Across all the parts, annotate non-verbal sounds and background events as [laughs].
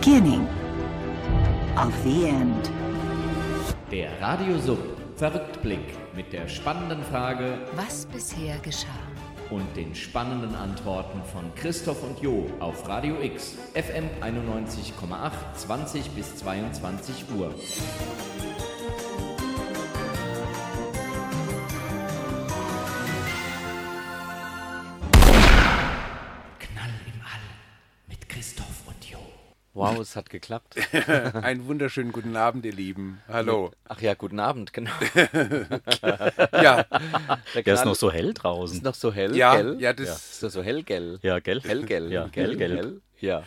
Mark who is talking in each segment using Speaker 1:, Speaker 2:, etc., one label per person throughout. Speaker 1: beginning of the end.
Speaker 2: Der Radio Sub Verrücktblick mit der spannenden Frage
Speaker 3: Was bisher geschah.
Speaker 2: und den spannenden Antworten von Christoph und Jo auf Radio X FM 91,8 20 bis 22 Uhr. Knall im All mit Christoph und Jo.
Speaker 4: Wow, es hat
Speaker 2: [laughs]
Speaker 4: geklappt.
Speaker 5: Einen wunderschönen guten Abend, ihr Lieben. Hallo.
Speaker 4: Ach ja, guten Abend, genau.
Speaker 5: Ja,
Speaker 4: Der
Speaker 6: Ja, ist
Speaker 4: Knall
Speaker 6: noch so hell
Speaker 4: ist
Speaker 6: draußen.
Speaker 4: noch so hell,
Speaker 5: Ja,
Speaker 4: gell?
Speaker 5: ja, das-
Speaker 4: ist das so hellgell.
Speaker 6: Ja, gell?
Speaker 4: Hellgell.
Speaker 6: Ja,
Speaker 4: gell,
Speaker 6: hellgelb.
Speaker 4: gell. Ja.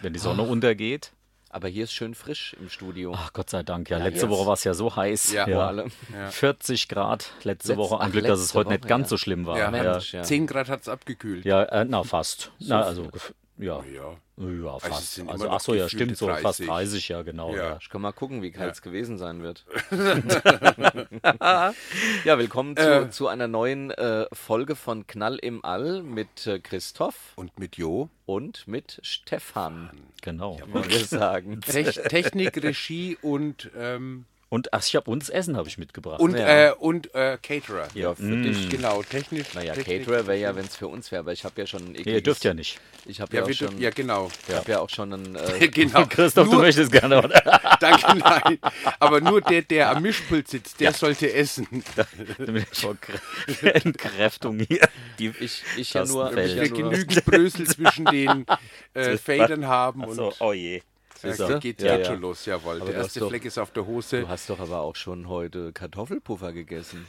Speaker 6: Wenn die Sonne untergeht.
Speaker 4: Aber hier ist schön frisch im Studio.
Speaker 6: Ach Ah, Gott sei Dank, ja. Letzte
Speaker 4: jetzt.
Speaker 6: Woche war es ja so heiß.
Speaker 5: Ja.
Speaker 4: Vor allem.
Speaker 6: 40 Grad letzte
Speaker 4: Letz-
Speaker 6: Woche. Ein
Speaker 4: ach,
Speaker 6: Glück, dass es
Speaker 4: letzte
Speaker 6: heute nicht
Speaker 4: Woche,
Speaker 6: ganz
Speaker 4: ja.
Speaker 6: so schlimm war.
Speaker 5: Ja.
Speaker 6: ja,
Speaker 4: Oh, Mensch, ja.
Speaker 5: 10 Grad hat es abgekühlt.
Speaker 6: Ja, äh, na fast. na, also, gef- ja.
Speaker 5: Ja.
Speaker 6: Ja,
Speaker 5: es
Speaker 6: fast.
Speaker 5: sind
Speaker 6: Also,
Speaker 5: immer noch
Speaker 6: ach so, ja,
Speaker 5: gefühlte
Speaker 6: stimmt, so fast
Speaker 5: 30.
Speaker 6: 30, ja, genau.
Speaker 5: Ja.
Speaker 6: Ja.
Speaker 4: Ich kann mal gucken, wie kalt es gewesen
Speaker 5: [laughs]
Speaker 4: sein wird. ja, willkommen zu, zu einer neuen äh, Folge von Knall im All mit äh, Christoph
Speaker 5: Und mit Jo?
Speaker 4: und mit Stefan,
Speaker 6: genau.
Speaker 4: wollen
Speaker 5: [laughs]
Speaker 4: wir sagen.
Speaker 5: Tech Technik, Regie und, ähm,
Speaker 6: Und ach, ich habe uns Essen habe ich mitgebracht.
Speaker 5: und,
Speaker 4: Ja.
Speaker 5: äh, und äh, Caterer.
Speaker 4: Ja, für dich.
Speaker 5: Genau, technisch.
Speaker 4: Naja,
Speaker 5: Technik-
Speaker 4: Caterer wäre ja, wenn es für uns wäre, aber ich habe ja schon ein
Speaker 6: nee, ihr dürft ja nicht.
Speaker 4: Ich habe ja,
Speaker 5: Ja,
Speaker 4: auch
Speaker 5: bitte,
Speaker 4: schon,
Speaker 5: ja genau.
Speaker 4: ich hab ja auch schon einen, äh,
Speaker 5: [laughs] genau.
Speaker 6: Christoph, du
Speaker 5: nur,
Speaker 6: möchtest gerne, oder?
Speaker 5: [laughs] Danke, nein. Aber nur der, der am Mischpult sitzt, der sollte
Speaker 4: [laughs]
Speaker 5: essen.
Speaker 6: Damit ich vor
Speaker 5: [laughs]
Speaker 6: Krä- Entkräftung hier. Die,
Speaker 4: ich, ich ja
Speaker 6: Das
Speaker 4: nur,
Speaker 6: fällt.
Speaker 4: ich ja
Speaker 5: Wir
Speaker 4: nur
Speaker 5: genügend Brösel zwischen
Speaker 4: [laughs]
Speaker 5: den äh, Federn haben.
Speaker 6: ach so,
Speaker 5: und
Speaker 6: oh je. Siehst
Speaker 5: äh,
Speaker 6: du?
Speaker 5: geht, geht
Speaker 4: Ja, ja.
Speaker 5: schon los, jawohl.
Speaker 4: Aber
Speaker 5: der
Speaker 4: das
Speaker 5: erste
Speaker 4: doch-
Speaker 5: Fleck ist auf der Hose.
Speaker 4: Du hast doch aber auch schon heute Kartoffelpuffer gegessen.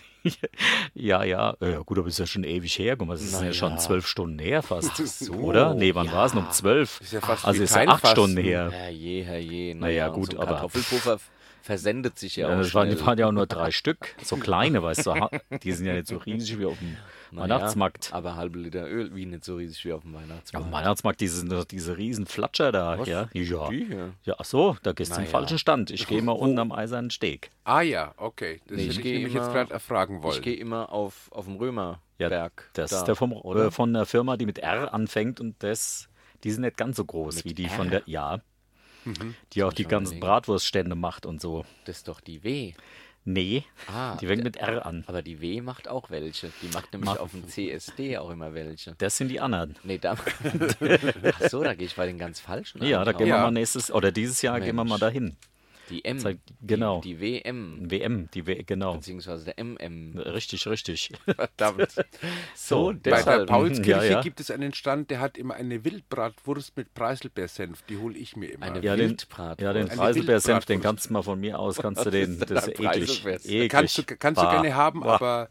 Speaker 6: Ja, ja. äh, Ja, gut, aber ist ja schon ewig her. Guck mal, das ist ja, schon zwölf Stunden her fast.
Speaker 5: so.
Speaker 6: Oder? Nee, wann war es? Um zwölf.
Speaker 5: Ist ja fast
Speaker 6: also
Speaker 5: wie
Speaker 6: ist ja
Speaker 5: kein
Speaker 6: acht
Speaker 5: Fasten.
Speaker 6: Stunden her.
Speaker 4: Herrje, herrje.
Speaker 6: Naja,
Speaker 4: und
Speaker 6: gut,
Speaker 4: so ein
Speaker 6: aber-
Speaker 4: Kartoffelpuffer f- versendet sich ja,
Speaker 6: Ja,
Speaker 4: auch
Speaker 6: das waren, die
Speaker 4: schnell.
Speaker 6: waren ja auch nur drei Stück. So kleine, weißt du. ha- Die sind ja nicht so riesig wie auf dem
Speaker 4: Naja,
Speaker 6: Weihnachtsmarkt.
Speaker 4: Aber halbe Liter Öl, wie nicht so riesig wie auf dem Weihnachtsmarkt.
Speaker 6: Auf dem Weihnachtsmarkt, diese, nur diese riesen Flatscher da. Ja, ja.
Speaker 4: Die hier?
Speaker 6: ja ach so, da gehst du
Speaker 4: Na
Speaker 6: zum
Speaker 4: ja.
Speaker 6: falschen Stand. Ich gehe mal unten am eisernen Steg.
Speaker 5: Ah ja, okay. Das
Speaker 4: Nee, ich
Speaker 5: hätte ich
Speaker 4: geh
Speaker 5: nämlich
Speaker 4: immer-
Speaker 5: jetzt gerade erfragen
Speaker 4: ich
Speaker 5: wollen.
Speaker 4: gehe immer auf, auf dem Römerberg.
Speaker 6: das
Speaker 4: da.
Speaker 6: ist der vom, äh, von der Firma, die mit R anfängt und das, die sind nicht ganz so groß wie die von der, ja,
Speaker 5: Mhm.
Speaker 6: die auch die ganzen Bratwurststände macht und so.
Speaker 4: Das ist doch die W.
Speaker 6: Nee,
Speaker 4: Ah,
Speaker 6: die fängt mit R an.
Speaker 4: Aber die W macht auch welche. Die macht nämlich
Speaker 6: [laughs]
Speaker 4: auf dem CSD auch immer welche.
Speaker 6: Das sind die anderen. [laughs]
Speaker 4: Nee, da. [laughs] Ach so, da gehe ich bei den ganz falschen.
Speaker 6: Ja, da
Speaker 4: einkaufen.
Speaker 6: gehen wir
Speaker 5: Ja.
Speaker 6: mal nächstes, oder dieses Jahr gehen wir mal
Speaker 4: Mensch.
Speaker 6: dahin.
Speaker 4: Die M.
Speaker 6: Zeig- genau.
Speaker 4: Die, die WM.
Speaker 6: WM, die w genau.
Speaker 4: Beziehungsweise der MM.
Speaker 5: [laughs]
Speaker 6: Richtig, richtig.
Speaker 5: Verdammt.
Speaker 6: [laughs] So,
Speaker 5: Bei der
Speaker 4: Deshalb,
Speaker 5: Paulskirche
Speaker 6: ja, ja.
Speaker 5: gibt es einen Stand, der hat immer eine Wildbratwurst mit Preiselbeersenf. Die hole ich mir immer. Äh,
Speaker 4: Eine
Speaker 6: ja, den,
Speaker 4: Wildbratwurst.
Speaker 6: ja, den
Speaker 5: Eine
Speaker 6: Preiselbeersenf, den
Speaker 5: Wildbratwurst.
Speaker 6: kannst du mal von mir aus,
Speaker 5: [laughs]
Speaker 6: kannst du den, das ist
Speaker 4: denn ein
Speaker 6: eklig.
Speaker 4: Preiselbeersenf?
Speaker 6: eklig.
Speaker 5: kannst du, kannst du
Speaker 6: Bah.
Speaker 5: gerne haben,
Speaker 6: Bah.
Speaker 5: aber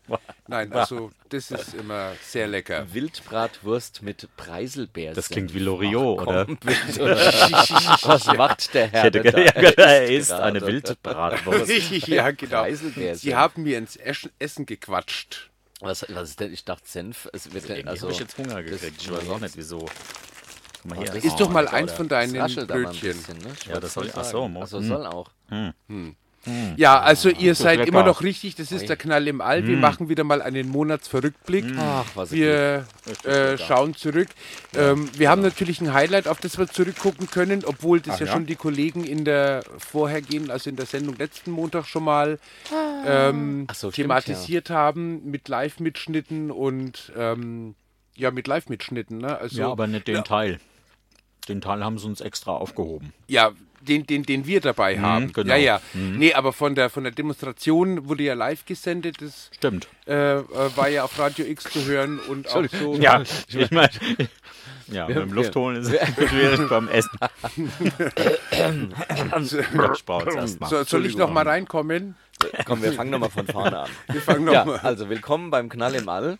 Speaker 5: nein, also das ist immer sehr
Speaker 4: [laughs]
Speaker 5: lecker.
Speaker 4: Wildbratwurst mit Preiselbeeren.
Speaker 6: Das klingt wie Loriot, oder?
Speaker 4: [laughs] Was macht der
Speaker 6: Ich
Speaker 4: Herr
Speaker 6: hätte
Speaker 4: denn da?
Speaker 6: gedacht, er isst
Speaker 4: gerade.
Speaker 6: eine Wildbratwurst.
Speaker 4: [laughs]
Speaker 5: ja, genau.
Speaker 4: Preiselbeeren.
Speaker 5: Sie haben mir ins Esch- Essen gequatscht.
Speaker 4: Was, was ist denn? Ich dachte Senf. Es wird denn,
Speaker 6: Also,
Speaker 4: also,
Speaker 6: habe ich jetzt Hunger gekriegt. ich weiß auch nicht wieso. Guck mal hier. Ah.
Speaker 4: das Oh,
Speaker 5: Ist doch mal
Speaker 4: Alter,
Speaker 5: eins
Speaker 4: oder?
Speaker 5: von
Speaker 4: Das
Speaker 5: deinen
Speaker 4: raschelt aber ein
Speaker 5: Brötchen.
Speaker 4: bisschen, ne? Ich
Speaker 6: Ja,
Speaker 4: wollte
Speaker 6: das
Speaker 4: voll
Speaker 6: soll- ach so,
Speaker 4: sagen.
Speaker 6: mo-
Speaker 4: Ach so,
Speaker 6: hm.
Speaker 4: soll auch. Hm.
Speaker 5: Ja, also ihr seid
Speaker 6: lecker.
Speaker 5: immer noch richtig. Das ist der Knall im All. Wir machen wieder mal einen Monatsverrückblick.
Speaker 4: Hm. Ach, was
Speaker 6: Also
Speaker 5: Wir äh, schauen zurück. Ähm,
Speaker 6: genau.
Speaker 5: wir haben natürlich ein Highlight, auf das wir zurückgucken können, obwohl das ja, schon die Kollegen in der vorhergehenden, also in der Sendung letzten Montag schon mal ähm,
Speaker 4: Ach so, stimmt,
Speaker 5: thematisiert haben mit Live-Mitschnitten und ähm, ja, mit Live-Mitschnitten. Ne? Also,
Speaker 6: Ja, aber nicht den Teil. Den Teil haben sie uns extra aufgehoben.
Speaker 5: ja, den, den, den wir dabei haben.
Speaker 6: genau.
Speaker 5: Ja, ja. Nee, aber von der, von der Demonstration wurde ja live gesendet. Das
Speaker 6: Stimmt.
Speaker 5: äh, äh, war ja auf Radio X zu hören und auch so.
Speaker 6: Ja, ich meine, ja, mit dem Luftholen ist es schwierig beim Essen. ich brauche jetzt erstmal.
Speaker 5: So, soll ich noch mal reinkommen?
Speaker 4: Komm, wir fangen nochmal von vorne an.
Speaker 5: Wir fangen noch
Speaker 4: Ja,
Speaker 5: mal.
Speaker 4: also willkommen beim Knall im All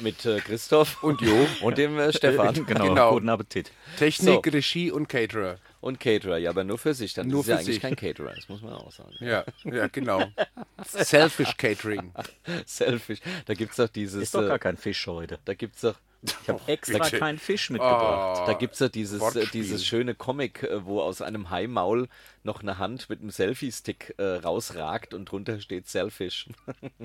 Speaker 4: mit äh, Christoph und Jo und dem
Speaker 5: [laughs]
Speaker 4: äh, Stefan
Speaker 6: Genau,
Speaker 5: Genau.
Speaker 6: guten Appetit.
Speaker 5: Technik,
Speaker 4: So.
Speaker 5: Regie und Caterer.
Speaker 4: und Caterer. Ja, aber nur für sich. Dann
Speaker 5: Nur
Speaker 4: ist ja
Speaker 5: für
Speaker 4: eigentlich
Speaker 5: sich.
Speaker 4: kein Caterer, das muss man auch sagen.
Speaker 5: Ja, ja genau. [laughs] Selfish Catering.
Speaker 4: Selfish. Da gibt's doch dieses.
Speaker 6: Ist doch
Speaker 4: äh,
Speaker 6: gar kein Fisch heute.
Speaker 4: da gibt's doch.
Speaker 6: Ich habe
Speaker 5: Oh,
Speaker 6: extra
Speaker 5: bitte.
Speaker 6: keinen Fisch mitgebracht.
Speaker 4: Da gibt's ja dieses, äh,
Speaker 5: Wortspiel.
Speaker 4: dieses schöne Comic, äh, wo aus einem Haimaul noch eine Hand mit einem Selfie-Stick äh, rausragt und drunter steht Selfish.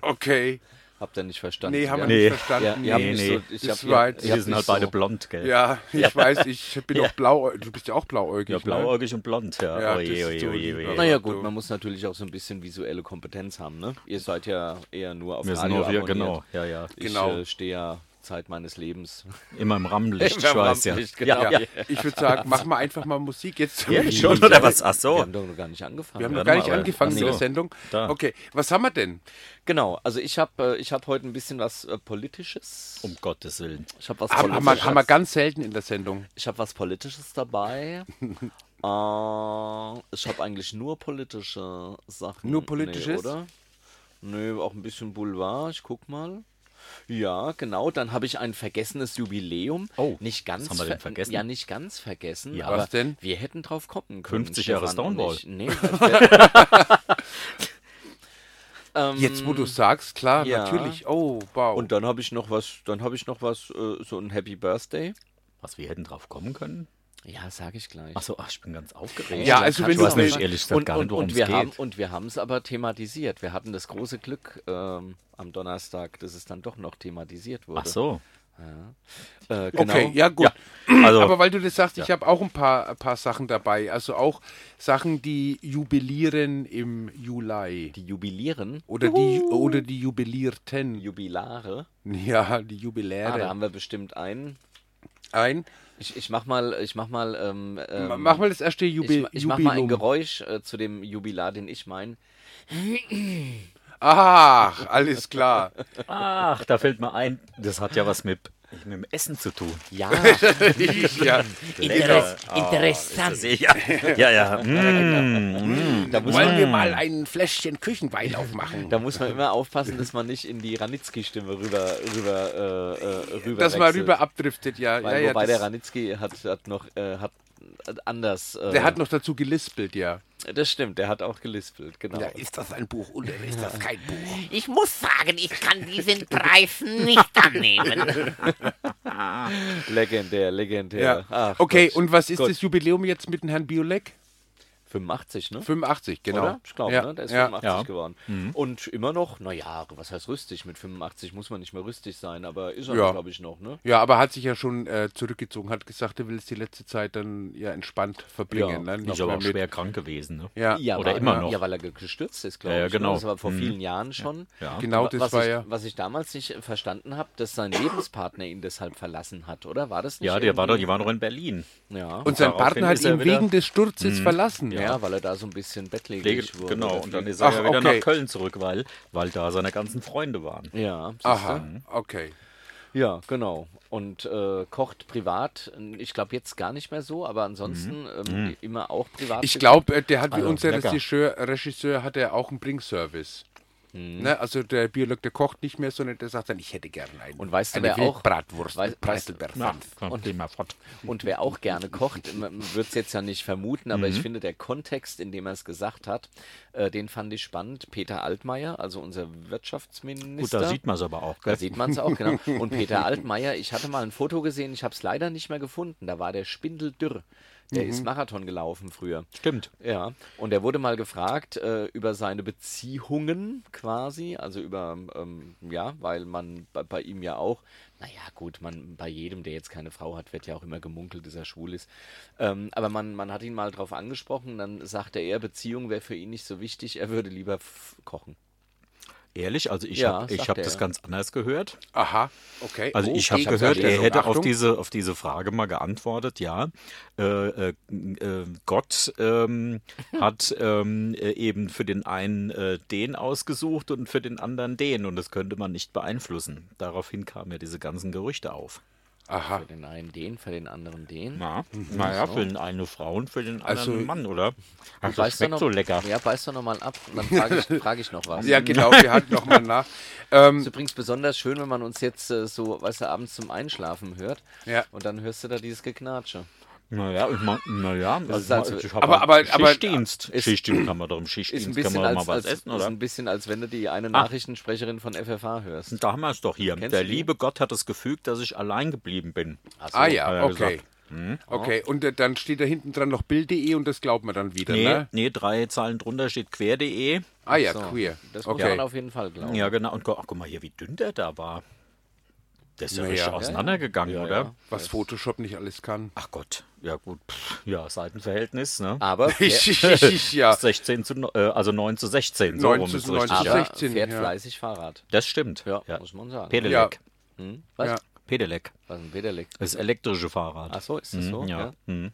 Speaker 5: Okay.
Speaker 4: [laughs] Habt ihr nicht verstanden?
Speaker 5: Nee, haben wir
Speaker 4: gell?
Speaker 5: nicht
Speaker 6: Nee.
Speaker 5: verstanden.
Speaker 4: Ja, ihr habt
Speaker 5: nee.
Speaker 4: nicht
Speaker 6: nee.
Speaker 4: So, ich
Speaker 5: Ist
Speaker 4: hab, ihr-
Speaker 5: right.
Speaker 4: ihr habt
Speaker 6: Wir sind
Speaker 4: nicht
Speaker 6: halt beide
Speaker 4: so-
Speaker 6: blond,
Speaker 5: [laughs]
Speaker 6: gell?
Speaker 5: Ja, ich weiß, ich bin auch blau. Du bist ja auch blauäugig. ne?
Speaker 6: Ja, blauäugig und blond, ja.
Speaker 5: Ja, das ist
Speaker 6: oje, oje,
Speaker 5: so
Speaker 6: oje,
Speaker 5: lieber.
Speaker 6: oje.
Speaker 4: Naja
Speaker 5: Ja,
Speaker 4: gut,
Speaker 5: du-
Speaker 4: man muss natürlich auch so ein bisschen visuelle Kompetenz haben, ne? Ihr seid ja eher nur auf
Speaker 6: Wir sind
Speaker 4: Radio
Speaker 6: nur wir,
Speaker 4: abonniert.
Speaker 6: genau. Ja, ja.
Speaker 4: Ich
Speaker 5: Genau.
Speaker 4: äh, stehe ja Zeit meines Lebens. [laughs]
Speaker 6: Immer im Rammenlicht,
Speaker 4: Immer
Speaker 6: ich
Speaker 4: im
Speaker 6: weiß ja.
Speaker 4: Rampenlicht, genau.
Speaker 6: Ja,
Speaker 5: Ne?
Speaker 6: ja.
Speaker 5: Ja, ich würde sagen, machen wir einfach mal Musik jetzt. [laughs]
Speaker 6: ja schon, oder was? Ach so.
Speaker 4: Wir haben doch noch gar nicht angefangen.
Speaker 5: Wir haben noch
Speaker 6: Warte
Speaker 5: gar
Speaker 6: mal,
Speaker 5: nicht
Speaker 6: aber-
Speaker 5: angefangen
Speaker 6: Ach
Speaker 5: mit der
Speaker 6: so.
Speaker 5: Sendung.
Speaker 6: Da.
Speaker 5: Okay, was haben wir denn?
Speaker 4: Genau, also ich habe äh, ich hab heute ein bisschen was äh, Politisches.
Speaker 6: Um Gottes Willen.
Speaker 4: Ich habe was,
Speaker 5: Haben, haben, wir,
Speaker 4: Politisches.
Speaker 5: haben wir ganz selten in der Sendung.
Speaker 4: ich hab was Politisches dabei. äh, ich habe eigentlich nur politische Sachen.
Speaker 5: Nur Politisches?
Speaker 4: Nee, oder? Nö, auch ein bisschen Boulevard, ich guck mal. Ja, genau, dann habe ich ein vergessenes Jubiläum.
Speaker 6: Oh,
Speaker 4: nicht
Speaker 6: was
Speaker 4: ganz
Speaker 6: haben wir denn
Speaker 4: ver-
Speaker 6: vergessen?
Speaker 4: Ja, nicht ganz vergessen,
Speaker 6: Ja.
Speaker 4: aber
Speaker 5: Was denn?
Speaker 4: wir hätten drauf kommen können.
Speaker 6: 50 Jahre
Speaker 4: Stefan
Speaker 6: Stonewall.
Speaker 4: und ich. Nee, das wär, ähm,
Speaker 5: Jetzt, wo du sagst, klar,
Speaker 4: ja.
Speaker 5: natürlich. Oh, wow.
Speaker 4: Und dann habe ich noch was, dann habe ich noch was, äh, so ein Happy Birthday.
Speaker 6: Was, wir hätten drauf kommen können?
Speaker 4: Ja, sage ich gleich.
Speaker 6: Ach so, ach, ich bin ganz aufgeregt.
Speaker 5: ja, also
Speaker 4: dann
Speaker 5: wenn
Speaker 6: ich weiß
Speaker 4: kannst
Speaker 5: du
Speaker 6: nämlich ehrlich gesagt
Speaker 4: und,
Speaker 6: gar nicht,
Speaker 4: und,
Speaker 6: worum
Speaker 4: und
Speaker 6: es
Speaker 4: wir
Speaker 6: geht.
Speaker 4: haben und wir haben es aber thematisiert. Wir hatten das große Glück ähm, am Donnerstag, dass es dann doch noch thematisiert wurde.
Speaker 6: ach so.
Speaker 4: Äh, genau.
Speaker 5: Okay, ja gut.
Speaker 6: Ja, also-
Speaker 5: Aber weil du das sagst, ich habe auch ein paar, ein paar Sachen dabei. Also auch Sachen, die jubilieren im Juli.
Speaker 4: Die Jubilieren,
Speaker 5: Oder die, oder die Jubilierten.
Speaker 4: Jubilare.
Speaker 5: [laughs] Ja, die
Speaker 4: Ah, da
Speaker 5: Jubiläre.
Speaker 4: haben wir bestimmt einen.
Speaker 5: Ein.
Speaker 4: Ich, ich mach mal, ich mach mal, ähm, ähm,
Speaker 5: Ma- Mach mal das erste
Speaker 4: ich,
Speaker 5: Jubil
Speaker 4: ma- ich mach mal ein
Speaker 5: Jubiläum.
Speaker 4: Geräusch äh, zu dem Jubilar, den ich meine.
Speaker 5: Ach, alles
Speaker 4: [laughs]
Speaker 5: klar. [laughs]
Speaker 6: Ach, da fällt mir ein, das hat ja was mit, mit dem Essen zu tun.
Speaker 4: Ja,
Speaker 5: ja. Genau.
Speaker 4: Mhm.
Speaker 6: Interessant. Ja, ja. Hm. ja. Mm, mm.
Speaker 4: da
Speaker 6: [laughs]
Speaker 4: muss
Speaker 5: Wollen
Speaker 4: man,
Speaker 5: wir mal ein Fläschchen Küchenwein aufmachen?
Speaker 4: da muss man immer aufpassen, dass man nicht in die Ranitzky-Stimme rüber, rüber, äh, äh, rüber
Speaker 5: Dass man
Speaker 4: wechselt.
Speaker 5: rüber abdriftet, ja.
Speaker 4: Weil,
Speaker 5: ja, ja
Speaker 4: wobei der
Speaker 5: das,
Speaker 4: Ranitzky hat, hat noch äh, hat anders. Äh,
Speaker 5: der hat noch dazu gelispelt, ja.
Speaker 4: das stimmt, der hat auch gelispelt, genau.
Speaker 5: ist das ein Buch oder ist das kein Buch?
Speaker 7: Ich muss sagen, ich kann diesen Preis nicht annehmen.
Speaker 4: Legendär, legendär.
Speaker 5: Ja.
Speaker 4: Ach,
Speaker 5: okay,
Speaker 4: Gott.
Speaker 5: und was ist
Speaker 4: Gott.
Speaker 5: das Jubiläum jetzt mit dem Herrn Biolek?
Speaker 4: 85, ne?
Speaker 5: 85, genau.
Speaker 4: Oder? Ich glaube,
Speaker 5: ja.
Speaker 4: ne? Der ist
Speaker 5: ja.
Speaker 4: 85
Speaker 6: Ja.
Speaker 4: geworden. Und immer noch, naja, was heißt rüstig? Mit 85 muss man nicht mehr rüstig sein, aber ist er,
Speaker 5: Ja.
Speaker 4: glaube ich, noch, ne?
Speaker 5: Ja, aber hat sich ja schon äh, zurückgezogen, hat gesagt, er will es die letzte Zeit dann ja entspannt verbringen.
Speaker 4: Ja,
Speaker 5: ne? Nicht
Speaker 6: Ich war
Speaker 5: mehr
Speaker 6: auch
Speaker 5: mit-
Speaker 6: schwer krank gewesen. Ne?
Speaker 5: Ja,
Speaker 6: Oder
Speaker 4: weil,
Speaker 6: immer noch.
Speaker 4: Ja, weil er ge- gestürzt ist, glaube
Speaker 6: Ja, ja,
Speaker 4: ich. ne?
Speaker 6: genau.
Speaker 4: Das war vor
Speaker 6: Mhm.
Speaker 4: vielen Jahren schon.
Speaker 6: Ja.
Speaker 5: genau das
Speaker 4: was
Speaker 5: war
Speaker 4: ich,
Speaker 5: ja.
Speaker 4: Was ich damals nicht äh, verstanden habe, dass sein Lebenspartner ihn deshalb verlassen hat, oder? War das nicht?
Speaker 6: Ja, der war doch,
Speaker 4: irgendwie-
Speaker 6: die waren doch in Berlin.
Speaker 4: Ja.
Speaker 5: Und sein
Speaker 6: daraufhin
Speaker 5: Partner hat
Speaker 6: ist er
Speaker 5: ihn
Speaker 6: wieder-
Speaker 5: wegen des Sturzes verlassen.
Speaker 4: Mhm. Ja, weil er da so ein bisschen bettlägerig
Speaker 6: Pflege,
Speaker 4: wurde.
Speaker 6: genau,
Speaker 4: Der
Speaker 6: und dann
Speaker 4: Fliege-
Speaker 6: ist er
Speaker 5: Ach,
Speaker 6: ja wieder
Speaker 5: okay.
Speaker 6: nach Köln zurück, weil, weil da seine ganzen Freunde waren.
Speaker 4: ja, siehste?
Speaker 5: Aha, okay.
Speaker 4: Mhm. ja, genau. Und äh, kocht privat, ich glaube jetzt gar nicht mehr so, aber ansonsten
Speaker 6: Mhm.
Speaker 4: ähm, immer auch privat.
Speaker 5: Ich glaube, der hat wie
Speaker 6: Also,
Speaker 5: unser
Speaker 6: lecker.
Speaker 5: Regisseur, Regisseur hat er auch einen Bringservice.
Speaker 4: Mhm.
Speaker 5: Ne? Also der Biolog, der kocht nicht mehr, sondern der sagt dann, ich hätte gerne einen.
Speaker 4: Und weißt du,
Speaker 5: eine
Speaker 4: wer auch-
Speaker 5: Bratwurst
Speaker 4: Weiß-
Speaker 5: mit Preiselbeerpfanz.
Speaker 6: und geh mal fort.
Speaker 4: Und wer auch gerne
Speaker 6: [laughs]
Speaker 4: kocht, man wird es jetzt ja nicht vermuten, aber
Speaker 6: Mhm.
Speaker 4: ich finde, der Kontext, in dem er es gesagt hat, äh, den fand ich spannend. Peter Altmaier, also unser
Speaker 6: Gut,
Speaker 4: Wirtschaftsminister.
Speaker 6: da sieht man es aber auch.
Speaker 4: Da
Speaker 6: Gell?
Speaker 4: sieht man es auch, genau. Und Peter Altmaier, ich hatte mal ein Foto gesehen, ich habe es leider nicht mehr gefunden. Da war der Spindeldürr. Der ist Marathon gelaufen früher.
Speaker 6: Mhm. Stimmt.
Speaker 4: Ja, und er wurde mal gefragt äh, über seine Beziehungen quasi, also über, ähm, ja, weil man bei, bei ihm ja auch, naja, gut, man bei jedem, der jetzt keine Frau hat, wird ja auch immer gemunkelt, dass er schwul ist. Ähm, aber man, man hat ihn mal drauf angesprochen, dann sagte er, Beziehung wäre für ihn nicht so wichtig, er würde lieber f- kochen.
Speaker 6: Ehrlich, also ich
Speaker 4: Ja,
Speaker 6: habe
Speaker 4: sagt
Speaker 6: hab
Speaker 4: er,
Speaker 6: das
Speaker 4: ja.
Speaker 6: ganz anders gehört.
Speaker 5: Aha, okay.
Speaker 6: Also
Speaker 5: Oh,
Speaker 6: ich habe
Speaker 5: ich hab's
Speaker 6: gehört,
Speaker 5: gelesen.
Speaker 6: er hätte auf
Speaker 5: Achtung.
Speaker 6: diese, auf diese Frage mal geantwortet, ja, äh, äh, äh, Gott
Speaker 4: [laughs]
Speaker 6: ähm, hat ähm, äh, eben für den einen äh, den ausgesucht und für den anderen den und das könnte man nicht beeinflussen. Daraufhin kamen ja diese ganzen Gerüchte auf.
Speaker 5: Aha.
Speaker 4: Für den einen den, für den anderen den.
Speaker 6: Na, naja,
Speaker 4: Genau.
Speaker 6: für den einen eine Frau und für den anderen
Speaker 5: Also-
Speaker 6: einen Mann, oder? Ach, das
Speaker 4: Beiß doch
Speaker 6: schmeckt
Speaker 4: noch,
Speaker 6: so lecker.
Speaker 4: Ja, beiß doch nochmal ab und dann frage ich, frag ich noch was.
Speaker 5: Ja, genau, wir hatten nochmal nach.
Speaker 6: [laughs]
Speaker 5: Ähm,
Speaker 4: Ist übrigens besonders schön, wenn man uns jetzt äh, so, weißt du, abends zum Einschlafen hört.
Speaker 5: Ja.
Speaker 4: Und dann hörst du da dieses Geknatsche.
Speaker 6: Naja, ich mein, naja,
Speaker 4: ist also-
Speaker 6: ich hab
Speaker 5: aber-
Speaker 6: halt
Speaker 5: aber- aber-
Speaker 6: Schichtdienst. Schichtdienst kann man doch im
Speaker 4: Ist ein
Speaker 6: Schichtdienst kann
Speaker 4: bisschen,
Speaker 6: man doch mal
Speaker 4: als,
Speaker 6: was
Speaker 4: als,
Speaker 6: essen,
Speaker 4: ist
Speaker 6: oder?
Speaker 4: ein bisschen, als wenn du die eine Nachrichtensprecherin von FFH hörst.
Speaker 6: Da haben wir es doch hier.
Speaker 4: Kennst
Speaker 6: der
Speaker 4: du die?
Speaker 6: liebe Gott hat es gefügt, dass ich allein geblieben bin.
Speaker 5: ah ja,
Speaker 6: hat er
Speaker 5: okay.
Speaker 6: gesagt. Hm.
Speaker 5: Okay, und äh, dann steht da hinten dran noch bild.de und das glaubt man dann wieder,
Speaker 6: Nee,
Speaker 5: ne?
Speaker 6: nee, drei Zahlen drunter steht quer.de.
Speaker 5: Ah ja,
Speaker 4: So,
Speaker 5: queer.
Speaker 4: Das muss
Speaker 5: okay.
Speaker 4: man auf jeden Fall glauben.
Speaker 6: Ja, genau. Und gu- ach, guck mal hier, wie dünn der da war. Der ist ja
Speaker 5: Naja.
Speaker 6: richtig auseinandergegangen, oder?
Speaker 5: Was Photoshop nicht alles
Speaker 6: [laughs]
Speaker 5: kann.
Speaker 6: Ach Gott. Ja, gut. Pff, ja, Seitenverhältnis, ne?
Speaker 4: [laughs] Aber wer,
Speaker 6: [laughs]
Speaker 5: ja.
Speaker 6: 16 zu, neu- äh, also 9 zu 16. So
Speaker 5: 9
Speaker 6: rum
Speaker 5: zu
Speaker 6: ist
Speaker 5: 9 zu
Speaker 6: richtig.
Speaker 4: aber
Speaker 5: 16. 16,
Speaker 4: fährt
Speaker 5: ja.
Speaker 4: fleißig Fahrrad.
Speaker 6: Das stimmt.
Speaker 4: Ja, muss man sagen.
Speaker 6: Pedelec.
Speaker 5: Ja.
Speaker 4: Hm? Was?
Speaker 5: Ja.
Speaker 6: Pedelec.
Speaker 4: Was ein Pedelec?
Speaker 6: Das elektrische Fahrrad.
Speaker 4: Ach so, ist das so?
Speaker 6: ja. Mhm.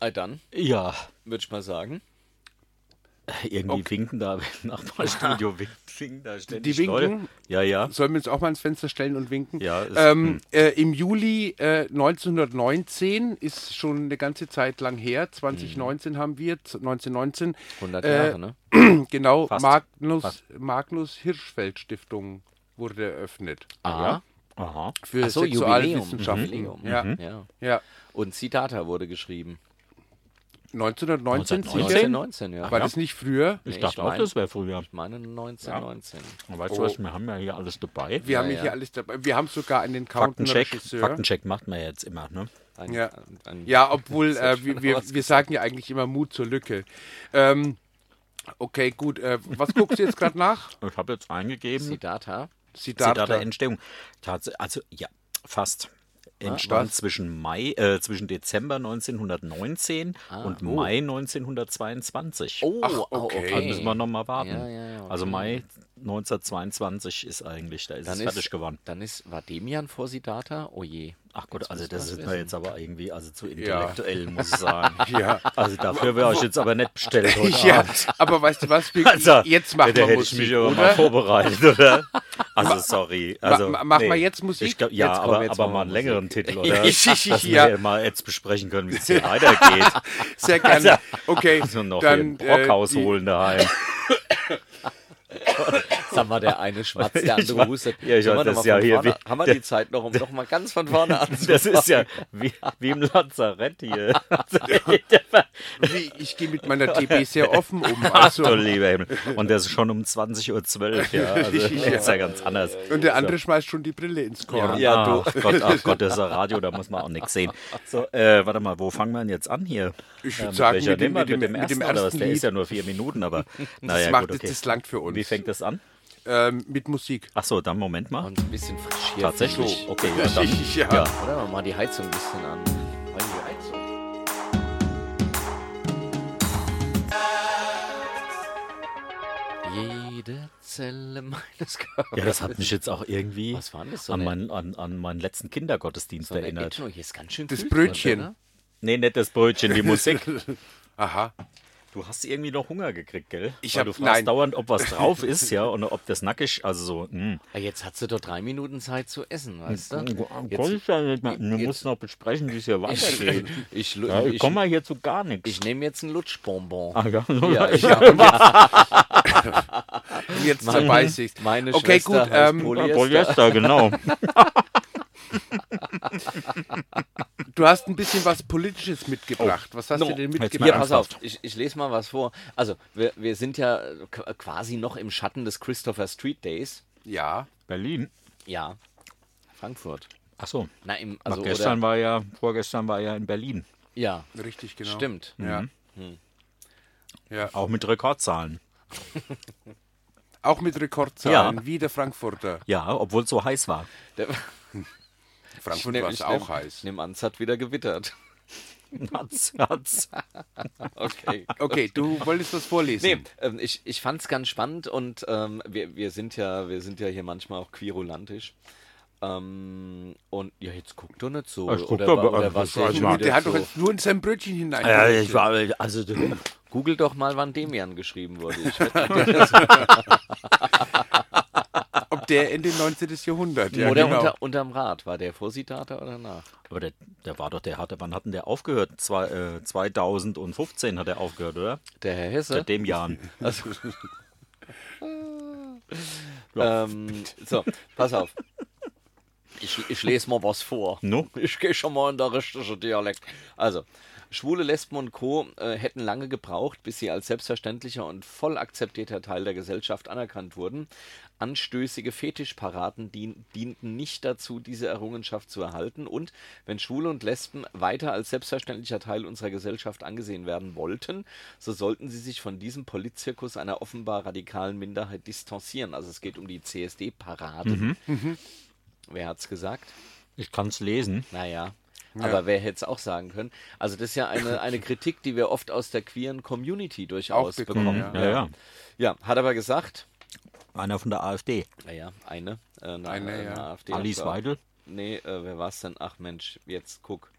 Speaker 4: Ah, dann
Speaker 6: Ja,
Speaker 4: würde ich mal sagen.
Speaker 6: irgendwie winken da im Nachbarstudio, winken, winken da ständig
Speaker 5: winken?
Speaker 6: Leute. Ja, ja.
Speaker 5: Sollen wir uns auch mal ins Fenster stellen und winken?
Speaker 6: Ja, hm. ist-
Speaker 5: ähm, äh, Im Juli äh, 1919 ist schon eine ganze Zeit lang
Speaker 6: Mhm.
Speaker 5: her. 2019 haben wir, z- 1919.
Speaker 4: 100
Speaker 5: äh,
Speaker 4: Jahre, ne?
Speaker 5: Genau,
Speaker 6: Fast.
Speaker 5: Magnus,
Speaker 6: Fast.
Speaker 5: Magnus Hirschfeld Stiftung wurde eröffnet.
Speaker 4: Ah,
Speaker 6: Aha.
Speaker 5: Für
Speaker 4: Ach so,
Speaker 5: Sexualwissenschaften.
Speaker 4: Jubiläum. Mhm.
Speaker 5: Ja,
Speaker 4: ja.
Speaker 5: ja.
Speaker 4: Und Citata wurde geschrieben.
Speaker 5: 1919,
Speaker 6: 1919?
Speaker 5: 1919
Speaker 4: 19, ja.
Speaker 5: War das nicht früher?
Speaker 6: Ich
Speaker 4: Nee,
Speaker 6: dachte
Speaker 4: ich
Speaker 6: auch,
Speaker 4: mein- oh.
Speaker 6: das wäre früher.
Speaker 4: Ich meine 1919.
Speaker 6: Aber Weißt du was, wir haben ja hier alles dabei.
Speaker 5: Wir haben
Speaker 4: Ja, ja.
Speaker 5: hier alles dabei. Wir haben sogar einen Counten
Speaker 6: Faktencheck,
Speaker 5: Regisseur.
Speaker 6: Faktencheck macht man ja jetzt immer, ne?
Speaker 4: Ein,
Speaker 5: Ja.
Speaker 4: ein, ein,
Speaker 5: Ja,
Speaker 6: [laughs]
Speaker 5: obwohl äh,
Speaker 4: schon
Speaker 5: wir, wir, wir sagen ja eigentlich immer Mut zur Lücke. Ähm, okay, gut. Äh, was guckst du jetzt gerade nach?
Speaker 6: Ich habe jetzt eingegeben,
Speaker 4: Citata.
Speaker 6: Zitat
Speaker 5: Siddhartha.
Speaker 6: der Entstehung. Tats also, ja, fast. Entstand
Speaker 5: was?
Speaker 6: zwischen, Mai, äh, zwischen Dezember 1919 und Mai 1922.
Speaker 4: Ah, Oh,
Speaker 5: Ach,
Speaker 4: oh,
Speaker 5: okay.
Speaker 6: Da müssen wir nochmal warten.
Speaker 4: Ja, ja, ja,
Speaker 6: Also Mai 1922 ist eigentlich, da ist es fertig geworden.
Speaker 4: Dann ist, war Demian vor Siddhartha? Oh je.
Speaker 6: Ach gut,
Speaker 4: Jetzt
Speaker 6: also
Speaker 4: müssen
Speaker 6: das
Speaker 4: wir's
Speaker 6: ist mir
Speaker 4: wissen.
Speaker 6: jetzt aber irgendwie also zu
Speaker 5: [laughs]
Speaker 6: intellektuell, muss ich sagen. Also dafür wäre ich jetzt aber
Speaker 5: [laughs]
Speaker 6: nicht bestellt heute
Speaker 5: Ja,
Speaker 6: Abend.
Speaker 5: aber weißt du was? Wir,
Speaker 6: Also,
Speaker 5: jetzt machen
Speaker 6: da
Speaker 5: wir
Speaker 6: hätte
Speaker 5: Musik,
Speaker 6: ich mich aber
Speaker 5: oder?
Speaker 6: mal
Speaker 5: [laughs]
Speaker 6: vorbereitet, oder? Also, sorry. Also,
Speaker 5: ma- mach mal jetzt Musik?
Speaker 6: Ich glaub, ja,
Speaker 4: Jetzt komm,
Speaker 6: aber,
Speaker 4: jetzt
Speaker 6: aber
Speaker 4: machen wir
Speaker 6: mal einen
Speaker 5: [laughs]
Speaker 6: längeren Titel, oder?
Speaker 5: Ich- ich-
Speaker 6: Dass
Speaker 5: ja.
Speaker 6: wir hier mal jetzt besprechen können, wie es hier weitergeht.
Speaker 5: [laughs] Sehr gerne. Okay,
Speaker 6: [laughs] Also noch
Speaker 5: dann äh,
Speaker 6: Dann, hier ein Brockhaus
Speaker 5: die- [laughs]
Speaker 6: holen daheim.
Speaker 4: [laughs] Sag mal, der eine schwatzt,
Speaker 6: [laughs]
Speaker 4: der
Speaker 6: Ich
Speaker 4: andere
Speaker 6: weiß-
Speaker 4: hustet.
Speaker 6: Ja, ich
Speaker 4: Sollen
Speaker 6: weiß,
Speaker 4: wir
Speaker 6: das
Speaker 4: noch
Speaker 6: ist ja
Speaker 4: mal von
Speaker 6: hier
Speaker 4: vorne-
Speaker 6: wie-
Speaker 4: Haben wir
Speaker 6: der- [laughs]
Speaker 4: die Zeit noch, um noch mal ganz von vorne anzufangen?
Speaker 6: Das ist ja wie, wie im Lazarett hier.
Speaker 5: [laughs] Wie, Also ich gehe mit meiner
Speaker 6: [laughs]
Speaker 5: DB sehr offen um.
Speaker 6: Also,
Speaker 5: Also,
Speaker 6: lieber Himmel. Und das ist schon um 20.12 Uhr,
Speaker 5: [laughs]
Speaker 6: ja. Also, das ist ja ganz anders.
Speaker 5: und der andere Ah. schmeißt schon die Brille ins Korn.
Speaker 6: Ja, du. Ach Gott, ach Gott, das ist ja Radio, da muss man auch nichts sehen. So, äh, warte mal, wo fangen wir denn jetzt an hier?
Speaker 5: Ich
Speaker 6: Äh,
Speaker 5: würd
Speaker 6: mit
Speaker 5: sagen,
Speaker 6: welcher
Speaker 5: mit dem-
Speaker 6: nehmen wir?
Speaker 5: mit dem- mit dem
Speaker 6: ersten, oder was?
Speaker 5: ersten
Speaker 6: Der
Speaker 5: Lied.
Speaker 6: ist ja nur vier Minuten, aber
Speaker 5: [laughs] Das,
Speaker 6: naja,
Speaker 5: macht,
Speaker 6: gut, okay.
Speaker 5: das langt für uns.
Speaker 6: Wie fängt das an?
Speaker 5: ähm, mit Musik.
Speaker 6: Ach so, dann Moment mal.
Speaker 4: [laughs] Und ein bisschen frisch hier.
Speaker 6: Tatsächlich.
Speaker 5: [laughs]
Speaker 6: Okay, ja, dann.
Speaker 5: Ja.
Speaker 6: Ja.
Speaker 4: Oder wir mal die Heizung ein bisschen an. Jede Zelle meines Körpers.
Speaker 6: ja, das hat mich jetzt auch irgendwie
Speaker 4: Was war denn das so
Speaker 6: an,
Speaker 4: eine-
Speaker 6: meinen, an, an meinen letzten Kindergottesdienst
Speaker 4: So eine
Speaker 6: erinnert.
Speaker 4: Ethno, hier ist ganz schön
Speaker 5: Das
Speaker 4: kühl
Speaker 5: Brötchen.
Speaker 4: drin,
Speaker 6: Nee, nicht das Brötchen,
Speaker 5: [laughs]
Speaker 6: die Musik.
Speaker 5: Aha.
Speaker 6: Du hast irgendwie noch Hunger gekriegt, gell?
Speaker 5: Ich
Speaker 6: Weil
Speaker 5: hab-
Speaker 6: du fragst
Speaker 5: nein.
Speaker 6: dauernd, ob was
Speaker 5: [laughs]
Speaker 6: drauf ist, ja, und ob das nackig, also so, mh.
Speaker 4: oder? Ah, Jetzt hat sie doch drei Minuten Zeit zu essen, weißt du?
Speaker 6: Jetzt, ja nicht mehr. Wir müssen noch besprechen, wie es hier weitergeht.
Speaker 4: Ich,
Speaker 6: Ja,
Speaker 4: ich,
Speaker 6: ich
Speaker 4: ich,
Speaker 6: komme mal hier zu gar nichts.
Speaker 4: ich nehme jetzt einen Lutschbonbon.
Speaker 6: Ah, ja. [laughs]
Speaker 4: Ja, ich
Speaker 5: Jetzt zerbeiß ich's.
Speaker 4: meine
Speaker 5: okay,
Speaker 4: Schwester
Speaker 5: gut.
Speaker 4: heißt
Speaker 5: Ähm,
Speaker 4: Polyester.
Speaker 6: Polyester, [laughs] genau.
Speaker 5: Du hast ein bisschen was Politisches mitgebracht. Was hast
Speaker 4: No.
Speaker 5: du denn
Speaker 6: Oh. Jetzt
Speaker 5: mitgebracht?
Speaker 6: mal
Speaker 4: Hier, pass auf,
Speaker 6: ernsthaft.
Speaker 4: ich, ich lese mal was vor. Also, wir, wir sind ja äh, qu- quasi noch im Schatten des Christopher Street Days.
Speaker 5: Ja.
Speaker 6: Berlin.
Speaker 4: Ja. Frankfurt.
Speaker 6: Achso.
Speaker 4: Na, im,
Speaker 6: Also
Speaker 4: also
Speaker 6: gestern
Speaker 4: oder,
Speaker 6: war ja, vorgestern war ja in Berlin.
Speaker 4: Ja,
Speaker 5: Richtig, genau.
Speaker 4: stimmt.
Speaker 5: Ja.
Speaker 6: Mhm.
Speaker 5: Ja.
Speaker 6: Auch mit Rekordzahlen.
Speaker 5: Auch mit Rekordzahlen,
Speaker 6: Ja.
Speaker 5: wie der Frankfurter.
Speaker 6: Ja, obwohl es so heiß war. [laughs]
Speaker 4: Der,
Speaker 5: Frankfurt war es auch heiß.
Speaker 4: Nimm an, es hat wieder gewittert. [laughs]
Speaker 6: Hat's, hat's.
Speaker 4: Okay.
Speaker 5: Okay, du wolltest was vorlesen.
Speaker 4: Nee, ähm, ich, ich fand es ganz spannend und ähm, wir, wir, sind ja, wir sind ja hier manchmal auch quirulantisch. Ähm, und ja, jetzt guck doch nicht so.
Speaker 6: Ich guck
Speaker 4: oder
Speaker 6: doch,
Speaker 4: wa-
Speaker 6: aber-
Speaker 4: oder was
Speaker 6: ich weiß
Speaker 4: denn
Speaker 6: mal.
Speaker 4: wieder
Speaker 5: Also Der hat doch
Speaker 4: so?
Speaker 5: jetzt nur in sein Brötchen hinein.
Speaker 6: Ja, ich war, also, du-
Speaker 4: Google doch mal, wann Demian geschrieben wurde. Ich wette,
Speaker 5: Ob der Ende 19. Jahrhundert. Ja,
Speaker 4: oder
Speaker 5: genau.
Speaker 4: unter, unterm Rad. War der vor Siddhartha oder nach?
Speaker 6: aber der, der war doch, der hatte, wann hat denn der aufgehört? Zwei, äh, 2015 hat er aufgehört, oder?
Speaker 4: Der Herr Hesse?
Speaker 6: Seit dem Jahr.
Speaker 4: Also, [laughs] ähm, so, pass auf. Ich, ich lese mal was vor.
Speaker 6: No?
Speaker 4: Ich gehe schon mal in der richtige Dialekt. Also, Schwule, Lesben und Co. Äh, hätten lange gebraucht, bis sie als selbstverständlicher und voll akzeptierter Teil der Gesellschaft anerkannt wurden. Anstößige Fetischparaden dien dienten nicht dazu, diese Errungenschaft zu erhalten. Und wenn Schwule und Lesben weiter als selbstverständlicher Teil unserer Gesellschaft angesehen werden wollten, so sollten sie sich von diesem Politzirkus einer offenbar radikalen Minderheit distanzieren. Also es geht um die CSD-Paraden. Wer hat's gesagt?
Speaker 6: Ich kann es lesen.
Speaker 4: Naja. Aber wer hätte es auch sagen können? Also, das ist ja
Speaker 5: [laughs]
Speaker 4: eine, eine Kritik, die wir oft aus der queeren Community durchaus
Speaker 5: Auch bekommen,
Speaker 4: bekommen.
Speaker 6: Ja, ja.
Speaker 4: Ja, hat aber gesagt,
Speaker 6: Einer von der AfD.
Speaker 4: naja, eine, äh, eine,
Speaker 5: Eine,
Speaker 4: eine
Speaker 5: ja.
Speaker 4: AfD.
Speaker 6: Alice
Speaker 4: aber-
Speaker 6: Weidel?
Speaker 4: Nee, äh, wer war's denn? Ach Mensch, jetzt guck.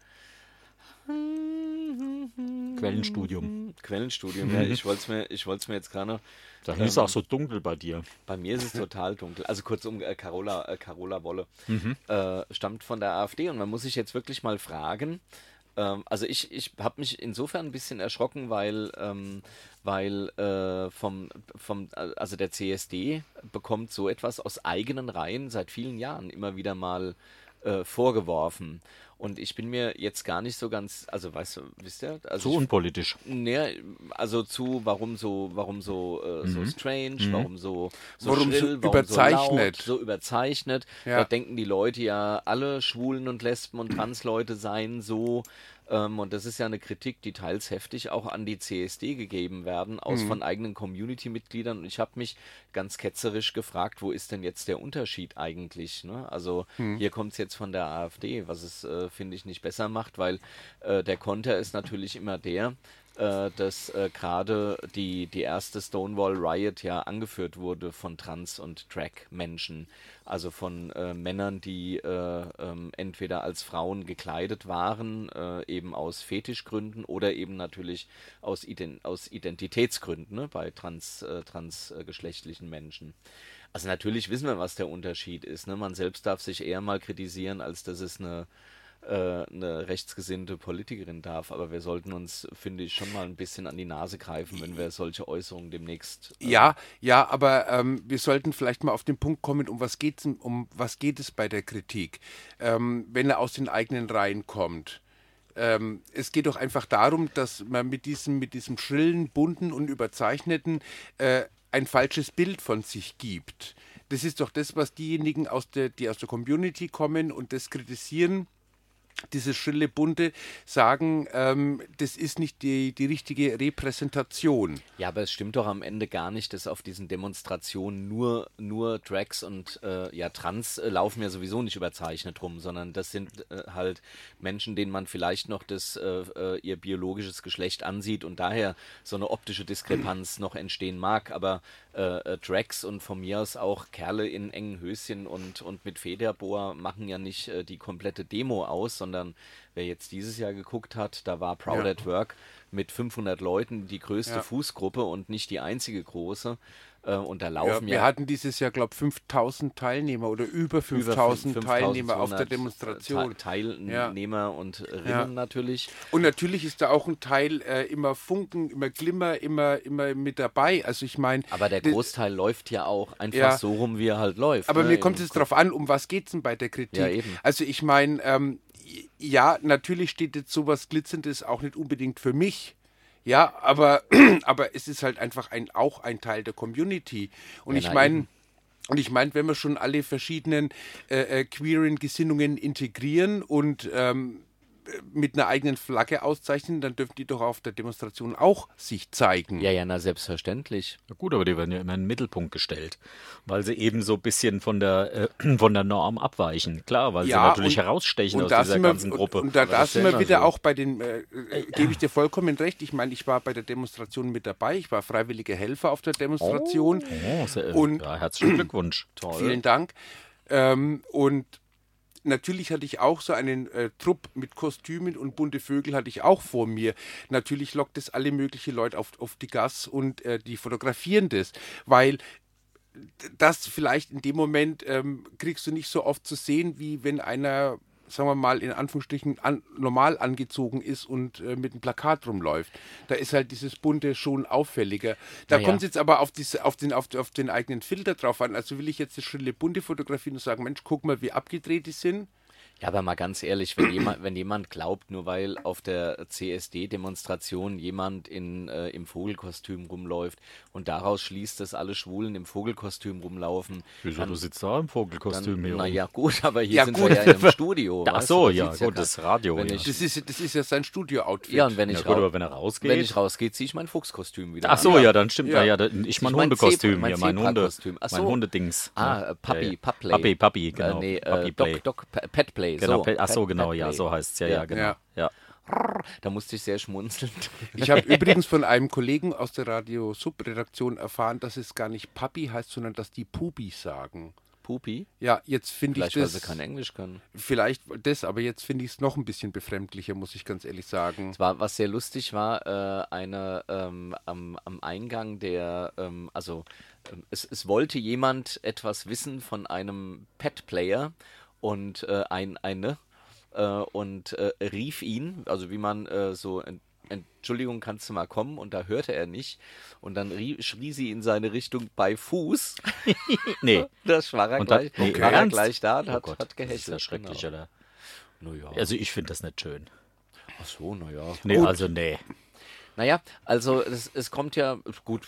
Speaker 5: Hm.
Speaker 6: Quellenstudium. [laughs]
Speaker 4: Quellenstudium, ja, ich wollte es mir, ich wollt's mir jetzt gerade noch.
Speaker 6: Da ist es auch so dunkel bei dir.
Speaker 4: Bei mir ist es total dunkel. Also kurzum, äh, Carola, äh, Carola Wolle äh, stammt von der AfD und man muss sich jetzt wirklich mal fragen. Ähm, also ich, ich habe mich insofern ein bisschen erschrocken, weil, ähm, weil äh, vom, vom, also der CSD bekommt so etwas aus eigenen Reihen seit vielen Jahren immer wieder mal äh, vorgeworfen. Und ich bin mir jetzt gar nicht so ganz, also weißt du, wisst ihr?
Speaker 6: So
Speaker 4: Also ich
Speaker 6: unpolitisch.
Speaker 4: Naja, also zu, warum so, warum so, äh, so strange, warum so, so
Speaker 5: Mhm. Warum so
Speaker 4: schrill, warum so, laut,
Speaker 5: überzeichnet.
Speaker 4: so überzeichnet.
Speaker 5: Ja.
Speaker 4: Da denken die Leute ja, alle Schwulen und Lesben und Transleute seien so. Ähm, und das ist ja eine Kritik, die teils heftig auch an die CSD gegeben werden, aus
Speaker 5: Mhm.
Speaker 4: von eigenen Community-Mitgliedern. Und ich habe mich ganz ketzerisch gefragt, wo ist denn jetzt der Unterschied eigentlich? Ne? Also
Speaker 5: Mhm.
Speaker 4: hier kommt es jetzt von der AfD, was es, äh, finde ich, nicht besser macht, weil äh, der Konter ist natürlich immer der, äh, dass äh, gerade die, die erste Stonewall Riot ja angeführt wurde von Trans- und Drag-Menschen. Also von äh, Männern, die äh, ähm, entweder als Frauen gekleidet waren, äh, eben aus Fetischgründen oder eben natürlich aus, Ident aus Identitätsgründen ne, bei trans, äh, transgeschlechtlichen Menschen. Also natürlich wissen wir, was der Unterschied ist. Ne? Man selbst darf sich eher mal kritisieren, als dass es eine äh, eine rechtsgesinnte Politikerin darf, aber wir sollten uns, finde ich, schon mal ein bisschen an die Nase greifen, wenn wir solche Äußerungen demnächst. äh,
Speaker 5: Ja, ja, aber ähm, wir sollten vielleicht mal auf den Punkt kommen, um was geht's, um was geht es bei der Kritik, ähm, wenn er aus den eigenen Reihen kommt. Ähm, es geht doch einfach darum, dass man mit diesem, mit diesem schrillen, bunten und überzeichneten äh, ein falsches Bild von sich gibt. Das ist doch das, was diejenigen aus der, die aus der Community kommen und das kritisieren, dieses schrille, bunte, sagen, ähm, das ist nicht die, die richtige Repräsentation.
Speaker 4: Ja, aber es stimmt doch am Ende gar nicht, dass auf diesen Demonstrationen nur, nur Drags und äh, ja, Trans äh, laufen ja sowieso nicht überzeichnet rum, sondern das sind äh, halt Menschen, denen man vielleicht noch das, äh, äh, ihr biologisches Geschlecht ansieht und daher so eine optische Diskrepanz noch entstehen mag. Aber äh, äh, Drags und von mir aus auch Kerle in engen Höschen und, und mit Federboa machen ja nicht äh, die komplette Demo aus, sondern wer jetzt dieses Jahr geguckt hat, da war Proud
Speaker 5: Ja.
Speaker 4: at Work mit 500 Leuten die größte
Speaker 5: Ja.
Speaker 4: Fußgruppe und nicht die einzige große. Äh, und da laufen
Speaker 5: Ja, wir
Speaker 4: ja,
Speaker 5: hatten dieses Jahr, glaube ich, 5000 Teilnehmer oder über 5000
Speaker 4: über
Speaker 5: Teilnehmer auf der
Speaker 4: 5200
Speaker 5: Demonstration.
Speaker 4: äh, Te- Teilnehmer und Rinnen
Speaker 5: Ja.
Speaker 4: natürlich.
Speaker 5: Und natürlich ist da auch ein Teil äh, immer Funken, immer Glimmer, immer, immer mit dabei. Also ich meine.
Speaker 4: Aber der
Speaker 5: das-
Speaker 4: Großteil läuft ja auch einfach
Speaker 5: Ja.
Speaker 4: so rum, wie er halt läuft.
Speaker 5: Aber
Speaker 4: ne?
Speaker 5: mir kommt
Speaker 4: Im
Speaker 5: es drauf an, um was geht es denn bei der Kritik?
Speaker 4: Ja, eben.
Speaker 5: Also ich meine, ähm, ja, natürlich steht jetzt sowas Glitzerndes auch nicht unbedingt für mich. Ja, aber, [clears throat] aber es ist halt einfach ein, auch ein Teil der Community. Und
Speaker 4: Ja,
Speaker 5: ich
Speaker 4: na
Speaker 5: meine,
Speaker 4: eben.
Speaker 5: und ich meine, wenn wir schon alle verschiedenen äh, äh, queeren Gesinnungen integrieren und ähm, mit einer eigenen Flagge auszeichnen, dann dürfen die doch auf der Demonstration auch sich zeigen.
Speaker 4: Ja, ja, na selbstverständlich.
Speaker 6: Ja gut, aber die werden ja immer in den Mittelpunkt gestellt, weil sie eben so ein bisschen von der, äh, von der Norm abweichen. Klar, weil sie Also natürlich
Speaker 5: und-
Speaker 6: herausstechen
Speaker 5: und
Speaker 6: aus
Speaker 5: da
Speaker 6: dieser
Speaker 5: sind wir-
Speaker 6: ganzen Gruppe.
Speaker 5: Und, und da,
Speaker 4: das
Speaker 5: da
Speaker 4: ist
Speaker 5: sind
Speaker 4: ja
Speaker 5: wir
Speaker 4: immer
Speaker 5: wieder
Speaker 4: so.
Speaker 5: auch bei den, äh, äh, gebe ich dir vollkommen recht, ich meine, ich war bei der Demonstration mit dabei, ich war freiwilliger Helfer auf der Demonstration.
Speaker 6: Oh, sehr,
Speaker 5: Und-
Speaker 6: ja, herzlichen Glückwunsch. [clears throat] Toll.
Speaker 5: Vielen Dank. Ähm, und natürlich hatte ich auch so einen äh, Trupp mit Kostümen und bunte Vögel hatte ich auch vor mir. Natürlich lockt es alle möglichen Leute auf, auf die Gas und äh, die fotografieren das, weil das vielleicht in dem Moment ähm, kriegst du nicht so oft zu sehen, wie wenn einer sagen wir mal, in Anführungsstrichen an, normal angezogen ist und äh, mit einem Plakat rumläuft. Da ist halt dieses Bunte schon auffälliger. Da
Speaker 4: Naja.
Speaker 5: kommt es jetzt aber auf, diese, auf, den, auf, auf den eigenen Filter drauf an. Also will ich jetzt das schrille Bunte fotografieren und sagen, Mensch, guck mal, wie abgedreht die sind.
Speaker 4: Ja, aber mal ganz ehrlich, wenn jemand, wenn jemand glaubt, nur weil auf der CSD-Demonstration jemand in, äh, im Vogelkostüm rumläuft und daraus schließt, dass alle Schwulen im Vogelkostüm rumlaufen,
Speaker 6: Wieso, du sitzt da im Vogelkostüm hier. rum.
Speaker 4: naja gut, aber hier
Speaker 5: Ja,
Speaker 4: sind
Speaker 5: gut.
Speaker 4: wir ja
Speaker 5: [laughs]
Speaker 4: im Studio.
Speaker 6: Ach
Speaker 4: weißt
Speaker 6: so,
Speaker 4: du, das
Speaker 6: ja,
Speaker 4: sieht's
Speaker 6: gut,
Speaker 4: kein-
Speaker 6: das Radio,
Speaker 4: Wenn
Speaker 6: ja.
Speaker 4: ich,
Speaker 5: Das ist, das ist ja sein Studio-Outfit.
Speaker 4: ja, und wenn
Speaker 6: Ja,
Speaker 4: ich,
Speaker 6: gut,
Speaker 4: rau-
Speaker 6: aber wenn er rausgeht.
Speaker 4: wenn ich rausgehe, ziehe ich mein Fuchskostüm wieder
Speaker 6: Ach
Speaker 4: an.
Speaker 6: so, ja, dann stimmt.
Speaker 5: Ja.
Speaker 6: Ja, ja, da- ich mein
Speaker 4: Ich mein
Speaker 6: Hundekostüm
Speaker 4: Zebra- mein
Speaker 6: hier, mein Hunde.
Speaker 4: Zebra-Kostüm. Ach
Speaker 6: Mein
Speaker 4: so.
Speaker 6: Hundedings.
Speaker 4: Ah,
Speaker 6: ne?
Speaker 4: äh, Puppy,
Speaker 6: Ja, ja.
Speaker 4: Puppy.
Speaker 6: Puppy, Puppy, genau.
Speaker 4: Äh, nee, äh,
Speaker 6: Puppy Play.
Speaker 4: Doc, Doc, P- Pet Play.
Speaker 6: Genau,
Speaker 4: so.
Speaker 6: Pet- ach so,
Speaker 4: Pet-
Speaker 6: genau,
Speaker 4: Pet
Speaker 6: ja,
Speaker 4: Play.
Speaker 6: so heißt es, ja, ja, genau.
Speaker 5: Ja.
Speaker 6: Ja.
Speaker 4: Da musste ich
Speaker 6: [laughs]
Speaker 4: sehr schmunzeln.
Speaker 5: Ich habe übrigens von einem Kollegen aus der Radio-Sub-Redaktion erfahren, dass es gar nicht Papi heißt, sondern dass die Pupi sagen.
Speaker 4: Pupi,
Speaker 5: Ja, jetzt finde ich
Speaker 4: vielleicht weil sie
Speaker 5: das.
Speaker 4: kein Englisch können.
Speaker 5: vielleicht das, aber jetzt finde ich es noch ein bisschen befremdlicher, muss ich ganz ehrlich sagen.
Speaker 4: Es war, was sehr lustig war, äh, eine ähm, am, am Eingang der, ähm, also ähm, es, es wollte jemand etwas wissen von einem Pet-Player und äh, ein, eine äh, und äh, rief ihn, also wie man äh, so en- Entschuldigung, kannst du mal kommen? Und da hörte er nicht. Und dann rie, schrie sie in seine Richtung bei Fuß. [laughs]
Speaker 6: [laughs] Nee.
Speaker 4: Das war er,
Speaker 6: Und
Speaker 4: gleich,
Speaker 6: hat, nee,
Speaker 4: war er
Speaker 6: ernst?
Speaker 4: gleich da und
Speaker 6: oh
Speaker 4: hat,
Speaker 6: Gott,
Speaker 4: hat
Speaker 6: Das ist ja
Speaker 4: gehechelt.
Speaker 6: schrecklich,
Speaker 4: genau.
Speaker 6: oder?
Speaker 4: Naja.
Speaker 6: Also ich finde das nicht schön.
Speaker 4: Ach so, naja.
Speaker 6: Nee, also nee.
Speaker 4: Naja, also es, es kommt ja gut.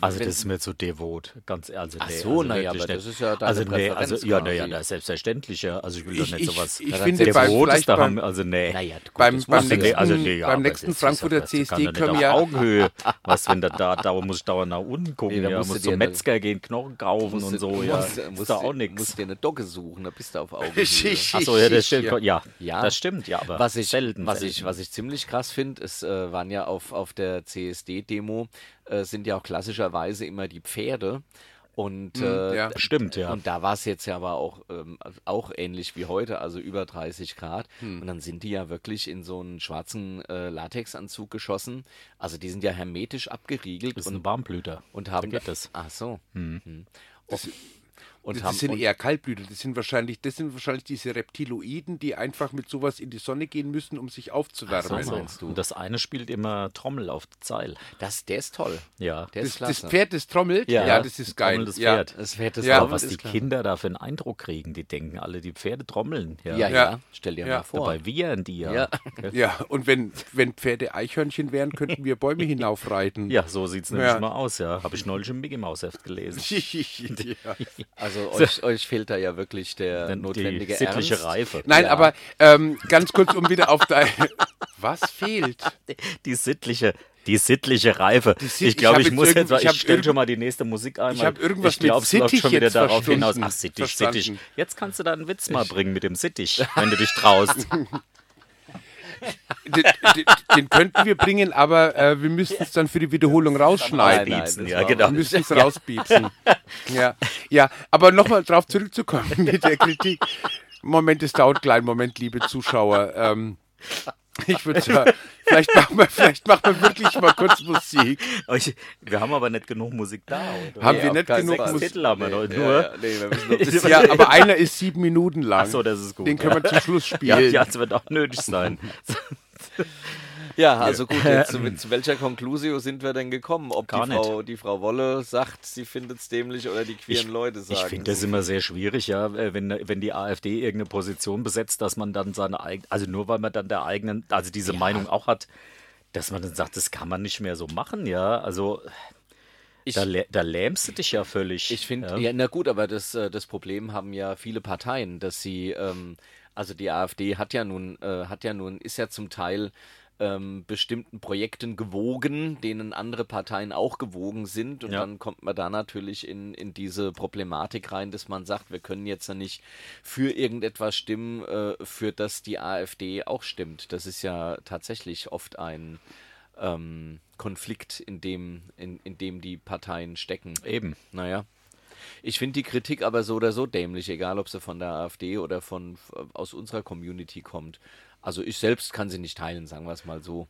Speaker 6: Also
Speaker 4: wenn-
Speaker 6: das ist mir zu devot, ganz ehrlich. Also,
Speaker 4: Ach
Speaker 6: nee,
Speaker 4: so,
Speaker 6: also
Speaker 4: na ja,
Speaker 6: wirklich
Speaker 4: aber
Speaker 6: nicht.
Speaker 4: das ist ja deine
Speaker 6: also, nee,
Speaker 4: Präferenz
Speaker 6: also, ja,
Speaker 4: quasi.
Speaker 6: naja, das ist selbstverständlich, ja. Also ich will
Speaker 5: Ich-
Speaker 6: doch
Speaker 5: ich-
Speaker 6: nicht sowas.
Speaker 5: ich
Speaker 6: Ja,
Speaker 5: finde
Speaker 6: das
Speaker 5: beim-
Speaker 6: Devot ist
Speaker 5: vielleicht
Speaker 6: da
Speaker 5: beim-
Speaker 6: haben, also nee.
Speaker 4: naja, gut,
Speaker 5: beim-
Speaker 4: das
Speaker 5: beim
Speaker 4: muss ja
Speaker 5: nächsten-
Speaker 4: nicht.
Speaker 5: also
Speaker 6: ja,
Speaker 5: beim
Speaker 6: aber
Speaker 5: nächsten
Speaker 6: das ist
Speaker 5: Frankfurter
Speaker 6: ja- das kann
Speaker 5: CSD
Speaker 6: doch nicht
Speaker 5: können
Speaker 6: auf
Speaker 5: wir-
Speaker 6: Augenhöhe. Was, wenn da, da, da muss ich dauernd nach unten gucken,
Speaker 4: Nee, da
Speaker 6: ja,
Speaker 4: musst du
Speaker 6: muss
Speaker 4: dir
Speaker 6: zum
Speaker 4: dann-
Speaker 6: Metzger gehen, Knochen kaufen und so, ja. Ist da auch nichts.
Speaker 4: musst dir eine Dogge suchen, da bist
Speaker 5: [laughs]
Speaker 4: du auf Augenhöhe.
Speaker 6: Achso, ja, das stimmt. Ja,
Speaker 4: Ja.
Speaker 6: das stimmt, ja, aber
Speaker 4: was ich,
Speaker 6: selten.
Speaker 4: was
Speaker 6: selten.
Speaker 4: ich, was ich ziemlich krass finde, es äh, waren ja auf, auf der CSD-Demo äh, sind ja auch klassischerweise immer die Pferde. Und, äh,
Speaker 5: Mhm, ja.
Speaker 6: Stimmt, ja.
Speaker 4: und da war es jetzt ja aber auch, ähm, auch ähnlich wie heute, also über 30 Grad. Und dann sind die ja wirklich in so einen schwarzen äh, Latexanzug geschossen. Also die sind ja hermetisch abgeriegelt
Speaker 6: Das ist
Speaker 4: und,
Speaker 6: ein Warmblüter.
Speaker 4: und haben
Speaker 6: da geht das.
Speaker 4: Ach so. Mhm. Und
Speaker 5: Das,
Speaker 4: haben,
Speaker 5: das sind
Speaker 4: und,
Speaker 5: eher Kaltblüter. Das sind wahrscheinlich, das sind wahrscheinlich diese Reptiloiden, die einfach mit sowas in die Sonne gehen müssen, um sich aufzuwärmen.
Speaker 4: so, so.
Speaker 5: das,
Speaker 4: meinst du?
Speaker 6: Und das eine spielt immer Trommel auf Zeil.
Speaker 4: das, der ist toll.
Speaker 6: Ja.
Speaker 4: Der ist
Speaker 5: das
Speaker 4: klasse.
Speaker 5: Pferd, das trommelt. Ja, das ist geil.
Speaker 6: Trommel das
Speaker 5: ja.
Speaker 6: Pferd.
Speaker 4: Das Pferd ist
Speaker 5: Ja.
Speaker 4: toll, Also
Speaker 6: Aber was
Speaker 4: ist
Speaker 6: die
Speaker 4: klar.
Speaker 6: Kinder da für einen Eindruck kriegen, die denken alle, die Pferde trommeln. Ja,
Speaker 4: Ja, ja,
Speaker 5: Ja.
Speaker 4: stell dir
Speaker 5: Ja.
Speaker 4: mal vor.
Speaker 6: Dabei wiehern die ja.
Speaker 4: Ja.
Speaker 6: Ja, [laughs]
Speaker 5: Ja, und wenn, wenn Pferde Eichhörnchen wären, könnten wir Bäume hinaufreiten.
Speaker 6: so sieht es nämlich
Speaker 5: Ja.
Speaker 6: mal aus, ja. Habe ich neulich im Mickey Mouse Heft
Speaker 5: [laughs]
Speaker 6: gelesen.
Speaker 5: ja.
Speaker 4: Also euch, euch fehlt da ja wirklich der
Speaker 6: Dann die
Speaker 4: notwendige
Speaker 6: sittliche
Speaker 4: Ernst.
Speaker 6: Reife.
Speaker 5: Nein,
Speaker 4: Ja.
Speaker 5: aber ähm, ganz kurz, um wieder auf dein. Was fehlt?
Speaker 6: Die sittliche, die sittliche Reife.
Speaker 5: sit-
Speaker 6: ich glaube,
Speaker 5: ich
Speaker 6: ich,
Speaker 5: hab
Speaker 6: muss
Speaker 5: jetzt
Speaker 6: jetzt,
Speaker 5: irgend-
Speaker 6: mal-
Speaker 5: ich hab
Speaker 6: ich stelle
Speaker 5: irgend-
Speaker 6: schon mal die nächste Musik ein.
Speaker 5: Ich
Speaker 6: weil
Speaker 5: hab irgendwas
Speaker 6: ich glaub,
Speaker 5: mit
Speaker 6: es läuft
Speaker 5: Sittich
Speaker 6: schon wieder
Speaker 5: jetzt
Speaker 6: darauf
Speaker 5: verstanden.
Speaker 6: hinaus. Ach, Sittich, Sittich.
Speaker 5: Verstanden.
Speaker 6: Jetzt kannst du da einen Witz mal bringen mit dem Sittich, wenn du dich
Speaker 5: [laughs]
Speaker 6: traust.
Speaker 5: Den, den, den könnten wir bringen, aber äh, wir müssten es dann für die Wiederholung rausschneiden.
Speaker 4: Nein,
Speaker 6: Beatsen,
Speaker 4: das
Speaker 6: ja,
Speaker 4: war-
Speaker 5: Wir
Speaker 6: genau.
Speaker 5: müssen es rausbieten. Ja. ja, aber nochmal drauf zurückzukommen [laughs] mit der Kritik. Moment, es dauert einen kleinen Moment, liebe Zuschauer. Ähm, ich würde sagen, vielleicht machen, wir, vielleicht machen wir wirklich mal kurz Musik.
Speaker 6: Aber Ich, wir haben aber nicht genug Musik da. Oder?
Speaker 5: Haben
Speaker 4: Nee,
Speaker 5: wir
Speaker 4: auf
Speaker 5: nicht
Speaker 4: keinen
Speaker 5: genug
Speaker 4: Fall.
Speaker 6: Sechs
Speaker 5: Musik?
Speaker 6: Titel haben wir noch,
Speaker 4: Ja,
Speaker 6: nur.
Speaker 4: ja, nee, wir müssen noch
Speaker 6: Das-
Speaker 5: Ja, aber einer ist sieben Minuten lang.
Speaker 6: Ach so, das ist gut.
Speaker 5: Den können wir zum Schluss
Speaker 6: ja,
Speaker 5: spielen.
Speaker 6: ja, das wird auch
Speaker 5: [laughs]
Speaker 6: nötig sein.
Speaker 4: Ja, also gut,
Speaker 6: [laughs]
Speaker 4: jetzt, zu, zu welcher Conclusio sind wir denn gekommen? Ob
Speaker 6: Gar
Speaker 4: die
Speaker 6: nicht.
Speaker 4: Frau, die Frau Wolle sagt, sie findet es dämlich oder die queeren Leute sagen.
Speaker 6: Ich finde das
Speaker 4: so.
Speaker 6: immer sehr schwierig, ja, äh, wenn, wenn die AfD irgendeine Position besetzt, dass man dann seine eigene, also nur weil man dann der eigenen, also diese Meinung auch hat, dass man dann sagt, das kann man nicht mehr so machen, ja. Also
Speaker 4: Ich-
Speaker 6: da, lä da lähmst du dich ja völlig.
Speaker 4: Ich finde, ja.
Speaker 6: ja.
Speaker 4: na gut, aber das, äh, das Problem haben ja viele Parteien, dass sie, ähm, also die AfD hat ja nun, äh, hat ja nun, ist ja zum Teil ähm, bestimmten Projekten gewogen, denen andere Parteien auch gewogen sind. Und
Speaker 6: Ja.
Speaker 4: dann kommt man da natürlich in, in diese Problematik rein, dass man sagt, wir können jetzt ja nicht für irgendetwas stimmen, äh, für das die AfD auch stimmt. Das ist ja tatsächlich oft ein ähm, Konflikt, in dem, in, in dem die Parteien stecken.
Speaker 6: Eben.
Speaker 4: Naja. Ich finde die Kritik aber so oder so dämlich, egal ob sie von der AfD oder von f- aus unserer Community kommt. Also ich selbst kann sie nicht teilen, sagen wir es mal so.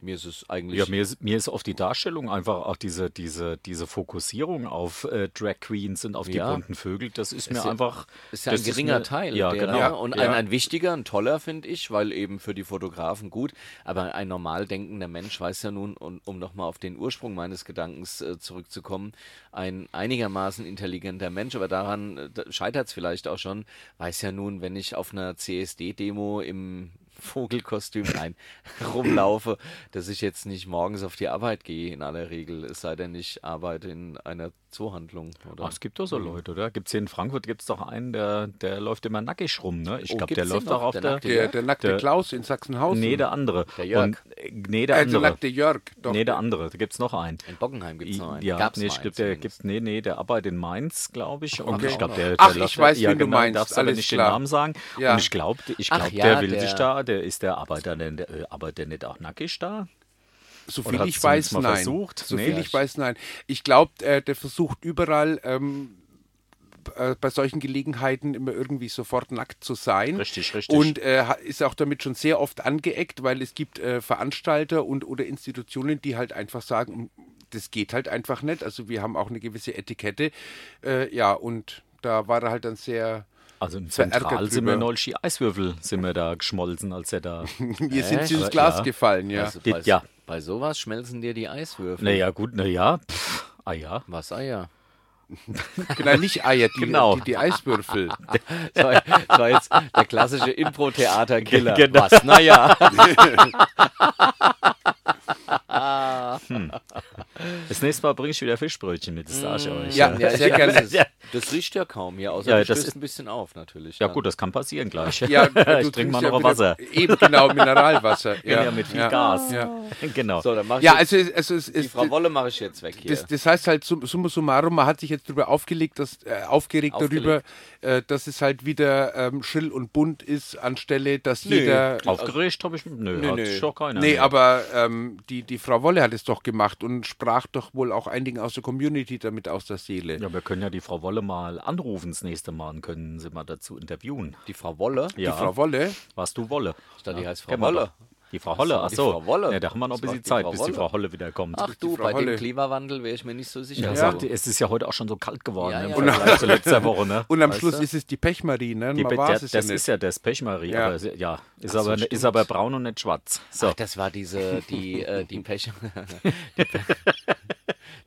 Speaker 4: Mir ist es eigentlich.
Speaker 6: Ja, mir ist, mir ist oft die Darstellung einfach auch diese, diese, diese Fokussierung auf äh, Drag Queens und auf die
Speaker 4: Ja.
Speaker 6: bunten Vögel, das ist, mir
Speaker 4: ja-
Speaker 6: einfach.
Speaker 4: ist ja
Speaker 6: das
Speaker 4: ein geringer
Speaker 6: mir-
Speaker 4: Teil.
Speaker 6: Ja,
Speaker 4: derer.
Speaker 6: genau.
Speaker 4: Und
Speaker 5: ja.
Speaker 4: Ein, ein wichtiger, ein toller, finde ich, weil eben für die Fotografen gut. Aber ein normal denkender Mensch weiß ja nun, und um nochmal auf den Ursprung meines Gedankens äh, zurückzukommen, ein einigermaßen intelligenter Mensch, aber daran äh, scheitert es vielleicht auch schon, weiß ja nun, wenn ich auf einer CSD-Demo im [laughs] Vogelkostüm rein [laughs] rumlaufe, dass ich jetzt nicht morgens auf die Arbeit gehe, in aller Regel, es sei denn, ich arbeite in einer Zoohandlung. Oder
Speaker 6: Ah, es gibt doch
Speaker 4: Mhm.
Speaker 6: so Leute, oder? Gibt es hier in Frankfurt gibt's doch einen, der, der läuft immer nackig rum, ne? Ich
Speaker 4: Oh,
Speaker 6: glaube,
Speaker 4: gibt's
Speaker 6: der
Speaker 4: den
Speaker 6: läuft
Speaker 4: noch?
Speaker 6: auch auf
Speaker 4: Der
Speaker 6: der.
Speaker 4: nackte
Speaker 5: Der, der nackte
Speaker 6: Der-
Speaker 5: Klaus in Sachsenhausen.
Speaker 6: nee, der andere.
Speaker 4: Der Jörg.
Speaker 6: Und, äh, nee,
Speaker 5: äh, der
Speaker 6: der andere.
Speaker 5: nackte Jörg. Doch.
Speaker 6: nee, der andere. Da gibt es noch einen.
Speaker 4: In Bockenheim gibt es noch einen.
Speaker 6: Ja,
Speaker 4: Gab's
Speaker 6: nee,
Speaker 4: mal
Speaker 6: ich glaub,
Speaker 4: einen
Speaker 6: der
Speaker 4: zumindest.
Speaker 6: gibt, nee, nee, der arbeitet in Mainz, glaube ich. Und
Speaker 5: Okay.
Speaker 6: ich glaub, der, der
Speaker 5: Ach, ich
Speaker 6: läuft-
Speaker 5: weiß,
Speaker 6: ja,
Speaker 5: wen du
Speaker 6: genau,
Speaker 5: meinst.
Speaker 6: Darfst aber
Speaker 5: Alles
Speaker 6: nicht
Speaker 5: klar.
Speaker 6: den Namen sagen.
Speaker 5: Ja.
Speaker 6: Und ich glaube, ich
Speaker 4: Ach
Speaker 6: glaub,
Speaker 4: ja,
Speaker 6: der will
Speaker 4: der-
Speaker 6: sich da, der ist der Arbeiter, der, der arbeitet der nicht auch nackig da?
Speaker 5: So
Speaker 6: Oder
Speaker 5: viel
Speaker 6: hat's
Speaker 5: ich weiß,
Speaker 6: zumindest mal
Speaker 5: nein.
Speaker 6: versucht?
Speaker 5: So
Speaker 6: Nee.
Speaker 5: viel ich weiß, nein. Ich glaube, äh, der versucht überall ähm, äh, bei solchen Gelegenheiten immer irgendwie sofort nackt zu sein.
Speaker 6: Richtig, richtig.
Speaker 5: Und äh, ha- ist auch damit schon sehr oft angeeckt, weil es gibt äh, Veranstalter und oder Institutionen, die halt einfach sagen, "Mm, das geht halt einfach nicht. Also wir haben auch eine gewisse Etikette. Äh, ja, und da war er halt dann sehr. [laughs]
Speaker 6: Also im
Speaker 5: Verärgert
Speaker 6: Zentral sind wir
Speaker 5: drüber.
Speaker 6: neulich die Eiswürfel sind wir da geschmolzen, als er
Speaker 4: [laughs]
Speaker 6: da.
Speaker 5: Wir sind sie ins
Speaker 6: Aber
Speaker 5: Glas
Speaker 6: Äh, ja.
Speaker 5: gefallen, ja.
Speaker 4: Also
Speaker 6: Die-
Speaker 4: bei,
Speaker 6: ja.
Speaker 4: bei sowas schmelzen dir die Eiswürfel.
Speaker 6: naja, gut, naja. Ah ja.
Speaker 4: Was
Speaker 6: [laughs]
Speaker 4: Eier?
Speaker 5: genau, nicht Eier, die,
Speaker 6: Genau.
Speaker 5: die, die Eiswürfel.
Speaker 4: Das war, das war jetzt der klassische
Speaker 6: [laughs]
Speaker 4: Impro-Theater-Killer.
Speaker 6: Genau.
Speaker 4: Was? Naja.
Speaker 6: Das nächste Mal bringe ich wieder Fischbrötchen mit, das sage ich euch.
Speaker 5: Ja, sehr gerne.
Speaker 4: Das, das riecht ja kaum hier, außer
Speaker 6: Ja,
Speaker 4: du
Speaker 6: das
Speaker 4: stößt
Speaker 6: ist-
Speaker 4: ein bisschen auf natürlich.
Speaker 6: Ja,
Speaker 4: dann.
Speaker 6: gut, das kann passieren gleich. [laughs]
Speaker 5: Ja,
Speaker 6: ich trinke mal
Speaker 5: trinkst ja
Speaker 6: noch
Speaker 5: wieder-
Speaker 6: Wasser.
Speaker 5: Eben genau, Mineralwasser. ja.
Speaker 6: [laughs] Ja, mit viel Gas.
Speaker 5: Ja.
Speaker 6: [laughs] genau.
Speaker 4: So, dann mach ich
Speaker 5: Ja,
Speaker 4: jetzt,
Speaker 5: also, es- also es
Speaker 4: die
Speaker 5: ist.
Speaker 4: Frau Wolle mache ich jetzt weg hier.
Speaker 5: Das, das heißt halt, sum- summa summarum, man hat sich jetzt darüber aufgelegt, dass, äh, aufgeregt, darüber,
Speaker 4: Aufgelegt.
Speaker 5: äh, dass es halt wieder ähm, schrill und bunt ist, anstelle, dass
Speaker 4: Nö.
Speaker 5: jeder.
Speaker 6: Aufgeregt habe ich. Nö,
Speaker 4: Nö,
Speaker 6: hat
Speaker 4: nö.
Speaker 6: sich doch keiner.
Speaker 5: Nee, aber ähm, die, die Frau Wolle hat es doch gemacht und sprach doch wohl auch einigen aus der Community damit aus der Seele.
Speaker 6: Ja, wir können ja die Frau Wolle mal anrufen das nächste Mal und können sie mal dazu interviewen.
Speaker 4: die Frau Wolle?
Speaker 5: Die
Speaker 6: Ja,
Speaker 5: Frau Wolle?
Speaker 6: was du Wolle.
Speaker 4: Ich dachte, die heißt Frau
Speaker 6: kennen wir
Speaker 4: Holle.
Speaker 6: doch. Die Frau Holle, ach
Speaker 4: Die
Speaker 6: so.
Speaker 4: Frau Wolle.
Speaker 6: Ja, da haben wir noch
Speaker 4: Das
Speaker 6: ein bisschen
Speaker 4: war
Speaker 6: Zeit,
Speaker 4: die Frau
Speaker 6: bis die
Speaker 4: Wolle.
Speaker 6: Frau Holle wieder kommt.
Speaker 4: Ach du,
Speaker 5: Frau
Speaker 4: bei
Speaker 5: Holle.
Speaker 4: dem Klimawandel wäre ich mir nicht so sicher.
Speaker 6: ja,
Speaker 4: Also,
Speaker 6: sagt, es ist ja heute auch schon so kalt geworden ne?
Speaker 4: Ja,
Speaker 6: im
Speaker 4: ja.
Speaker 6: Vergleich zu letzter Woche. Ne?
Speaker 5: Und am
Speaker 4: Weißt
Speaker 5: Schluss
Speaker 4: du?
Speaker 5: ist es die Pechmarie, ne?
Speaker 6: Die,
Speaker 5: Man
Speaker 6: Be-
Speaker 5: weiß
Speaker 6: der,
Speaker 5: es
Speaker 6: das
Speaker 5: nicht.
Speaker 6: ist ja das Pechmarie,
Speaker 5: Ja.
Speaker 6: aber es- ja, ist,
Speaker 4: so,
Speaker 6: aber, ne- ist
Speaker 4: stimmt.
Speaker 6: aber braun und nicht schwarz. So.
Speaker 4: Ach, das war diese, die, äh, die Pech... [laughs] die, Pe-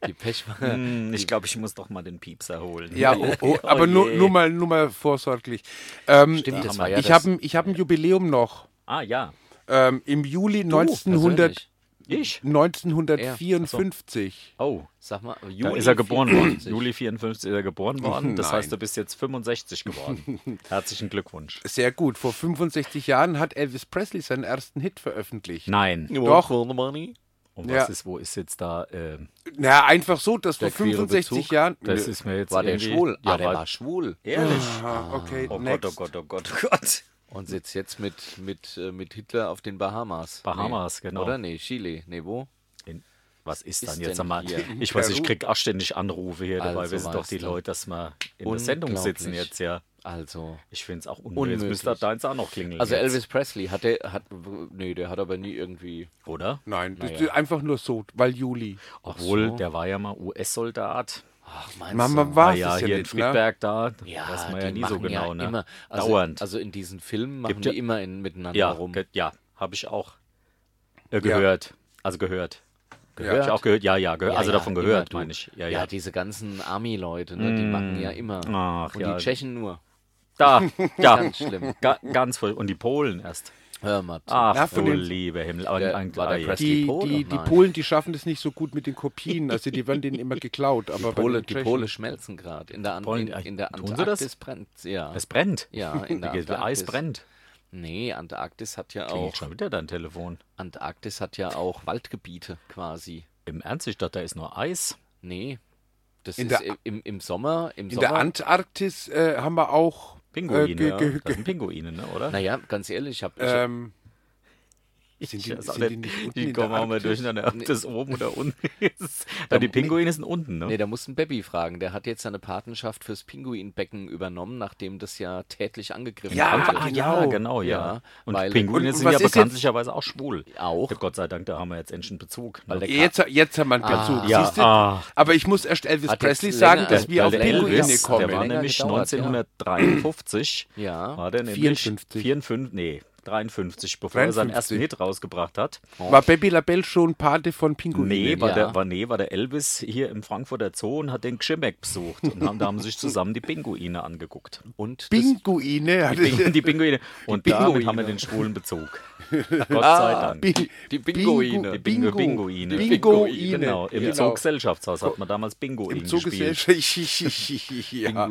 Speaker 4: die Pech...
Speaker 6: Hm, ich glaube, ich muss doch mal den Piepser holen. [laughs]
Speaker 5: Ja, oh, oh, aber nur,
Speaker 6: je.
Speaker 5: nur, mal, nur mal vorsorglich. Ähm,
Speaker 4: Stimmt, das war ja
Speaker 5: ich
Speaker 4: das-
Speaker 5: habe ein, ich hab ein Jubiläum noch.
Speaker 6: Ah ja,
Speaker 5: Ähm, Im Juli 1900,
Speaker 6: ich?
Speaker 4: Persönlich.
Speaker 5: 1954.
Speaker 6: Oh,
Speaker 4: Sag mal, Juli
Speaker 6: da ist er geboren worden.
Speaker 4: 54.
Speaker 6: Juli 54 ist
Speaker 5: [laughs]
Speaker 6: er geboren worden. das
Speaker 5: nein.
Speaker 6: heißt, du bist jetzt
Speaker 5: [laughs]
Speaker 6: 65 geworden. Herzlichen Glückwunsch.
Speaker 5: Sehr gut. Vor 65 Jahren hat Elvis Presley seinen ersten Hit veröffentlicht.
Speaker 6: Nein.
Speaker 5: Doch.
Speaker 6: Und
Speaker 5: Ja.
Speaker 6: was ist, wo ist jetzt da? ähm,
Speaker 5: Na, einfach so, dass
Speaker 4: Der
Speaker 5: vor
Speaker 4: queere
Speaker 5: 65
Speaker 4: Bezug,
Speaker 5: Jahren.
Speaker 6: das
Speaker 5: Nö.
Speaker 6: ist mir jetzt
Speaker 4: War der
Speaker 6: irgendwie-
Speaker 4: schwul?
Speaker 6: Ja,
Speaker 4: ah, der
Speaker 6: war-
Speaker 4: war schwul.
Speaker 6: ehrlich.
Speaker 5: Ah, okay,
Speaker 6: Oh Gott,
Speaker 5: next.
Speaker 6: oh Gott, oh Gott, oh Gott.
Speaker 4: Und sitzt jetzt mit, mit, äh, mit Hitler auf den Bahamas.
Speaker 6: Bahamas,
Speaker 4: nee.
Speaker 6: genau.
Speaker 4: Oder? Nee, Chile. Nee, wo?
Speaker 6: In, was ist,
Speaker 4: Ist
Speaker 6: dann jetzt
Speaker 4: denn
Speaker 6: einmal?
Speaker 4: hier?
Speaker 6: [laughs] Ich weiß, ich
Speaker 5: Peru?
Speaker 6: krieg auch ständig Anrufe hier, dabei
Speaker 4: Also
Speaker 6: wissen doch
Speaker 4: weißt
Speaker 6: die
Speaker 4: du.
Speaker 6: Leute, dass wir in der Sendung sitzen
Speaker 4: Unglaublich.
Speaker 6: jetzt, ja.
Speaker 4: Also.
Speaker 6: Ich finde es auch unmöglich.
Speaker 4: Unmöglich.
Speaker 6: Jetzt müsste deins auch noch klingeln.
Speaker 4: Also
Speaker 6: jetzt.
Speaker 4: Elvis Presley hat der hat nee, der hat aber nie irgendwie
Speaker 6: Oder?
Speaker 5: Nein, das ist einfach nur so, weil Juli.
Speaker 6: Obwohl, der war ja mal US-Soldat.
Speaker 4: Ach meinst
Speaker 5: Mama
Speaker 4: du?
Speaker 5: war
Speaker 6: War ja
Speaker 5: es ja
Speaker 6: hier in
Speaker 5: nicht, ne?
Speaker 6: Friedberg da.
Speaker 4: ja,
Speaker 6: das war
Speaker 4: die
Speaker 6: ja nie so
Speaker 4: machen
Speaker 6: genau,
Speaker 4: ja
Speaker 6: ne?
Speaker 4: Immer, also,
Speaker 6: Dauernd.
Speaker 4: Also in diesen Filmen machen
Speaker 6: Gibt
Speaker 4: die
Speaker 6: ja-
Speaker 4: immer in, miteinander
Speaker 6: ja,
Speaker 4: rum.
Speaker 6: ge- ja, habe ich auch äh, gehört. Also gehört.
Speaker 5: Ja.
Speaker 6: Hab ich auch gehört, ja, ja, gehört.
Speaker 4: Ja,
Speaker 6: also
Speaker 4: ja,
Speaker 6: davon
Speaker 4: immer,
Speaker 6: gehört,
Speaker 4: du.
Speaker 6: meine ich. Ja,
Speaker 4: Ja,
Speaker 6: ja.
Speaker 4: diese ganzen Army-Leute, ne, die machen ja immer.
Speaker 6: Ach,
Speaker 4: Und
Speaker 6: ja.
Speaker 4: die Tschechen nur. [laughs]
Speaker 6: Da, ja. [laughs]
Speaker 4: Ganz schlimm.
Speaker 6: Ga ganz voll. Und die Polen erst.
Speaker 4: Hör mal. zu.
Speaker 6: Ach,
Speaker 5: Na,
Speaker 6: du
Speaker 5: von den-
Speaker 6: lieber Himmel. Aber
Speaker 4: Der-
Speaker 6: ein,
Speaker 4: war der
Speaker 6: ah, ja.
Speaker 4: Presley.
Speaker 5: Die,
Speaker 4: Die Polen?
Speaker 5: die, die
Speaker 4: Nein.
Speaker 5: Polen, die schaffen das nicht so gut mit den Kopien. Also die werden denen immer geklaut. Aber
Speaker 4: Die
Speaker 5: bei
Speaker 4: Pole,
Speaker 5: den
Speaker 4: die
Speaker 5: Tschechen-
Speaker 4: Pole schmelzen gerade. In der, An
Speaker 6: Wollen-
Speaker 4: in, in der
Speaker 6: tun sie das?
Speaker 4: Antarktis brennt ja.
Speaker 6: es brennt.
Speaker 5: [laughs]
Speaker 4: Ja, in der
Speaker 6: Das Eis
Speaker 4: Antarktis.
Speaker 6: brennt.
Speaker 4: Nee, Antarktis hat ja
Speaker 6: Klingelt
Speaker 4: auch
Speaker 6: schon wieder dein Telefon.
Speaker 4: Antarktis hat ja auch Waldgebiete quasi.
Speaker 6: Im Ernst, ich dachte, da ist nur Eis.
Speaker 5: Äh,
Speaker 4: Nee. Das
Speaker 5: In
Speaker 4: ist
Speaker 5: der-
Speaker 4: im, im Sommer. Im
Speaker 5: In
Speaker 4: Sommer
Speaker 5: der Antarktis äh, haben wir auch.
Speaker 6: Pinguine.
Speaker 5: ge- ge-
Speaker 6: das sind Pinguine, ne, oder?
Speaker 5: Äh.
Speaker 4: Naja, ganz ehrlich, ich habe
Speaker 5: Ähm,
Speaker 6: [laughs]
Speaker 5: Sind die,
Speaker 6: Ich weiß auch
Speaker 5: sind die nicht unten
Speaker 6: nicht. also, die
Speaker 5: in der
Speaker 6: kommen auch mal
Speaker 5: Arktis?
Speaker 6: durcheinander, ob das oben oder
Speaker 5: [laughs]
Speaker 6: unten ist. Aber die Pinguine sind unten, ne?
Speaker 4: Nee, da muss ein Baby fragen. Der hat jetzt seine Patenschaft fürs Pinguinbecken übernommen, nachdem das ja tätlich angegriffen
Speaker 5: Ja,
Speaker 4: wurde.
Speaker 5: [laughs]
Speaker 6: ah, ja, genau, ja.
Speaker 4: Ja,
Speaker 6: und
Speaker 4: weil-
Speaker 6: Pinguine
Speaker 5: Und- und
Speaker 6: sind ja
Speaker 5: was ist
Speaker 6: bekanntlicherweise auch schwul.
Speaker 4: Auch.
Speaker 6: Ja, Gott sei Dank, da haben wir jetzt endlich einen Bezug. Ne?
Speaker 5: Jetzt, jetzt haben wir einen Bezug.
Speaker 6: ja,
Speaker 5: Siehst du?
Speaker 6: ah.
Speaker 5: Aber ich muss erst Elvis
Speaker 4: Hat jetzt
Speaker 5: Presley
Speaker 4: länger-
Speaker 5: sagen, dass wir
Speaker 6: Weil
Speaker 5: auf
Speaker 6: der
Speaker 5: Pinguine
Speaker 6: Elvis,
Speaker 5: kommen.
Speaker 6: der war
Speaker 4: Länger
Speaker 6: nämlich
Speaker 4: gedauert, ja.
Speaker 6: 1953,
Speaker 4: Ja.
Speaker 6: war der nämlich
Speaker 5: 54.
Speaker 6: 54, nee, 53, bevor er seinen
Speaker 5: 53.
Speaker 6: ersten Hit rausgebracht hat.
Speaker 5: War Baby LaBelle schon Pate von Pinguinen?
Speaker 6: Nee, war,
Speaker 4: Ja.
Speaker 6: der, war, nee, war der Elvis hier im Frankfurter Zoo und hat den Gschimek besucht. Und haben, da haben sich zusammen die Pinguine angeguckt.
Speaker 4: Und das,
Speaker 5: Pinguine? hat-
Speaker 6: Ping, die Pinguine. Und damit
Speaker 5: Pinguine. Ah,
Speaker 6: haben wir den
Speaker 5: [laughs]
Speaker 6: schwulen Bezug. Gott sei Dank.
Speaker 5: Pin-
Speaker 4: Die Pinguine.
Speaker 6: Die Bingo,
Speaker 5: Bingo-
Speaker 6: Pinguine.
Speaker 5: Pinguine.
Speaker 6: Genau, im
Speaker 5: Genau.
Speaker 6: Zoo-Gesellschaftshaus hat man damals Bingo
Speaker 5: Im
Speaker 6: gespielt.
Speaker 5: Zugesellschaft. [laughs] ja.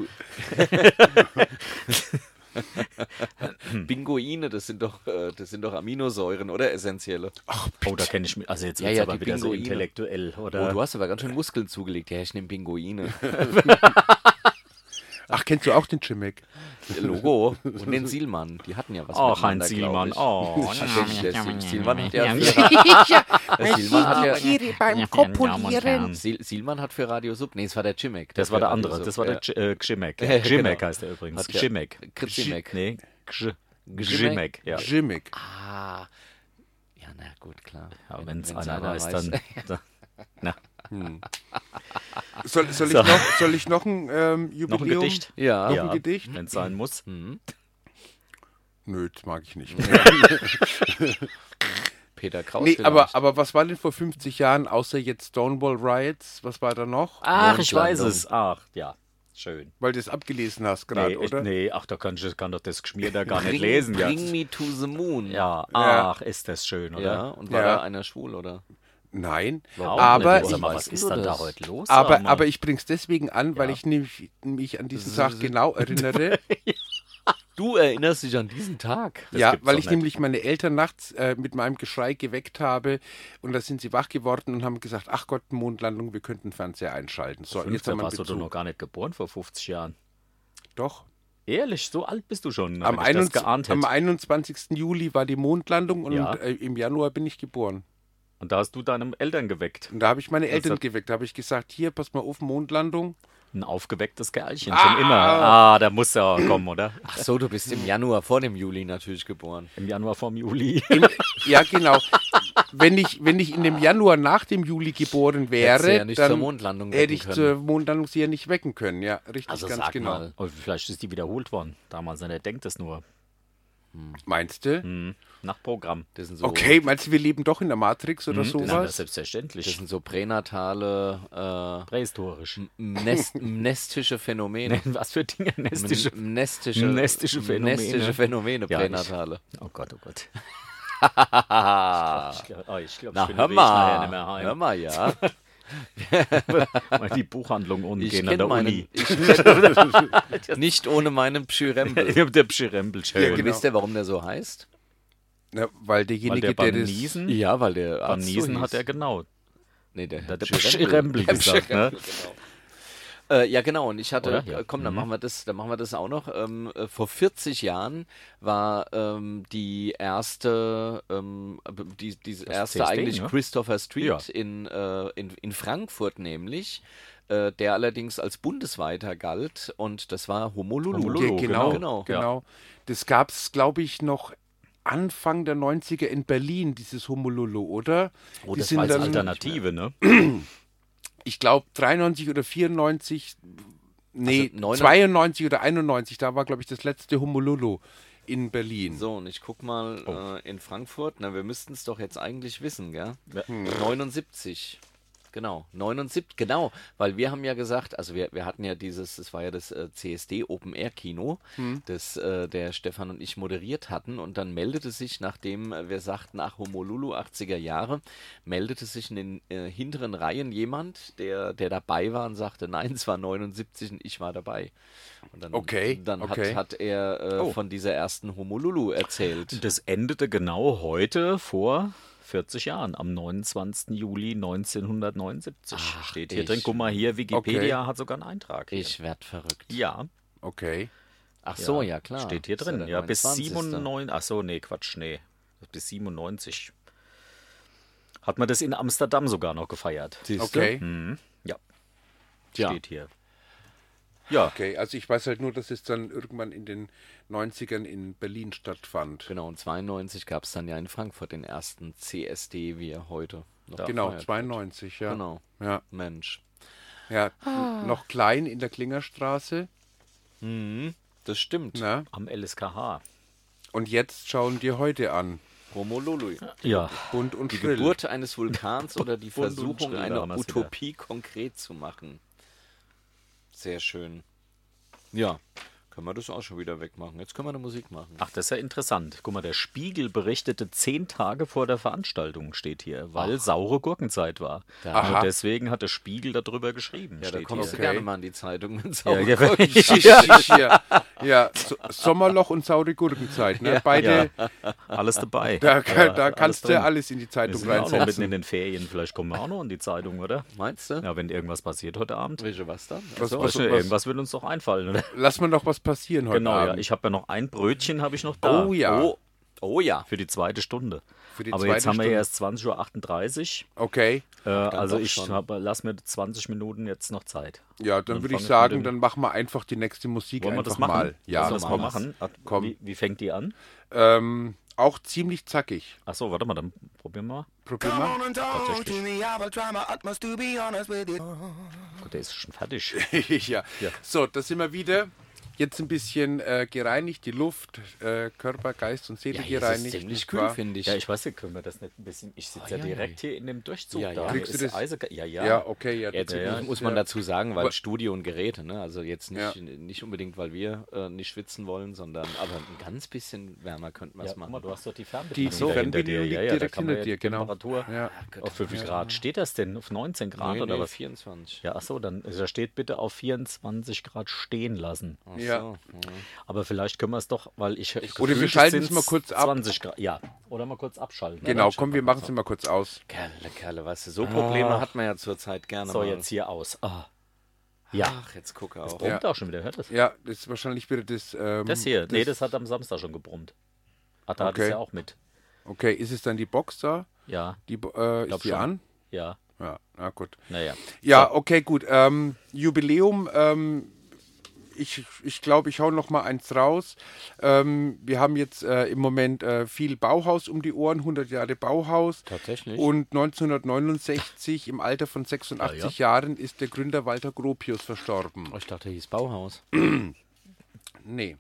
Speaker 4: Pinguine, das sind doch, äh, das sind doch Aminosäuren, oder? Essentielle.
Speaker 5: Äh.
Speaker 6: Oh, da kenne ich mich. Also jetzt
Speaker 4: Ja,
Speaker 6: wird's
Speaker 4: ja,
Speaker 6: aber
Speaker 4: die
Speaker 6: wieder so
Speaker 4: Pinguine.
Speaker 6: intellektuell,
Speaker 4: Oh,
Speaker 6: oder?
Speaker 4: du hast aber ganz schön Muskeln zugelegt. Ja, ich nehme Pinguine.
Speaker 5: Ach, kennst du auch den Chimek? [laughs]
Speaker 4: Logo. Und den Sielmann. Die hatten ja was
Speaker 6: Oh,
Speaker 4: miteinander,
Speaker 6: Heinz
Speaker 4: glaub
Speaker 6: Sielmann.
Speaker 4: ich.
Speaker 6: Oh,
Speaker 4: Der Sil- Silman hat [laughs] ja, der Silman hat ja
Speaker 7: Tiere beim Kopulieren.
Speaker 4: Sil Silman hat für Radio Sub, nee, es war der Cimek.
Speaker 6: Das war der andere. Das war der G- äh, Gschimek. [laughs] Ja,
Speaker 4: Äh,
Speaker 6: Gschimek
Speaker 4: genau.
Speaker 6: heißt er übrigens.
Speaker 4: Hat ja-
Speaker 6: Gschimek.
Speaker 4: Krzimek.
Speaker 6: Gsch- Nee, Gsch-
Speaker 4: Gschimek?
Speaker 6: Gschimek. Ja,
Speaker 5: Chimek.
Speaker 4: Ah. Ja, na gut, klar.
Speaker 6: ja wenn es einer weiß, dann. dann- Na,
Speaker 5: Soll, soll, ich noch, soll ich noch ein ähm, Jubiläum?
Speaker 6: noch ein Gedicht.
Speaker 4: Ja.
Speaker 5: Noch
Speaker 6: Ja,
Speaker 5: ein Gedicht?
Speaker 6: Wenn es sein muss. Hm.
Speaker 5: Nö, das mag ich nicht.
Speaker 4: Peter Kraus.
Speaker 5: nee,
Speaker 4: vielleicht.
Speaker 5: aber, aber was war denn vor 50 Jahren, außer jetzt Stonewall Riots? Was war da noch?
Speaker 6: Ach, ich weiß es. Ach, ja. Schön.
Speaker 5: Weil du es abgelesen hast gerade,
Speaker 6: Nee, ich,
Speaker 5: oder?
Speaker 6: nee, ach, da kann, ich, kann doch das Geschmier da gar
Speaker 4: bring,
Speaker 6: nicht lesen. Ja,
Speaker 4: Bring me to the moon.
Speaker 6: ja ach, ist das schön, oder?
Speaker 4: Ja, und war
Speaker 5: Ja.
Speaker 4: da einer schwul, oder?
Speaker 5: Nein.
Speaker 6: Auch
Speaker 5: aber
Speaker 6: nicht.
Speaker 5: ich,
Speaker 6: Sag mal,
Speaker 4: ich-
Speaker 6: was ist denn da
Speaker 4: das-
Speaker 6: heute los? Oh,
Speaker 5: aber,
Speaker 6: Mann?
Speaker 5: aber ich bring's deswegen an, weil ich nämlich, mich an diesen Tag
Speaker 6: [laughs]
Speaker 5: genau erinnere.
Speaker 4: Du erinnerst dich an diesen Tag.
Speaker 5: ja,
Speaker 6: gibt's
Speaker 5: weil
Speaker 6: doch
Speaker 5: ich
Speaker 6: nicht.
Speaker 5: nämlich meine Eltern nachts äh, mit meinem Geschrei geweckt habe und da sind sie wach geworden und haben gesagt, ach Gott, Mondlandung, wir könnten Fernseher einschalten. So, jetzt haben
Speaker 6: Fünfter
Speaker 5: wir einen
Speaker 6: warst du doch
Speaker 5: Bezug.
Speaker 6: noch gar nicht geboren vor 50 Jahren.
Speaker 5: Doch.
Speaker 6: Ehrlich, so alt bist du schon,
Speaker 5: Am,
Speaker 6: wenn ich
Speaker 5: 21,
Speaker 6: das geahnt
Speaker 5: am
Speaker 6: hätte.
Speaker 5: 21. Juli war die Mondlandung und
Speaker 6: Ja.
Speaker 5: äh, im Januar bin ich geboren.
Speaker 6: Und da hast du deine Eltern geweckt.
Speaker 5: Und da habe ich meine Eltern
Speaker 6: hat-
Speaker 5: geweckt. Da habe ich gesagt, hier, pass mal auf, Mondlandung.
Speaker 6: Ein aufgewecktes Kerlchen, schon immer. Ah, da muss er auch kommen, oder?
Speaker 4: Ach so, du bist im Januar vor dem Juli natürlich geboren.
Speaker 6: Im Januar vorm Juli.
Speaker 5: Im, ja, genau. [laughs] Wenn ich, wenn ich in dem Januar nach dem Juli geboren
Speaker 4: Hättest
Speaker 5: wäre,
Speaker 4: du ja nicht
Speaker 5: dann
Speaker 4: zur Mondlandung
Speaker 5: hätte
Speaker 4: wecken
Speaker 5: ich
Speaker 4: können.
Speaker 5: zur Mondlandung sie ja nicht wecken können. Ja, richtig,
Speaker 6: Also
Speaker 5: ganz
Speaker 6: sag
Speaker 5: genau.
Speaker 6: mal. Oh, vielleicht ist die wiederholt worden. Damals, und er denkt es nur.
Speaker 5: Meinst du?
Speaker 6: Hm. Nach Programm.
Speaker 4: Das sind so,
Speaker 5: Okay, meinst du, wir leben doch in der Matrix oder
Speaker 6: Na, Hm? das ist
Speaker 5: sowas?
Speaker 4: Das
Speaker 6: selbstverständlich.
Speaker 4: sind so pränatale,
Speaker 6: Prähistorisch.
Speaker 4: äh, mnest, mnestische Phänomene.
Speaker 6: [laughs] Was für Dinge? Nestische.
Speaker 4: Mnestische,
Speaker 6: mnestische Phänomene.
Speaker 4: mnestische Phänomene,
Speaker 6: Ja, ich-
Speaker 4: pränatale.
Speaker 6: Oh Gott, oh
Speaker 4: [laughs]
Speaker 6: Gott.
Speaker 4: Ah.
Speaker 6: Ich glaube, oh, ich, glaub, ich
Speaker 4: Na,
Speaker 6: bin
Speaker 4: hör
Speaker 6: den Weg nachher
Speaker 4: mal.
Speaker 6: nicht mehr heim.
Speaker 4: Hör
Speaker 6: [laughs]
Speaker 4: mal, ja.
Speaker 6: Mal die Buchhandlung unten
Speaker 4: Ich
Speaker 6: gehen an
Speaker 4: kenne
Speaker 6: der
Speaker 4: meinen.
Speaker 6: Uni.
Speaker 4: Ich
Speaker 6: [laughs]
Speaker 4: kenn, nicht ohne meinen Pschyrembel.
Speaker 6: Ich hab [laughs] der Pschirembel schön.
Speaker 5: genau.
Speaker 4: Wisst ihr, warum der so heißt?
Speaker 5: Na, weil
Speaker 6: Weil
Speaker 5: derjenige,
Speaker 6: der beim
Speaker 5: der das.
Speaker 6: Niesen,
Speaker 4: Ja, weil der
Speaker 6: beim
Speaker 4: Arzt
Speaker 6: Hm? Niesen
Speaker 4: so
Speaker 6: hat er
Speaker 4: hieß.
Speaker 6: genau.
Speaker 4: Nee, der,
Speaker 6: Da hat der Pschirembel
Speaker 4: Pschyrembel.
Speaker 6: gesagt, ne?
Speaker 4: genau. Äh, ja, genau. Und ich hatte,
Speaker 6: Oder? Ja. Mhm.
Speaker 4: äh, komm, dann machen wir das, dann machen wir das auch noch. Ähm, äh, vor 40 Jahren war ähm, die erste, ähm, b- die, diese erste
Speaker 6: CSD,
Speaker 4: eigentlich
Speaker 6: ne?
Speaker 4: Christopher Street
Speaker 6: Ja.
Speaker 4: in, äh, in, in Frankfurt nämlich, äh, der allerdings als bundesweiter galt und das war Homolulu.
Speaker 5: Ja,
Speaker 6: Homolulu,
Speaker 5: genau,
Speaker 4: genau.
Speaker 5: genau. Das gab es, glaube ich, noch Anfang der 90er in Berlin, dieses Homololo, oder?
Speaker 6: Oh,
Speaker 5: Die
Speaker 6: das
Speaker 5: sind
Speaker 6: war als
Speaker 5: dann-
Speaker 6: Alternative, ne?
Speaker 5: Ich glaube, 93 oder 94. Nee,
Speaker 4: Also neun-
Speaker 5: 92 oder 91, da war, glaube ich, das letzte Homololo in Berlin. Oh.
Speaker 4: So, und ich guck mal äh, in Frankfurt. Na, wir müssten es doch jetzt eigentlich wissen, gell? 79. Genau, 79, genau, weil wir haben ja gesagt, also wir, wir hatten ja dieses, es war ja das äh, CSD Open Air Kino, das äh, der Stefan und ich moderiert hatten und dann meldete sich, nachdem äh, wir sagten, ach Homolulu 80er Jahre, meldete sich in den äh, hinteren Reihen jemand, der, der dabei war und sagte, nein, es war 79 und ich war dabei. Und dann,
Speaker 5: Okay,
Speaker 4: dann
Speaker 5: okay.
Speaker 4: Hat, hat er äh,
Speaker 5: Oh.
Speaker 4: von dieser ersten Homolulu erzählt.
Speaker 6: Das endete genau heute vor 40 Jahren, am 29. Juli 1979. steht hier
Speaker 4: ich-
Speaker 6: drin. Guck mal hier, Wikipedia
Speaker 5: Okay.
Speaker 6: hat sogar einen Eintrag. Hier.
Speaker 4: Ich werd verrückt.
Speaker 6: Ja,
Speaker 5: Okay.
Speaker 4: Ach so, ja, klar.
Speaker 6: steht hier
Speaker 4: Ist ja
Speaker 6: drin.
Speaker 4: der
Speaker 6: Ja, bis
Speaker 4: 29..
Speaker 6: 97. Ach so, nee, Quatsch, nee. Bis 97. Hat man das in Amsterdam sogar noch gefeiert.
Speaker 4: Siehst du?
Speaker 5: Okay.
Speaker 6: Ja,
Speaker 4: Tja.
Speaker 6: steht hier. Ja,
Speaker 5: Okay, also ich weiß halt nur, dass es dann irgendwann in den 90ern in Berlin stattfand.
Speaker 4: Genau, und 92 gab es dann ja in Frankfurt den ersten CSD, wie er heute noch
Speaker 5: Genau,
Speaker 4: gefeiert wird.
Speaker 5: 92, ja.
Speaker 4: Genau.
Speaker 5: Ja,
Speaker 4: Mensch,
Speaker 5: ja. noch klein in der Klingerstraße.
Speaker 4: das stimmt.
Speaker 5: Na?
Speaker 6: am LSKH.
Speaker 5: Und jetzt schauen dir heute an.
Speaker 4: Romololui.
Speaker 6: Ja,
Speaker 5: Bunt und
Speaker 4: Die
Speaker 5: schrill. [laughs]
Speaker 4: Geburt eines
Speaker 6: [laughs]
Speaker 4: Vulkans oder die
Speaker 6: Bunt und
Speaker 4: Versuchung
Speaker 6: schrill,
Speaker 4: einer
Speaker 6: da haben wir's wieder.
Speaker 4: Utopie konkret zu machen. Sehr schön. Ja, können wir das auch schon wieder wegmachen. Jetzt können wir eine Musik machen.
Speaker 6: ach, das ist ja interessant. Guck mal, der Spiegel berichtete zehn Tage vor der Veranstaltung, steht hier, weil saure Gurkenzeit war.
Speaker 4: Da-
Speaker 6: Und deswegen hat der Spiegel darüber geschrieben.
Speaker 4: ja, da
Speaker 6: steht
Speaker 4: kommst
Speaker 6: hier.
Speaker 4: du gerne mal in die Zeitung, [laughs] wenn es auch
Speaker 6: Ja, ja,
Speaker 5: ja, ja so, Sommerloch und saure Gurkenzeit. Ne? Beide,
Speaker 6: Alles
Speaker 5: [laughs]
Speaker 6: dabei.
Speaker 5: da,
Speaker 6: ja,
Speaker 5: da kannst
Speaker 6: drin.
Speaker 5: du alles in die
Speaker 6: Wir
Speaker 5: Zeitung
Speaker 6: sind ja auch noch mitten in
Speaker 5: reinsetzen.
Speaker 6: den Ferien. Vielleicht kommen wir auch noch in die Zeitung, oder?
Speaker 4: Meinst du?
Speaker 6: Ja, wenn irgendwas passiert heute Abend.
Speaker 4: Welche was dann?
Speaker 5: Was-
Speaker 4: Also, Achso,
Speaker 5: was-
Speaker 6: Weißt du, irgendwas wird uns doch einfallen, oder?
Speaker 5: Lass mal noch was passieren heute
Speaker 6: Genau, ja.
Speaker 5: Abend.
Speaker 6: Ich habe ja noch ein Brötchen, habe ich noch da.
Speaker 5: oh ja,
Speaker 4: Oh, oh ja.
Speaker 6: Für die zweite Stunde.
Speaker 5: Für die
Speaker 6: Aber
Speaker 5: zweite
Speaker 6: jetzt haben wir
Speaker 5: Stunde.
Speaker 6: ja erst 20.38
Speaker 5: okay.
Speaker 6: Uhr. Äh, also
Speaker 4: doch
Speaker 6: ich
Speaker 4: schon.
Speaker 6: hab, lass mir 20 Minuten jetzt noch Zeit.
Speaker 5: Ja, dann würde ich
Speaker 6: fangen wir
Speaker 5: sagen,
Speaker 6: mit dem-
Speaker 5: dann machen wir einfach die nächste Musik
Speaker 6: Wollen wir
Speaker 5: einfach
Speaker 6: das machen?
Speaker 5: mal. Ja,
Speaker 6: Sollen wir das mal machen. Ach,
Speaker 5: Komm.
Speaker 6: Wie, wie fängt die an?
Speaker 5: Ähm, auch ziemlich zackig.
Speaker 6: Achso, warte mal, dann probieren wir mal.
Speaker 5: Probier mal. [laughs]
Speaker 6: Gut, Oh der ist schon fertig.
Speaker 5: ja. So, da sind wir wieder. Jetzt ein bisschen äh, gereinigt, die Luft, äh, Körper, Geist und Seele
Speaker 4: Ja, hier ist
Speaker 5: gereinigt.
Speaker 4: es ziemlich
Speaker 5: nicht
Speaker 4: kühl,
Speaker 5: wahr?
Speaker 4: finde ich.
Speaker 6: Ja, ich weiß nicht, können wir das nicht ein bisschen. Ich sitze ja,
Speaker 4: ja,
Speaker 6: direkt hier in dem Durchzug.
Speaker 4: Ja,
Speaker 6: da.
Speaker 4: ja.
Speaker 6: Mir
Speaker 5: Kriegst du das?
Speaker 6: ist eisig- Ja, ja.
Speaker 5: Ja, okay, ja.
Speaker 4: Jetzt
Speaker 5: das-
Speaker 4: mu- muss man
Speaker 5: ja.
Speaker 4: dazu sagen, weil
Speaker 5: Aber-
Speaker 4: Studio und Geräte, ne? Also jetzt nicht,
Speaker 5: Ja.
Speaker 4: nicht unbedingt, weil wir äh, nicht schwitzen wollen, sondern aber ein ganz bisschen wärmer könnten wir es
Speaker 6: Ja, guck
Speaker 4: machen.
Speaker 6: mal, du hast doch die
Speaker 5: Die
Speaker 6: Fernbedienung
Speaker 5: so,
Speaker 6: da hinter dir.
Speaker 5: Fernbedienung liegt
Speaker 6: Ja, ja, da
Speaker 5: direkt
Speaker 6: kann man
Speaker 5: hinter
Speaker 6: ja die
Speaker 5: dir, genau.
Speaker 6: Temperatur.
Speaker 5: Ja.
Speaker 6: Auf wie viel Grad steht das denn? Auf 19 Grad
Speaker 4: Nee,
Speaker 6: oder
Speaker 4: nee,
Speaker 6: was?
Speaker 4: 24.
Speaker 6: Ja, achso, dann da steht bitte auf 24 Grad stehen lassen.
Speaker 5: Ja. Genau,
Speaker 6: Aber vielleicht können wir es doch, weil ich.
Speaker 5: Oder wir
Speaker 6: gefühlt
Speaker 5: schalten es
Speaker 6: sind's
Speaker 5: mal kurz ab.
Speaker 6: 20 Grad, ja. Oder mal kurz abschalten.
Speaker 5: Genau,
Speaker 6: Oder?
Speaker 5: komm, wir Ah. machen es mal kurz aus.
Speaker 4: Kerle, Kerle, weißt du, so Probleme hat man ja zurzeit gerne
Speaker 6: Ah. So,
Speaker 4: mal.
Speaker 6: jetzt hier aus. Ah. Ja.
Speaker 4: Ach, jetzt gucke auch.
Speaker 6: Brummt auch schon wieder, hört das?
Speaker 5: Ja, das ist wahrscheinlich wieder das. Ähm,
Speaker 6: Das hier, nee, das hat am Samstag schon gebrummt. Ah, da hat es
Speaker 5: Okay.
Speaker 6: ja auch mit.
Speaker 5: Okay, ist es dann die Box da?
Speaker 6: Ja,
Speaker 5: Die, Bo- äh,
Speaker 6: Glaub
Speaker 5: ist die
Speaker 6: schon.
Speaker 5: an?
Speaker 6: ja,
Speaker 5: Ja, na gut.
Speaker 6: naja.
Speaker 5: Ja, okay, gut. Ähm, Jubiläum, ähm, ich, ich glaube, ich hau noch mal eins raus. Ähm, wir haben jetzt äh, im Moment äh, viel Bauhaus um die Ohren, 100 Jahre Bauhaus.
Speaker 4: Tatsächlich?
Speaker 5: Und 1969, im Alter von
Speaker 6: Ah,
Speaker 5: 86 Jahren, ist der Gründer Walter Gropius verstorben.
Speaker 4: Oh, ich dachte, er hieß Bauhaus.
Speaker 5: Nee.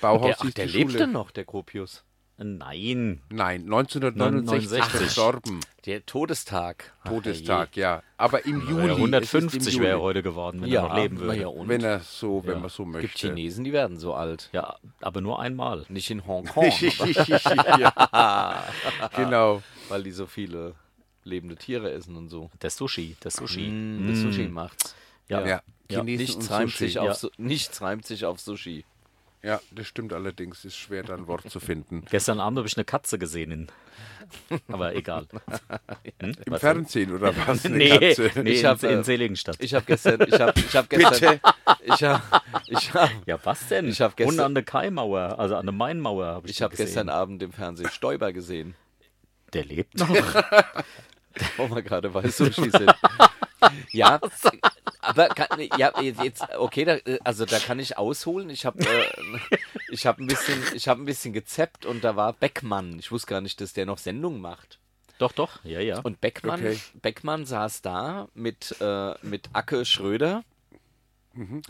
Speaker 5: Bauhaus
Speaker 4: Der, ach,
Speaker 5: hieß
Speaker 4: der
Speaker 5: die Schule.
Speaker 4: lebte noch, der Gropius.
Speaker 6: Nein.
Speaker 5: Nein, 1969
Speaker 6: 69.
Speaker 5: verstorben.
Speaker 4: Der Todestag.
Speaker 5: Todestag, ja. Aber im Juli.
Speaker 6: Ja,
Speaker 5: es ist im
Speaker 6: 150 wäre er
Speaker 5: Juli.
Speaker 6: heute geworden, wenn
Speaker 4: ja,
Speaker 6: er noch leben würde.
Speaker 4: Ja, und
Speaker 5: Wenn er so, wenn
Speaker 6: Ja.
Speaker 5: man so
Speaker 4: gibt
Speaker 5: möchte.
Speaker 4: Chinesen, die werden so alt.
Speaker 6: Ja, aber nur einmal.
Speaker 4: Nicht in Hongkong, aber,
Speaker 5: [laughs] ja. Genau.
Speaker 4: weil die so viele lebende Tiere essen und so.
Speaker 6: Das Sushi, das Sushi.
Speaker 4: Mm. Das Sushi macht's.
Speaker 6: Ja.
Speaker 5: Ja,
Speaker 6: Ja,
Speaker 5: Chinesen und
Speaker 4: Nichts reimt,
Speaker 5: Sushi.
Speaker 4: sich auf,
Speaker 6: ja.
Speaker 4: Su- nichts reimt sich auf Sushi.
Speaker 5: Ja, das stimmt allerdings. Ist schwer, da ein Wort zu finden.
Speaker 6: Gestern Abend habe ich eine Katze gesehen.
Speaker 4: [laughs]
Speaker 6: In, aber egal. Hm?
Speaker 5: Im
Speaker 6: Was?
Speaker 5: Fernsehen oder was? Eine
Speaker 6: Nee,
Speaker 5: Katze.
Speaker 6: nee
Speaker 4: Ich
Speaker 6: in,
Speaker 4: hab, äh,
Speaker 6: in Seligenstadt.
Speaker 4: Ich habe gestern, ich habe, ich habe gestern, ich [laughs] habe, ich habe,
Speaker 6: ja, was denn?
Speaker 4: Ich hab gestern-
Speaker 6: Und an der Kaimauer, also an der Mainmauer habe ich,
Speaker 4: ich
Speaker 6: die
Speaker 4: habe
Speaker 6: gesehen.
Speaker 4: gestern Abend im Fernsehen Stoiber gesehen,
Speaker 6: Der lebt noch.
Speaker 4: wo wir gerade bei Sushi sind. [laughs] Ja, aber kann, ja, jetzt, okay, da, also da kann ich ausholen. Ich habe, äh, ich habe ein bisschen, ich habe ein bisschen gezappt und da war Beckmann. Ich wusste gar nicht, dass der noch Sendungen macht.
Speaker 6: doch, doch, ja, ja.
Speaker 4: Und Beckmann,
Speaker 5: Okay.
Speaker 4: Beckmann saß da mit, äh, mit Acke Schröder,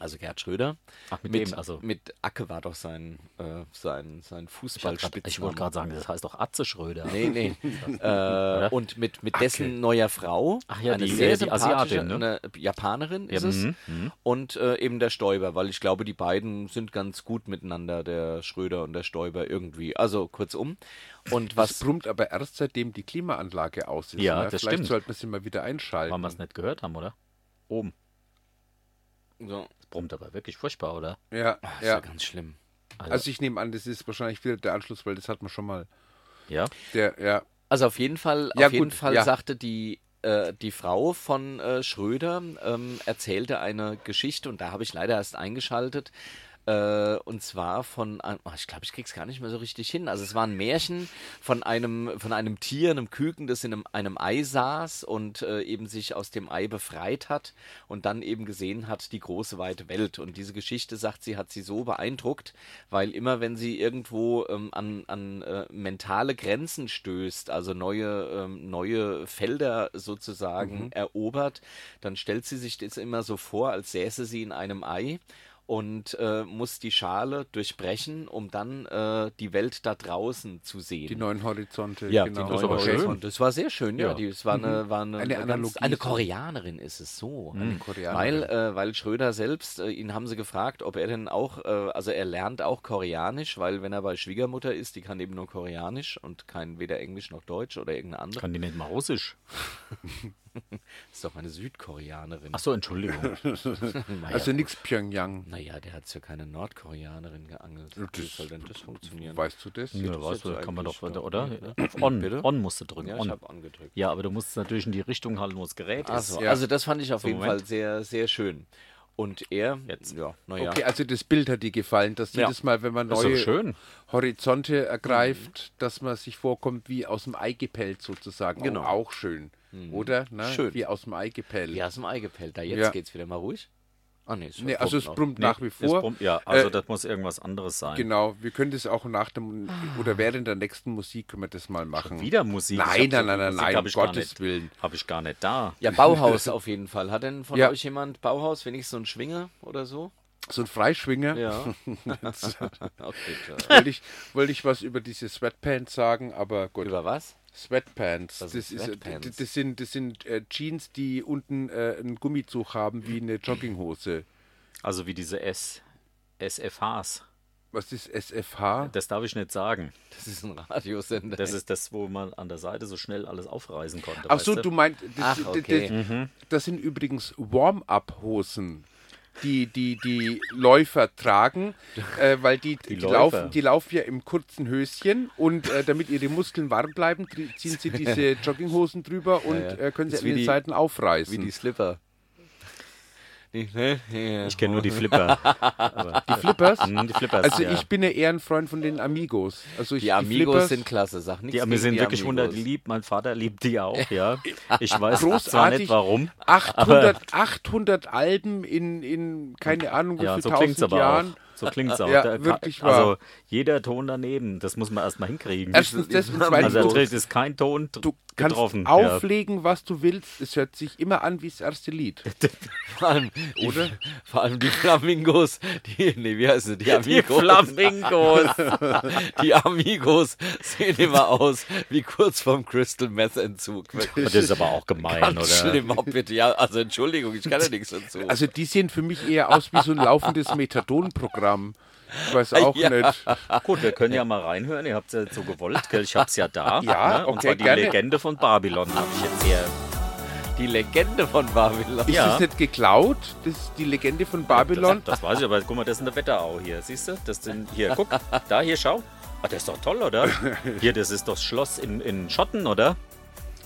Speaker 4: also Gerd Schröder.
Speaker 6: Ach, Mhm. mit dem, also.
Speaker 4: mit Acke war doch sein, äh, sein, sein
Speaker 6: ich hab grad-
Speaker 4: Fußballspitzname.
Speaker 6: ich wollte gerade sagen, das heißt doch Atze Schröder. [laughs]
Speaker 4: Nee, nee. äh, und mit, mit dessen neuer Frau,
Speaker 6: Ach ja,
Speaker 4: eine
Speaker 6: die- äh,
Speaker 4: sehr
Speaker 6: die
Speaker 4: sympathische
Speaker 6: Asiatin, ne? mhm,
Speaker 4: eine Japanerin ist es, und äh, eben der Stoiber, weil ich glaube, die beiden sind ganz gut miteinander, der Schröder und der Stoiber irgendwie. Also kurzum. Und
Speaker 5: Was
Speaker 4: was
Speaker 5: brummt aber erst seitdem die Klimaanlage aus ist?
Speaker 6: Ja,
Speaker 5: ne?
Speaker 6: das
Speaker 5: Vielleicht
Speaker 6: stimmt.
Speaker 5: sollten wir sie mal wieder einschalten.
Speaker 6: Weil wir es nicht gehört haben, oder? Oben.
Speaker 4: so,
Speaker 6: Das brummt aber wirklich furchtbar, oder?
Speaker 5: Ja,
Speaker 4: das ist ja
Speaker 5: ja.
Speaker 4: ganz schlimm.
Speaker 5: Also ich nehme an, das ist wahrscheinlich wieder der Anschluss, weil das hat man schon mal.
Speaker 6: Ja.
Speaker 5: Der, ja.
Speaker 4: Also auf jeden Fall,
Speaker 5: Ja,
Speaker 4: auf jeden
Speaker 5: gut,
Speaker 4: Fall
Speaker 5: ja.
Speaker 4: sagte die, äh, die Frau von äh, Schröder, ähm, erzählte eine Geschichte und da habe ich leider erst eingeschaltet. Äh, und zwar von, ein- oh, ich glaube, ich krieg's gar nicht mehr so richtig hin. Also es war ein Märchen von einem, von einem Tier, einem Küken, das in einem, einem Ei saß und äh, eben sich aus dem Ei befreit hat und dann eben gesehen hat, die große weite Welt. Und diese Geschichte, sagt sie, hat sie so beeindruckt, weil immer wenn sie irgendwo ähm, an, an äh, mentale Grenzen stößt, also neue, ähm, neue Felder sozusagen erobert, dann stellt sie sich das immer so vor, als säße sie in einem Ei und äh, muss die Schale durchbrechen, um dann äh, die Welt da draußen zu sehen.
Speaker 5: Die neuen Horizonte.
Speaker 4: ja,
Speaker 5: genau.
Speaker 4: die neuen
Speaker 6: aber schön.
Speaker 4: Horizonte. Das war sehr schön, ja.
Speaker 6: Ja.
Speaker 4: Die, es war eine, war eine,
Speaker 5: Eine
Speaker 4: ganz-
Speaker 5: Analogie.
Speaker 4: eine Koreanerin ist es so. Eine
Speaker 5: Koreanerin.
Speaker 4: Weil, äh, weil Schröder selbst, äh, ihn haben sie gefragt, ob er denn auch, äh, also er lernt auch Koreanisch, weil wenn er bei Schwiegermutter ist, die kann eben nur Koreanisch und kein weder Englisch noch Deutsch oder irgendeine andere.
Speaker 6: Kann die nicht mal Russisch?
Speaker 4: Ist doch eine Südkoreanerin.
Speaker 6: Achso,
Speaker 4: [laughs]
Speaker 6: Entschuldigung.
Speaker 5: Also nichts Pyongyang.
Speaker 4: Naja, der hat ja keine Nordkoreanerin geangelt. Wie soll denn das funktionieren?
Speaker 5: Weißt du das?
Speaker 6: Ja,
Speaker 4: das
Speaker 6: weißt du,
Speaker 4: jetzt
Speaker 6: kann man
Speaker 4: eigentlich
Speaker 6: doch,
Speaker 4: doch,
Speaker 6: oder?
Speaker 4: ne?
Speaker 6: Auf On,
Speaker 4: Bitte?
Speaker 6: On musst du drücken.
Speaker 4: Ja, ich
Speaker 6: on.
Speaker 4: habe angedrückt.
Speaker 6: ja, aber du musst es natürlich in die Richtung halten, wo das Gerät
Speaker 4: Ach
Speaker 6: ist.
Speaker 4: so,
Speaker 5: Ja.
Speaker 4: Also das fand ich auf
Speaker 6: So,
Speaker 4: jeden
Speaker 6: Moment.
Speaker 4: Fall sehr, sehr schön. Und er,
Speaker 6: Jetzt.
Speaker 4: ja, naja.
Speaker 5: Okay, also das Bild hat dir gefallen, dass jedes Mal, wenn man
Speaker 6: Das ist doch
Speaker 5: neue
Speaker 6: schön.
Speaker 5: Horizonte ergreift, dass man sich vorkommt wie aus dem Ei gepellt sozusagen. Genau. Auch, auch schön, oder? Ne?
Speaker 4: Schön.
Speaker 5: Wie aus dem Ei gepellt.
Speaker 4: Wie aus dem Ei gepellt. Da jetzt
Speaker 5: Ja.
Speaker 4: geht's wieder mal ruhig. Ah nee, es
Speaker 5: Nee, also es
Speaker 4: kommt noch.
Speaker 5: brummt nach wie vor.
Speaker 6: Ist Brom- ja, also
Speaker 5: Äh,
Speaker 6: das muss irgendwas anderes sein.
Speaker 5: Genau, wir können das auch nach dem oder während der nächsten Musik können wir das mal machen.
Speaker 6: Wieder Musik.
Speaker 5: Nein,
Speaker 6: Ich hab
Speaker 5: nein, nein, nein,
Speaker 6: Musik
Speaker 5: nein,
Speaker 6: hab
Speaker 5: um
Speaker 6: ich gar
Speaker 5: Gottes
Speaker 6: nicht-
Speaker 5: Willen.
Speaker 6: Hab ich gar nicht da.
Speaker 5: [laughs]
Speaker 4: Ja, Bauhaus auf jeden Fall. Hat denn von
Speaker 5: Ja.
Speaker 4: euch jemand Bauhaus, wenigstens so ein Schwinger oder so?
Speaker 5: So ein Freischwinger. [laughs]
Speaker 4: Ja. [laughs] okay, klar.
Speaker 5: Wollte ich, wollte ich was über diese Sweatpants sagen, aber gut.
Speaker 4: Über was?
Speaker 5: Sweatpants.
Speaker 4: Was
Speaker 5: Das,
Speaker 4: sind
Speaker 5: ist, äh,
Speaker 4: Also Sweatpants?
Speaker 5: d- das sind, das sind äh, Jeans, die unten äh, einen Gummizug haben wie eine Jogginghose.
Speaker 6: Also wie diese S SFHs.
Speaker 5: Was ist SFH?
Speaker 6: Das darf ich nicht sagen.
Speaker 4: Das ist ein Radiosender.
Speaker 6: Das ist das, wo man an der Seite so schnell alles aufreißen konnte.
Speaker 5: Äh. Ach so,
Speaker 6: weißt
Speaker 5: du meinst, das,
Speaker 4: Ach, okay. Mhm.
Speaker 5: das, das sind übrigens Warm-up-Hosen, die, die die Läufer tragen, äh, weil die, die,
Speaker 6: Läufer.
Speaker 5: laufen, die laufen ja im kurzen Höschen und äh, damit ihre Muskeln warm bleiben, tri- ziehen
Speaker 4: [laughs]
Speaker 5: sie diese Jogginghosen drüber und äh, können sie
Speaker 4: Ist
Speaker 5: an
Speaker 4: wie
Speaker 5: den
Speaker 4: die-
Speaker 5: Seiten
Speaker 4: Wie
Speaker 5: aufreißen.
Speaker 4: die Slipper. Die, ne? Ja.
Speaker 6: Ich kenne nur die [laughs] Flipper.
Speaker 5: die
Speaker 6: [laughs]
Speaker 5: Flippers?
Speaker 6: Hm, die Flippers,
Speaker 5: Also
Speaker 6: ja.
Speaker 5: ich bin ja eher ein Freund von den Amigos. Also ich,
Speaker 4: Die Amigos
Speaker 5: Flippers-
Speaker 4: sind klasse, sag nichts.
Speaker 6: die, wir
Speaker 4: gegen
Speaker 6: sind
Speaker 4: die
Speaker 6: wirklich
Speaker 4: Amigos.
Speaker 6: 100 lieb. Mein Vater liebt die auch,
Speaker 5: [laughs]
Speaker 6: ja. Ich weiß zwar
Speaker 5: großartig.
Speaker 6: nicht warum.
Speaker 5: 800, 800 Alben in, in keine Ahnung wie
Speaker 6: Ja,
Speaker 5: viel
Speaker 6: so klingt's
Speaker 5: tausend
Speaker 6: aber
Speaker 5: Jahren.
Speaker 6: auch. So klingt's auch.
Speaker 5: Ja,
Speaker 6: Da-
Speaker 5: wirklich
Speaker 6: also
Speaker 5: wahr.
Speaker 6: jeder Ton daneben, das muss man erstmal hinkriegen.
Speaker 5: Erstens das und zweitens,
Speaker 6: also da
Speaker 5: du,
Speaker 6: drin ist kein Ton dr-
Speaker 5: du kannst
Speaker 6: getroffen. ja.
Speaker 5: auflegen, was du willst. Es hört sich immer an wie das erste Lied.
Speaker 4: Vor allem, die, Oder? Vor allem die Flamingos. Die, nee, wie heißen sie? Die
Speaker 6: Die
Speaker 4: Amigos.
Speaker 6: Flamingos.
Speaker 4: [laughs] Die Amigos sehen immer aus wie kurz vorm Crystal Meth Entzug. Wirklich.
Speaker 6: Das ist aber auch gemein, oder?
Speaker 4: Ganz schlimm, auch bitte. Ja, also Entschuldigung, ich kann ja nichts dazu.
Speaker 5: Also die sehen für mich eher aus wie so ein
Speaker 6: [laughs]
Speaker 5: laufendes Methadon-Programm. Ich weiß auch
Speaker 4: Ja.
Speaker 5: nicht.
Speaker 6: Gut, wir können ja mal reinhören. Ihr habt es ja jetzt so gewollt, gell? Ich hab's ja da.
Speaker 5: [laughs] Ja,
Speaker 6: ne? Und
Speaker 5: okay,
Speaker 6: zwar die
Speaker 5: gerne.
Speaker 6: Legende von Babylon habe ich jetzt hier.
Speaker 4: die Legende von Babylon.
Speaker 5: Ist
Speaker 6: Ja.
Speaker 5: das nicht geklaut? Das ist die Legende von Babylon.
Speaker 6: Das, das weiß ich, aber guck mal, das ist eine Wetterau hier. Siehst du? Das sind hier,
Speaker 5: [laughs]
Speaker 6: guck, da hier, schau. Ah, das ist doch toll, oder? Hier, das ist doch das Schloss in, in Schotten, oder?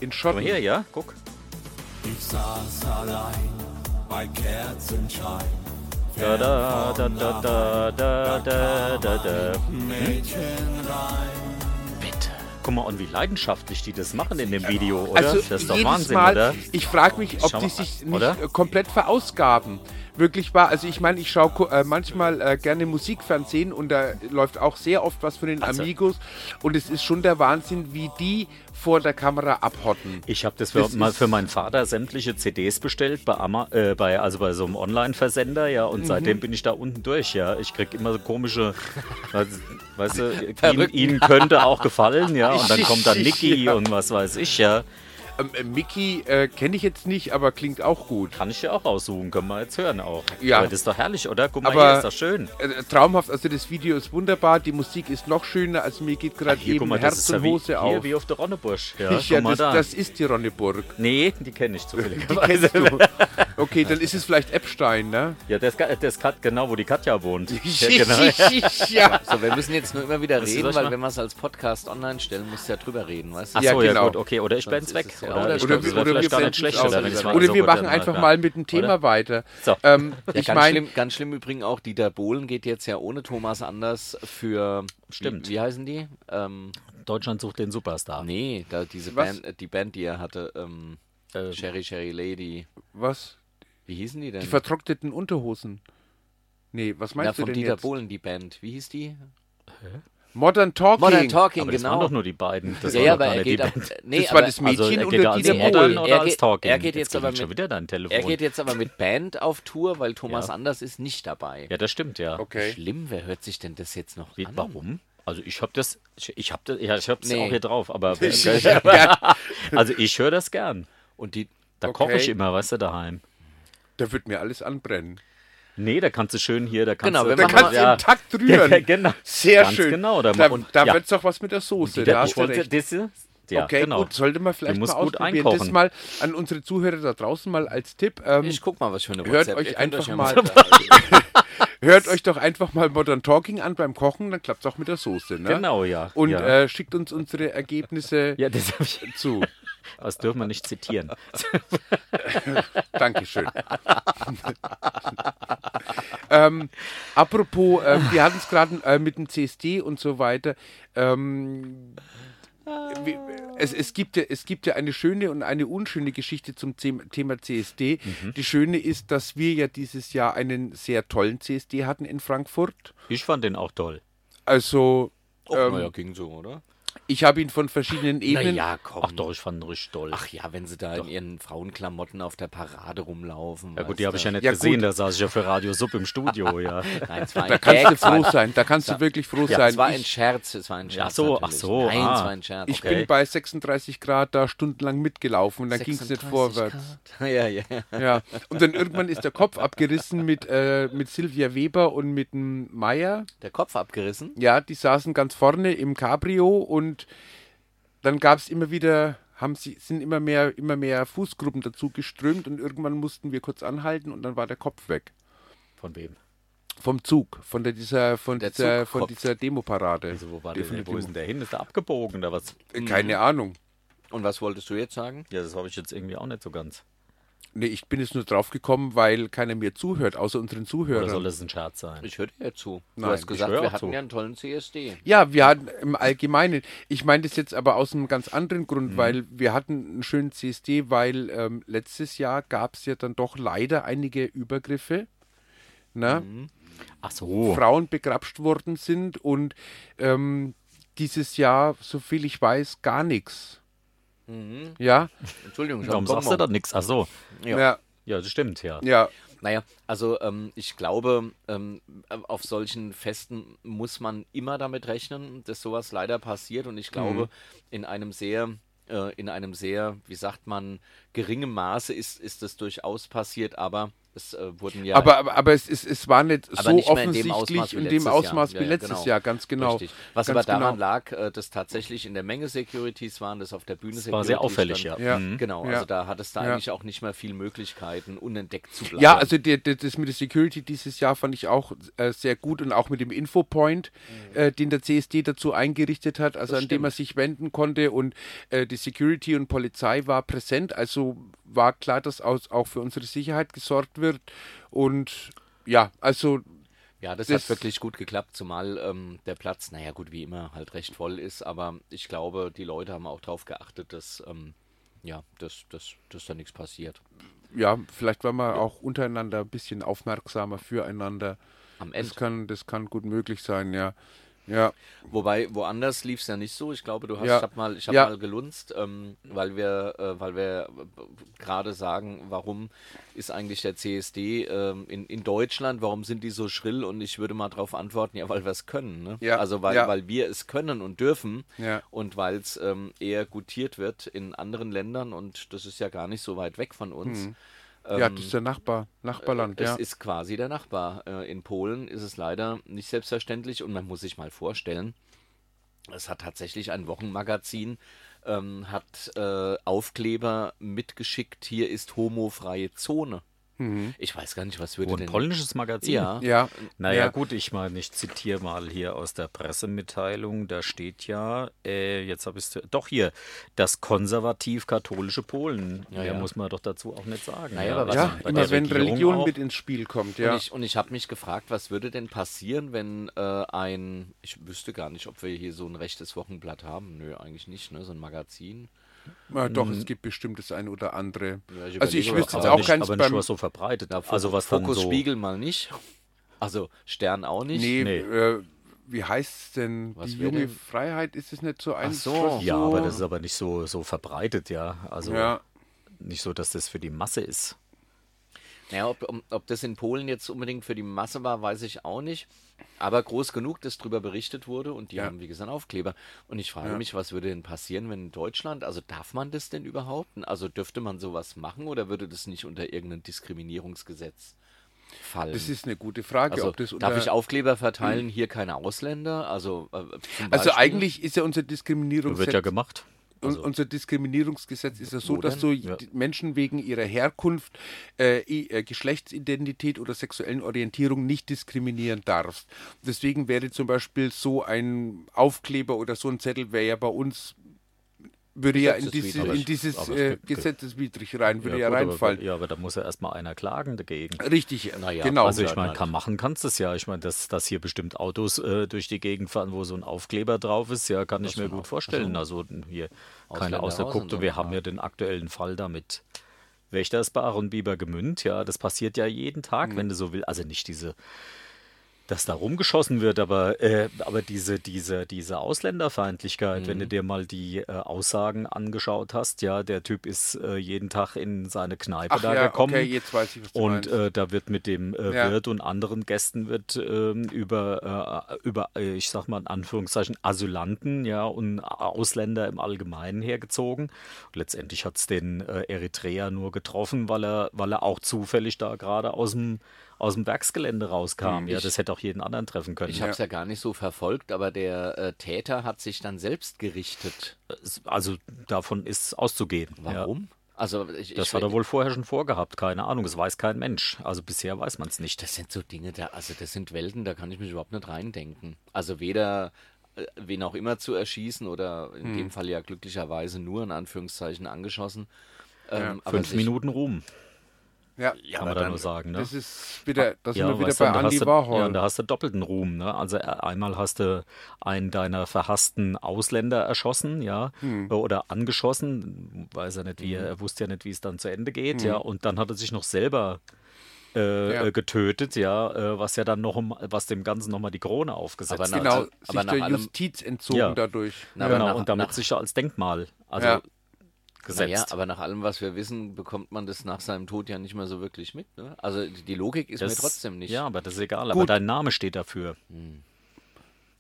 Speaker 5: In
Speaker 6: Guck mal
Speaker 5: Schottland.
Speaker 6: hier, ja, guck.
Speaker 8: Ich saß allein bei Kerzenschein.
Speaker 6: Da, da, da, da, da, da, da, da, da.
Speaker 8: Mädchen rein.
Speaker 6: Bitte. Guck mal, und wie leidenschaftlich die das machen in dem Video, oder?
Speaker 5: Also
Speaker 6: das ist doch
Speaker 5: jedes
Speaker 6: Wahnsinn,
Speaker 5: Mal,
Speaker 6: oder?
Speaker 5: ich frage mich, ob
Speaker 6: Schau
Speaker 5: die
Speaker 6: mal,
Speaker 5: sich nicht
Speaker 6: oder?
Speaker 5: äh, komplett verausgaben. Wirklich war, also ich meine, ich schaue ko- äh, manchmal äh, gerne Musikfernsehen und da läuft auch sehr oft was von den
Speaker 6: Also.
Speaker 5: Amigos und es ist schon der Wahnsinn, wie die vor der Kamera abhotten.
Speaker 6: Ich habe das, für,
Speaker 5: Das
Speaker 6: mal
Speaker 5: ist-
Speaker 6: für meinen Vater sämtliche CDs bestellt bei, Ama, äh, bei also bei so einem Online-Versender, ja, und
Speaker 5: Mhm.
Speaker 6: seitdem bin ich da unten durch, ja. Ich krieg immer so komische, weiß-
Speaker 5: [laughs]
Speaker 6: weißt du, ihnen,
Speaker 4: Verrückten.
Speaker 6: ihnen könnte auch gefallen, ja, und dann kommt da
Speaker 5: Ich-
Speaker 6: Niki
Speaker 5: ja.
Speaker 6: und was weiß ich, ja.
Speaker 5: Ähm, äh, Mickey äh, kenne ich jetzt nicht, aber klingt auch gut.
Speaker 6: Kann ich ja auch raussuchen, können wir jetzt hören auch.
Speaker 5: Ja.
Speaker 6: Aber das ist doch herrlich, oder? Guck mal,
Speaker 5: Aber-
Speaker 6: hier ist doch schön.
Speaker 5: Äh, äh, traumhaft, also das Video ist wunderbar, die Musik ist noch schöner, also mir geht gerade
Speaker 6: Hier,
Speaker 5: eben
Speaker 6: guck mal, das
Speaker 5: Herz
Speaker 6: ist ja
Speaker 5: und
Speaker 6: wie,
Speaker 5: Hose
Speaker 6: hier
Speaker 5: auf.
Speaker 6: wie auf der Ronnebusch. Ja,
Speaker 5: Ich- [laughs] ja,
Speaker 6: guck mal
Speaker 5: das,
Speaker 6: da.
Speaker 5: das ist die Ronneburg.
Speaker 6: [laughs] nee, die kenne ich
Speaker 5: [laughs] Die
Speaker 6: zufällig.
Speaker 5: kennst du. Okay, dann ist es vielleicht Epstein, ne?
Speaker 6: Ja, das, Ka- das Kat, genau, wo die
Speaker 5: [laughs]
Speaker 6: Katja wohnt. [laughs] ja, genau.
Speaker 5: ja.
Speaker 4: So, wir müssen jetzt nur immer wieder
Speaker 6: Weißt du,
Speaker 4: reden,
Speaker 6: was ich
Speaker 4: weil
Speaker 6: mach?
Speaker 4: wenn wir es als Podcast online stellen, musst du ja drüber reden, weißt du?
Speaker 6: Ach so, ja,
Speaker 5: genau.
Speaker 6: gut, okay. Oder ich
Speaker 4: Sonst
Speaker 6: blend's
Speaker 4: ist
Speaker 6: weg.
Speaker 4: es ja-
Speaker 6: Oder,
Speaker 4: oder
Speaker 6: ich
Speaker 4: wir-
Speaker 6: glaub, das
Speaker 4: oder
Speaker 6: wäre vielleicht
Speaker 4: wir
Speaker 6: gar
Speaker 4: blenden
Speaker 6: nicht
Speaker 4: es
Speaker 6: schlecht.
Speaker 4: aus.
Speaker 6: Oder, wenn ich's mal
Speaker 5: Oder
Speaker 6: so
Speaker 5: wir
Speaker 6: gut
Speaker 5: machen
Speaker 6: dann
Speaker 5: einfach
Speaker 6: ja.
Speaker 5: mal mit dem Thema
Speaker 6: Oder?
Speaker 5: weiter.
Speaker 6: So.
Speaker 5: Ähm, ich
Speaker 4: ganz,
Speaker 5: meine,
Speaker 4: schlimm, ganz schlimm übrigens auch, Dieter Bohlen geht jetzt ja ohne Thomas Anders für.
Speaker 6: Stimmt.
Speaker 4: Wie, wie heißen die? Ähm,
Speaker 6: Deutschland sucht den Superstar.
Speaker 4: nee, da, diese
Speaker 5: Was?
Speaker 4: Band, äh, die Band, die er hatte. Ähm,
Speaker 6: Ähm.
Speaker 4: Sherry, Sherry Lady.
Speaker 5: was?
Speaker 4: Wie hießen die denn?
Speaker 5: Die vertrockneten Unterhosen. Nee, was
Speaker 4: Na,
Speaker 5: meinst
Speaker 4: von
Speaker 5: du denn
Speaker 4: Dieter
Speaker 5: jetzt?
Speaker 4: Bohlen, die Band. Wie hieß die?
Speaker 5: Modern Talking.
Speaker 4: Modern Talking,
Speaker 6: Aber das waren
Speaker 4: genau.
Speaker 6: doch nur die beiden. Das
Speaker 4: Ja,
Speaker 6: war
Speaker 4: ja,
Speaker 6: doch
Speaker 4: aber
Speaker 6: gar
Speaker 4: er
Speaker 6: nicht die
Speaker 4: geht ab,
Speaker 6: Band.
Speaker 4: nee,
Speaker 5: Das war
Speaker 4: aber,
Speaker 5: das
Speaker 6: Also,
Speaker 5: Mädchen
Speaker 6: er
Speaker 5: und
Speaker 6: geht
Speaker 5: der
Speaker 6: als
Speaker 5: Dieter
Speaker 4: er
Speaker 6: Modern
Speaker 5: Bohlen.
Speaker 4: geht-
Speaker 6: oder
Speaker 4: er
Speaker 6: als
Speaker 4: geht-
Speaker 6: Talking.
Speaker 4: er geht jetzt aber
Speaker 6: klingelt schon
Speaker 4: mit-
Speaker 6: wieder dein Telefon.
Speaker 4: Er geht jetzt aber mit Band auf Tour, weil Thomas
Speaker 6: Ja.
Speaker 4: Anders ist nicht dabei.
Speaker 6: ja, das stimmt, ja.
Speaker 5: Okay.
Speaker 4: Schlimm, wer hört sich denn das jetzt noch
Speaker 6: Wie,
Speaker 4: an?
Speaker 6: warum? Also ich habe das, ich, ich habe das, ja, ich hab's
Speaker 4: Nee.
Speaker 6: auch hier drauf, aber
Speaker 5: ja,
Speaker 6: also ich höre das gern.
Speaker 4: Und die,
Speaker 6: Da koche ich
Speaker 5: Okay.
Speaker 6: immer, weißt du, daheim.
Speaker 5: da wird mir alles anbrennen.
Speaker 6: Nee, da kannst du schön hier, da kannst
Speaker 4: Genau,
Speaker 6: du...
Speaker 4: wenn
Speaker 5: Da
Speaker 4: Mach
Speaker 5: kannst
Speaker 4: mal-
Speaker 5: du im Takt rühren.
Speaker 6: Ja, [laughs] genau.
Speaker 5: Sehr
Speaker 6: Ganz
Speaker 5: schön.
Speaker 6: genau, da
Speaker 5: Da,
Speaker 6: mach- und-
Speaker 5: da
Speaker 6: ja.
Speaker 5: wird's doch was mit der Soße.
Speaker 6: Dieter,
Speaker 5: da
Speaker 6: ich
Speaker 5: hast du
Speaker 6: wollte
Speaker 5: recht.
Speaker 6: diese... Ja,
Speaker 5: okay,
Speaker 6: genau.
Speaker 5: gut, sollte man vielleicht
Speaker 6: Du
Speaker 5: mal
Speaker 6: musst gut
Speaker 5: ausprobieren. Das
Speaker 6: einkochen.
Speaker 5: mal an unsere Zuhörer da draußen mal als Tipp. Ähm,
Speaker 4: ich guck mal, was für eine
Speaker 5: Hört
Speaker 4: WhatsApp.
Speaker 5: euch
Speaker 4: Ihr könnt
Speaker 5: einfach
Speaker 4: ja [laughs]
Speaker 5: mal-
Speaker 4: mal-
Speaker 5: [laughs] Hört euch doch einfach mal Modern Talking an beim Kochen, dann klappt's auch mit der Soße. Ne?
Speaker 6: Genau, ja.
Speaker 5: Und
Speaker 6: ja.
Speaker 5: äh, schickt uns unsere Ergebnisse
Speaker 6: ja, das, hab ich,
Speaker 5: zu.
Speaker 6: das dürfen wir
Speaker 5: [laughs]
Speaker 6: nicht zitieren.
Speaker 5: Dankeschön. ähm, apropos, ähm, wir hatten es gerade äh, mit dem CSD und so weiter. Ähm, wie- es, es, gibt ja, es gibt ja eine schöne und eine unschöne Geschichte zum Ze- Thema CSD.
Speaker 4: Mhm.
Speaker 5: Die schöne ist, dass wir ja dieses Jahr einen sehr tollen CSD hatten in Frankfurt.
Speaker 6: Ich fand den auch toll.
Speaker 5: Also,
Speaker 4: Och, naja, ging so, oder?
Speaker 5: ich habe ihn von verschiedenen Ebenen.
Speaker 4: Naja, komm.
Speaker 6: Ach doch, ich fand ihn richtig toll.
Speaker 4: Ach ja, wenn sie da in ihren Frauenklamotten auf der Parade rumlaufen.
Speaker 6: ja gut, die habe ich ja nicht
Speaker 5: Ja, gut.
Speaker 6: gesehen, da saß ich ja für Radio Sub im
Speaker 5: [laughs]
Speaker 6: Studio, ja.
Speaker 4: Nein, es war ein
Speaker 5: Da kannst du
Speaker 4: Gag,
Speaker 5: froh
Speaker 4: es war-
Speaker 5: sein, da kannst du wirklich froh
Speaker 4: Ja,
Speaker 5: sein.
Speaker 4: es war ein
Speaker 5: Ich-
Speaker 4: Scherz, es war ein Scherz.
Speaker 6: Ach so,
Speaker 4: natürlich.
Speaker 6: ach so,
Speaker 4: Nein, es
Speaker 6: ah.
Speaker 4: war ein Scherz.
Speaker 5: Ich
Speaker 6: Okay.
Speaker 5: bin bei 36 Grad da stundenlang mitgelaufen, dann ging es nicht
Speaker 4: 36
Speaker 5: vorwärts.
Speaker 4: Grad. [laughs] Ja, ja.
Speaker 5: Ja. Und dann irgendwann ist der Kopf abgerissen mit, äh, mit Silvia Weber und mit dem Meier.
Speaker 4: Der Kopf abgerissen.
Speaker 5: Ja, die saßen ganz vorne im Cabrio und dann gab es immer wieder, haben sie, sind immer mehr, immer mehr Fußgruppen dazu geströmt und irgendwann mussten wir kurz anhalten und dann war der Kopf weg.
Speaker 6: Von wem?
Speaker 5: Vom Zug, von der, dieser, von
Speaker 4: Der
Speaker 5: dieser, von
Speaker 4: Zugkopf.
Speaker 5: dieser Demoparade.
Speaker 6: Also wo war der, Mhm.
Speaker 5: Definitiv.
Speaker 6: wo ist denn der hin? Ist der abgebogen oder was?
Speaker 5: Keine Ahnung.
Speaker 4: Und was wolltest du jetzt sagen?
Speaker 6: Ja, das habe ich jetzt irgendwie auch nicht so ganz.
Speaker 5: Nee, ich bin jetzt nur draufgekommen, weil keiner mir zuhört, außer unseren
Speaker 6: Oder soll
Speaker 5: Zuhörern.
Speaker 6: das ein Scherz sein?
Speaker 4: Ich höre dir zu. Du
Speaker 5: Nein,
Speaker 4: hast gesagt,
Speaker 6: ich höre
Speaker 4: wir
Speaker 6: auch
Speaker 4: hatten
Speaker 6: zu.
Speaker 4: ja einen tollen CSD.
Speaker 5: Ja, wir hatten im Allgemeinen. Ich meine das jetzt aber aus einem ganz anderen Grund,
Speaker 6: Mhm.
Speaker 5: weil wir hatten einen schönen CSD, weil ähm, letztes Jahr gab es ja dann doch leider einige Übergriffe. Ne?
Speaker 6: Mhm. Ach so.
Speaker 5: Frauen begrapscht worden sind und ähm, dieses Jahr, soviel ich weiß, gar nichts.
Speaker 6: Mhm.
Speaker 5: Ja?
Speaker 4: Entschuldigung, ich hab
Speaker 6: Warum sagst du
Speaker 4: Bonbon.
Speaker 6: da nichts? Ach so.
Speaker 4: Ja.
Speaker 5: ja,
Speaker 6: Ja, das stimmt, ja.
Speaker 5: ja.
Speaker 4: Naja, also ähm, ich glaube, ähm, auf solchen Festen muss man immer damit rechnen, dass sowas leider passiert. Und ich glaube,
Speaker 6: Mhm.
Speaker 4: in einem sehr, äh, in einem sehr, wie sagt man, geringem Maße ist, ist das durchaus passiert, aber es äh, wurden ja.
Speaker 5: Aber, aber, aber es, es, es war nicht
Speaker 4: aber
Speaker 5: so
Speaker 4: nicht mehr in dem Ausmaß
Speaker 5: offensichtlich
Speaker 4: wie
Speaker 5: in
Speaker 4: letztes
Speaker 5: dem
Speaker 4: Jahr.
Speaker 5: Ausmaß
Speaker 4: Ja,
Speaker 5: wie
Speaker 4: ja,
Speaker 5: letztes
Speaker 4: genau.
Speaker 5: Jahr, ganz genau.
Speaker 4: Richtig. Was
Speaker 5: ganz
Speaker 4: aber daran
Speaker 5: genau.
Speaker 4: lag, äh, dass tatsächlich in der Menge Securities waren, dass auf der Bühne
Speaker 6: Das war sehr auffällig, ja.
Speaker 4: standen.
Speaker 5: Ja.
Speaker 6: Mhm.
Speaker 4: Genau,
Speaker 5: Ja.
Speaker 4: also da hattest du
Speaker 5: Ja.
Speaker 4: eigentlich auch nicht mehr viel Möglichkeiten, unentdeckt zu bleiben.
Speaker 5: Ja, also der, der, das mit der Security dieses Jahr fand ich auch äh, sehr gut und auch mit dem Infopoint,
Speaker 4: Mhm.
Speaker 5: äh, den der CSD dazu eingerichtet hat, also an dem man sich wenden konnte und äh, die Security und Polizei war präsent, also war klar, dass aus, auch für unsere Sicherheit gesorgt wird und ja, also
Speaker 4: Ja, das,
Speaker 5: Das-
Speaker 4: hat wirklich gut geklappt, zumal ähm, der Platz, naja gut, wie immer, halt recht voll ist, aber ich glaube, die Leute haben auch darauf geachtet, dass, ähm, ja, dass, dass, dass da nichts passiert.
Speaker 5: ja, vielleicht waren wir auch untereinander ein bisschen aufmerksamer füreinander.
Speaker 4: Am Ende.
Speaker 5: Das kann, das kann gut möglich sein, ja. Ja,
Speaker 4: Wobei, woanders lief es ja nicht so. Ich glaube, du hast,
Speaker 5: Ja.
Speaker 4: ich habe mal, ich hab
Speaker 5: Ja.
Speaker 4: mal gelunzt, ähm, weil wir, äh, weil wir äh, gerade sagen, warum ist eigentlich der CSD ähm, in, in Deutschland, warum sind die so schrill? Und ich würde mal darauf antworten, ja, weil wir es können. Ne?
Speaker 5: Ja.
Speaker 4: Also weil,
Speaker 5: Ja.
Speaker 4: weil wir es können und dürfen
Speaker 5: Ja.
Speaker 4: und weil es ähm, eher gutiert wird in anderen Ländern und das ist ja gar nicht so weit weg von uns.
Speaker 5: Mhm.
Speaker 4: Ähm,
Speaker 5: ja, das ist der Nachbar, Nachbarland,
Speaker 4: Äh, Es
Speaker 5: ja.
Speaker 4: ist quasi der Nachbar. Äh, In Polen ist es leider nicht selbstverständlich und man muss sich mal vorstellen, es hat tatsächlich ein Wochenmagazin, ähm, hat äh, Aufkleber mitgeschickt, hier ist homofreie Zone.
Speaker 5: Mhm.
Speaker 4: Ich weiß gar nicht, was würde
Speaker 6: Wo ein
Speaker 4: denn.
Speaker 6: polnisches Magazin?
Speaker 4: ja.
Speaker 5: Ja.
Speaker 6: Naja,
Speaker 5: ja.
Speaker 6: gut, ich meine, ich zitiere mal hier aus der Pressemitteilung. Da steht ja, äh, jetzt habe ich es, doch hier, das konservativ-katholische Polen. Ja,
Speaker 4: ja.
Speaker 6: muss man doch dazu auch nicht sagen. Also
Speaker 4: Naja, aber was-
Speaker 5: Ja,
Speaker 6: bei
Speaker 5: immer
Speaker 6: der
Speaker 5: wenn
Speaker 6: Regierung
Speaker 5: Religion
Speaker 6: auch.
Speaker 5: mit ins Spiel kommt,
Speaker 4: Und
Speaker 5: ja.
Speaker 4: ich, und ich habe mich gefragt, was würde denn passieren, wenn äh, ein, ich wüsste gar nicht, ob wir hier so ein rechtes Wochenblatt haben. Nö, eigentlich nicht, ne? So ein Magazin.
Speaker 5: ja Ah, doch, es gibt bestimmt das ein oder andere.
Speaker 4: mm. Ja, ich
Speaker 5: also ich wüsste
Speaker 4: überlege aber
Speaker 5: jetzt
Speaker 6: aber
Speaker 5: auch
Speaker 6: nicht,
Speaker 5: keins
Speaker 6: aber nicht
Speaker 5: beim...
Speaker 6: was so verbreitet.
Speaker 4: Na, Fo-
Speaker 6: also was
Speaker 4: Fokus
Speaker 6: dann so,
Speaker 4: Spiegel mal nicht. Also Stern auch nicht.
Speaker 5: Nee,
Speaker 6: Nee.
Speaker 5: Äh, wie heißt denn?
Speaker 4: Was
Speaker 5: die
Speaker 4: wär
Speaker 5: junge
Speaker 4: denn?
Speaker 5: Freiheit, ist es nicht so ein...
Speaker 4: so.
Speaker 5: was
Speaker 6: Ja, aber das ist aber nicht so, so verbreitet, ja. Also
Speaker 5: Ja,
Speaker 6: nicht so, dass das für die Masse ist.
Speaker 4: Naja, ob, um, ob, ob das in Polen jetzt unbedingt für die Masse war, weiß ich auch nicht. Aber groß genug, dass darüber berichtet wurde und die
Speaker 5: Ja.
Speaker 4: haben, wie gesagt, Aufkleber. Und ich frage mich, was würde denn passieren, wenn in Deutschland, also darf man das denn überhaupt? Also dürfte man sowas machen oder würde das nicht unter irgendein Diskriminierungsgesetz fallen?
Speaker 5: das ist eine gute Frage.
Speaker 4: also,
Speaker 5: ob das
Speaker 4: darf
Speaker 5: unter- Hm.
Speaker 4: ich Aufkleber verteilen, hier keine Ausländer? Also, äh, zum
Speaker 5: Also
Speaker 4: Beispiel-
Speaker 5: eigentlich ist ja unser Diskriminierungsgesetz...
Speaker 6: Wird ja gemacht. Also,
Speaker 5: Un- unser Diskriminierungsgesetz ist ja so,
Speaker 4: Wo
Speaker 5: dass
Speaker 4: denn?
Speaker 5: du die Menschen wegen ihrer Herkunft, äh, i- äh, Geschlechtsidentität oder sexuellen Orientierung nicht diskriminieren darfst. Deswegen wäre zum Beispiel so ein Aufkleber oder so ein Zettel wäre ja bei uns würde ja in, diese,
Speaker 4: Gesetzeswidrig.
Speaker 5: in dieses
Speaker 6: Aber es
Speaker 5: äh,
Speaker 6: gibt-
Speaker 5: gesetzeswidrig rein, würde ja,
Speaker 6: gut,
Speaker 5: reinfallen.
Speaker 6: Aber, ja, aber da muss ja erstmal einer klagen dagegen.
Speaker 5: Richtig,
Speaker 4: Naja,
Speaker 5: genau.
Speaker 6: Also ich
Speaker 4: Oder
Speaker 6: meine,
Speaker 4: halt.
Speaker 6: kann machen kannst du es ja. Ich meine, dass, dass hier bestimmt Autos äh, durch die Gegend fahren, wo so ein Aufkleber drauf ist, ja, kann ich mir gut vorstellen. Also hier
Speaker 4: Ausländer
Speaker 6: keine Ausländer.
Speaker 4: raus und
Speaker 6: Guck,
Speaker 4: so,
Speaker 6: du, wir haben
Speaker 4: ja.
Speaker 6: ja den aktuellen Fall damit. Wächtersbach und Biebergemünd, ja, das passiert ja jeden
Speaker 5: Mhm.
Speaker 6: Tag, wenn du so willst. Also nicht diese, dass da rumgeschossen wird, aber, äh, aber diese, diese, diese Ausländerfeindlichkeit, wenn du dir mal die äh, Aussagen angeschaut hast, ja, der Typ ist äh, jeden Tag in seine Kneipe
Speaker 5: Ach
Speaker 6: da
Speaker 5: ja,
Speaker 6: gekommen.
Speaker 5: okay, jetzt weiß ich, was du
Speaker 6: Und
Speaker 5: meinst.
Speaker 6: äh, da wird mit dem äh,
Speaker 5: Ja.
Speaker 6: Wirt und anderen Gästen wird ähm, über, äh, über, äh, ich sag mal in Anführungszeichen, Asylanten, ja, und Ausländer im Allgemeinen hergezogen. Und letztendlich hat es den äh, Eritreer nur getroffen, weil er, weil er auch zufällig da gerade aus dem aus dem Werksgelände rauskam. ja, das hätte auch jeden anderen treffen können.
Speaker 4: Hm, Ich habe es ja gar nicht so verfolgt, aber der äh, Täter hat sich dann selbst gerichtet.
Speaker 6: also davon ist auszugehen. Ja.
Speaker 4: Warum? Also ich,
Speaker 6: Das
Speaker 4: ich,
Speaker 6: hat er wohl vorher schon vorgehabt, keine Ahnung. Es weiß kein Mensch. Also bisher weiß man es nicht.
Speaker 4: Das sind so Dinge, da, also das sind Welten, da kann ich mich überhaupt nicht reindenken. Also weder äh, wen auch immer zu erschießen oder
Speaker 6: Hm.
Speaker 4: in dem Fall ja glücklicherweise nur in Anführungszeichen angeschossen. Ähm, aber
Speaker 6: Fünf
Speaker 4: sich-
Speaker 6: Minuten Ruhm.
Speaker 5: ja,
Speaker 6: kann man da nur sagen, ne?
Speaker 5: Das ist wieder, das
Speaker 6: Ja,
Speaker 5: sind wir wieder
Speaker 6: weißt du,
Speaker 5: bei
Speaker 6: und da hast
Speaker 5: Andy
Speaker 6: du-
Speaker 5: Warhol.
Speaker 6: Ja, und da hast du doppelten Ruhm. Ne? Also äh, einmal hast du einen deiner verhassten Ausländer erschossen, ja,
Speaker 5: Hm.
Speaker 6: äh, oder angeschossen. Weiß er nicht, wie er, er wusste ja nicht, wie es dann zu Ende geht, ja. Und dann hat er sich noch selber äh,
Speaker 5: Hm. Ja.
Speaker 6: äh, getötet, ja, äh, was ja dann noch, um- was dem Ganzen nochmal die Krone aufgesetzt
Speaker 4: Aber
Speaker 6: hat.
Speaker 5: genau,
Speaker 4: also- aber
Speaker 5: sich
Speaker 4: nach
Speaker 5: der
Speaker 4: allem-
Speaker 5: Justiz entzogen
Speaker 6: Ja.
Speaker 5: dadurch.
Speaker 4: Na, aber
Speaker 6: genau,
Speaker 4: nach-
Speaker 6: und damit
Speaker 4: nach-
Speaker 6: sicher als Denkmal, also
Speaker 5: Ja.
Speaker 6: gesetzt.
Speaker 4: Naja, aber nach allem, was wir wissen, bekommt man das nach seinem Tod ja nicht mehr so wirklich mit. Ne? Also die Logik ist
Speaker 6: das,
Speaker 4: mir trotzdem nicht. Hm.
Speaker 6: Ja, aber das ist egal, aber
Speaker 5: Gut.
Speaker 6: dein Name steht dafür.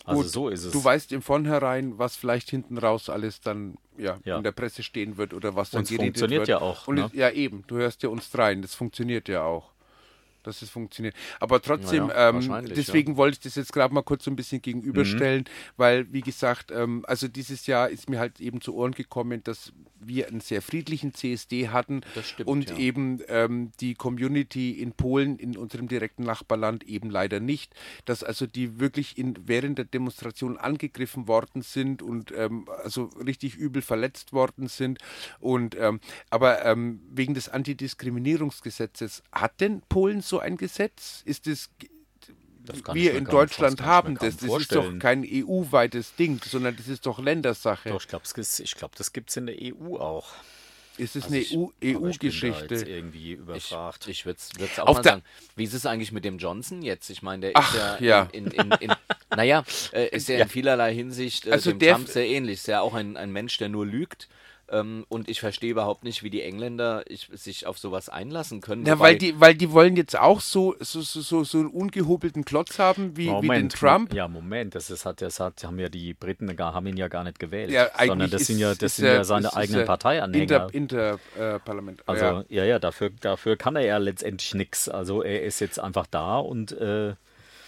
Speaker 6: Also
Speaker 5: Gut,
Speaker 6: so ist es.
Speaker 5: Du weißt im Vornherein, was vielleicht hinten raus alles dann ja,
Speaker 6: Ja.
Speaker 5: in der Presse stehen wird oder was dann
Speaker 6: Und es
Speaker 5: geredet
Speaker 6: funktioniert
Speaker 5: wird.
Speaker 6: ja auch,
Speaker 5: Und
Speaker 6: ne?
Speaker 5: es- Ja, eben. Du hörst ja uns dreien. Das funktioniert ja auch. Dass es funktioniert. Aber trotzdem,
Speaker 4: Naja,
Speaker 5: ähm,
Speaker 4: wahrscheinlich,
Speaker 5: deswegen wollte ich das jetzt gerade mal kurz so ein bisschen gegenüberstellen, weil, wie gesagt, ähm, also dieses Jahr ist mir halt eben zu Ohren gekommen, dass wir einen sehr friedlichen CSD hatten
Speaker 4: Das stimmt,
Speaker 5: und
Speaker 4: ja.
Speaker 5: eben ähm, die Community in Polen, in unserem direkten Nachbarland, eben leider nicht. Dass also die wirklich in, während der Demonstration angegriffen worden sind und ähm, also richtig übel verletzt worden sind. Und ähm, aber ähm, wegen des Antidiskriminierungsgesetzes hat denn Polen so ein Gesetz? Ist es
Speaker 6: kann ich
Speaker 5: wir
Speaker 6: mir
Speaker 5: in
Speaker 6: gar nicht
Speaker 5: Deutschland
Speaker 6: vorstellen, kann
Speaker 5: haben
Speaker 6: ich mir
Speaker 5: das. Das
Speaker 6: kaum
Speaker 5: ist doch
Speaker 6: vorstellen.
Speaker 5: kein EU-weites Ding, sondern das ist doch Ländersache.
Speaker 6: Doch, ich glaube, glaub, das gibt es in der EU auch.
Speaker 5: Ist es
Speaker 6: Also
Speaker 5: eine E
Speaker 6: ich-
Speaker 5: EU
Speaker 6: aber ich bin da
Speaker 5: EU-Geschichte?
Speaker 6: jetzt irgendwie überfragt.
Speaker 4: Ich, ich würde es auch
Speaker 5: Auf
Speaker 4: mal
Speaker 5: der-
Speaker 4: sagen. Wie ist es eigentlich mit dem Johnson jetzt? Ich meine, der
Speaker 5: Ach,
Speaker 4: ist ja,
Speaker 5: ja.
Speaker 4: In, in, in, in, naja,
Speaker 5: [laughs]
Speaker 4: äh, ist ja, in vielerlei Hinsicht äh,
Speaker 5: Also
Speaker 4: dem
Speaker 5: der-
Speaker 4: Trump sehr ähnlich. Ist ja auch ein, ein Mensch, der nur lügt. Ähm, und ich verstehe überhaupt nicht, wie die Engländer ich, sich auf sowas einlassen können.
Speaker 5: Ja,
Speaker 4: wobei-
Speaker 5: weil die, weil die wollen jetzt auch so, so, so, so, so einen ungehobelten Klotz haben wie, wie den Trump.
Speaker 6: Ja, Moment, das ist, hat, das hat, haben ja die Briten gar, haben ihn ja gar nicht gewählt,
Speaker 5: Ja, eigentlich
Speaker 6: sondern das
Speaker 5: ist,
Speaker 6: sind ja,
Speaker 5: ist
Speaker 6: das sind
Speaker 5: er-
Speaker 6: ja seine
Speaker 5: ist- ist
Speaker 6: eigenen
Speaker 5: er
Speaker 6: Parteianhänger.
Speaker 5: Inter, Inter, äh, Parlament.
Speaker 6: also
Speaker 5: ja.
Speaker 6: ja, ja, dafür, dafür kann er ja letztendlich nichts. Also er ist jetzt einfach da und äh,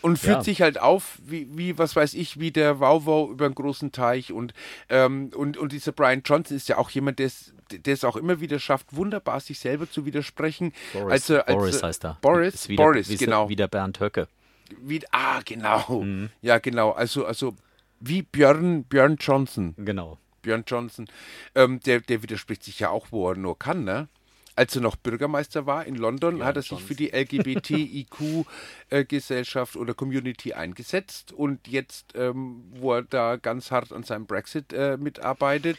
Speaker 5: und führt
Speaker 4: Ja.
Speaker 5: sich halt auf, wie, wie, was weiß ich, wie der Wauwau über einen großen Teich und, ähm, und, und dieser Brian Johnson ist ja auch jemand, der es- der es auch immer wieder schafft, wunderbar sich selber zu widersprechen.
Speaker 6: Boris,
Speaker 5: als er- als
Speaker 6: Boris
Speaker 5: er-
Speaker 6: heißt er.
Speaker 5: Also, Boris,
Speaker 6: Ist wieder,
Speaker 5: Boris,
Speaker 6: ist
Speaker 5: genau.
Speaker 6: Wieder Mhm. Bernd Höcke.
Speaker 5: Wie, ah, genau. Ja, genau. Also, also wie Björn, Björn Johnson.
Speaker 6: Genau.
Speaker 5: Björn Johnson, ähm, der, der widerspricht sich ja auch, wo er nur kann, ne? Als er noch Bürgermeister war in London, hat er sich für die LGBTIQ-Gesellschaft äh, oder Community eingesetzt. Und jetzt, ähm, wo er da ganz hart an seinem Brexit äh, mitarbeitet,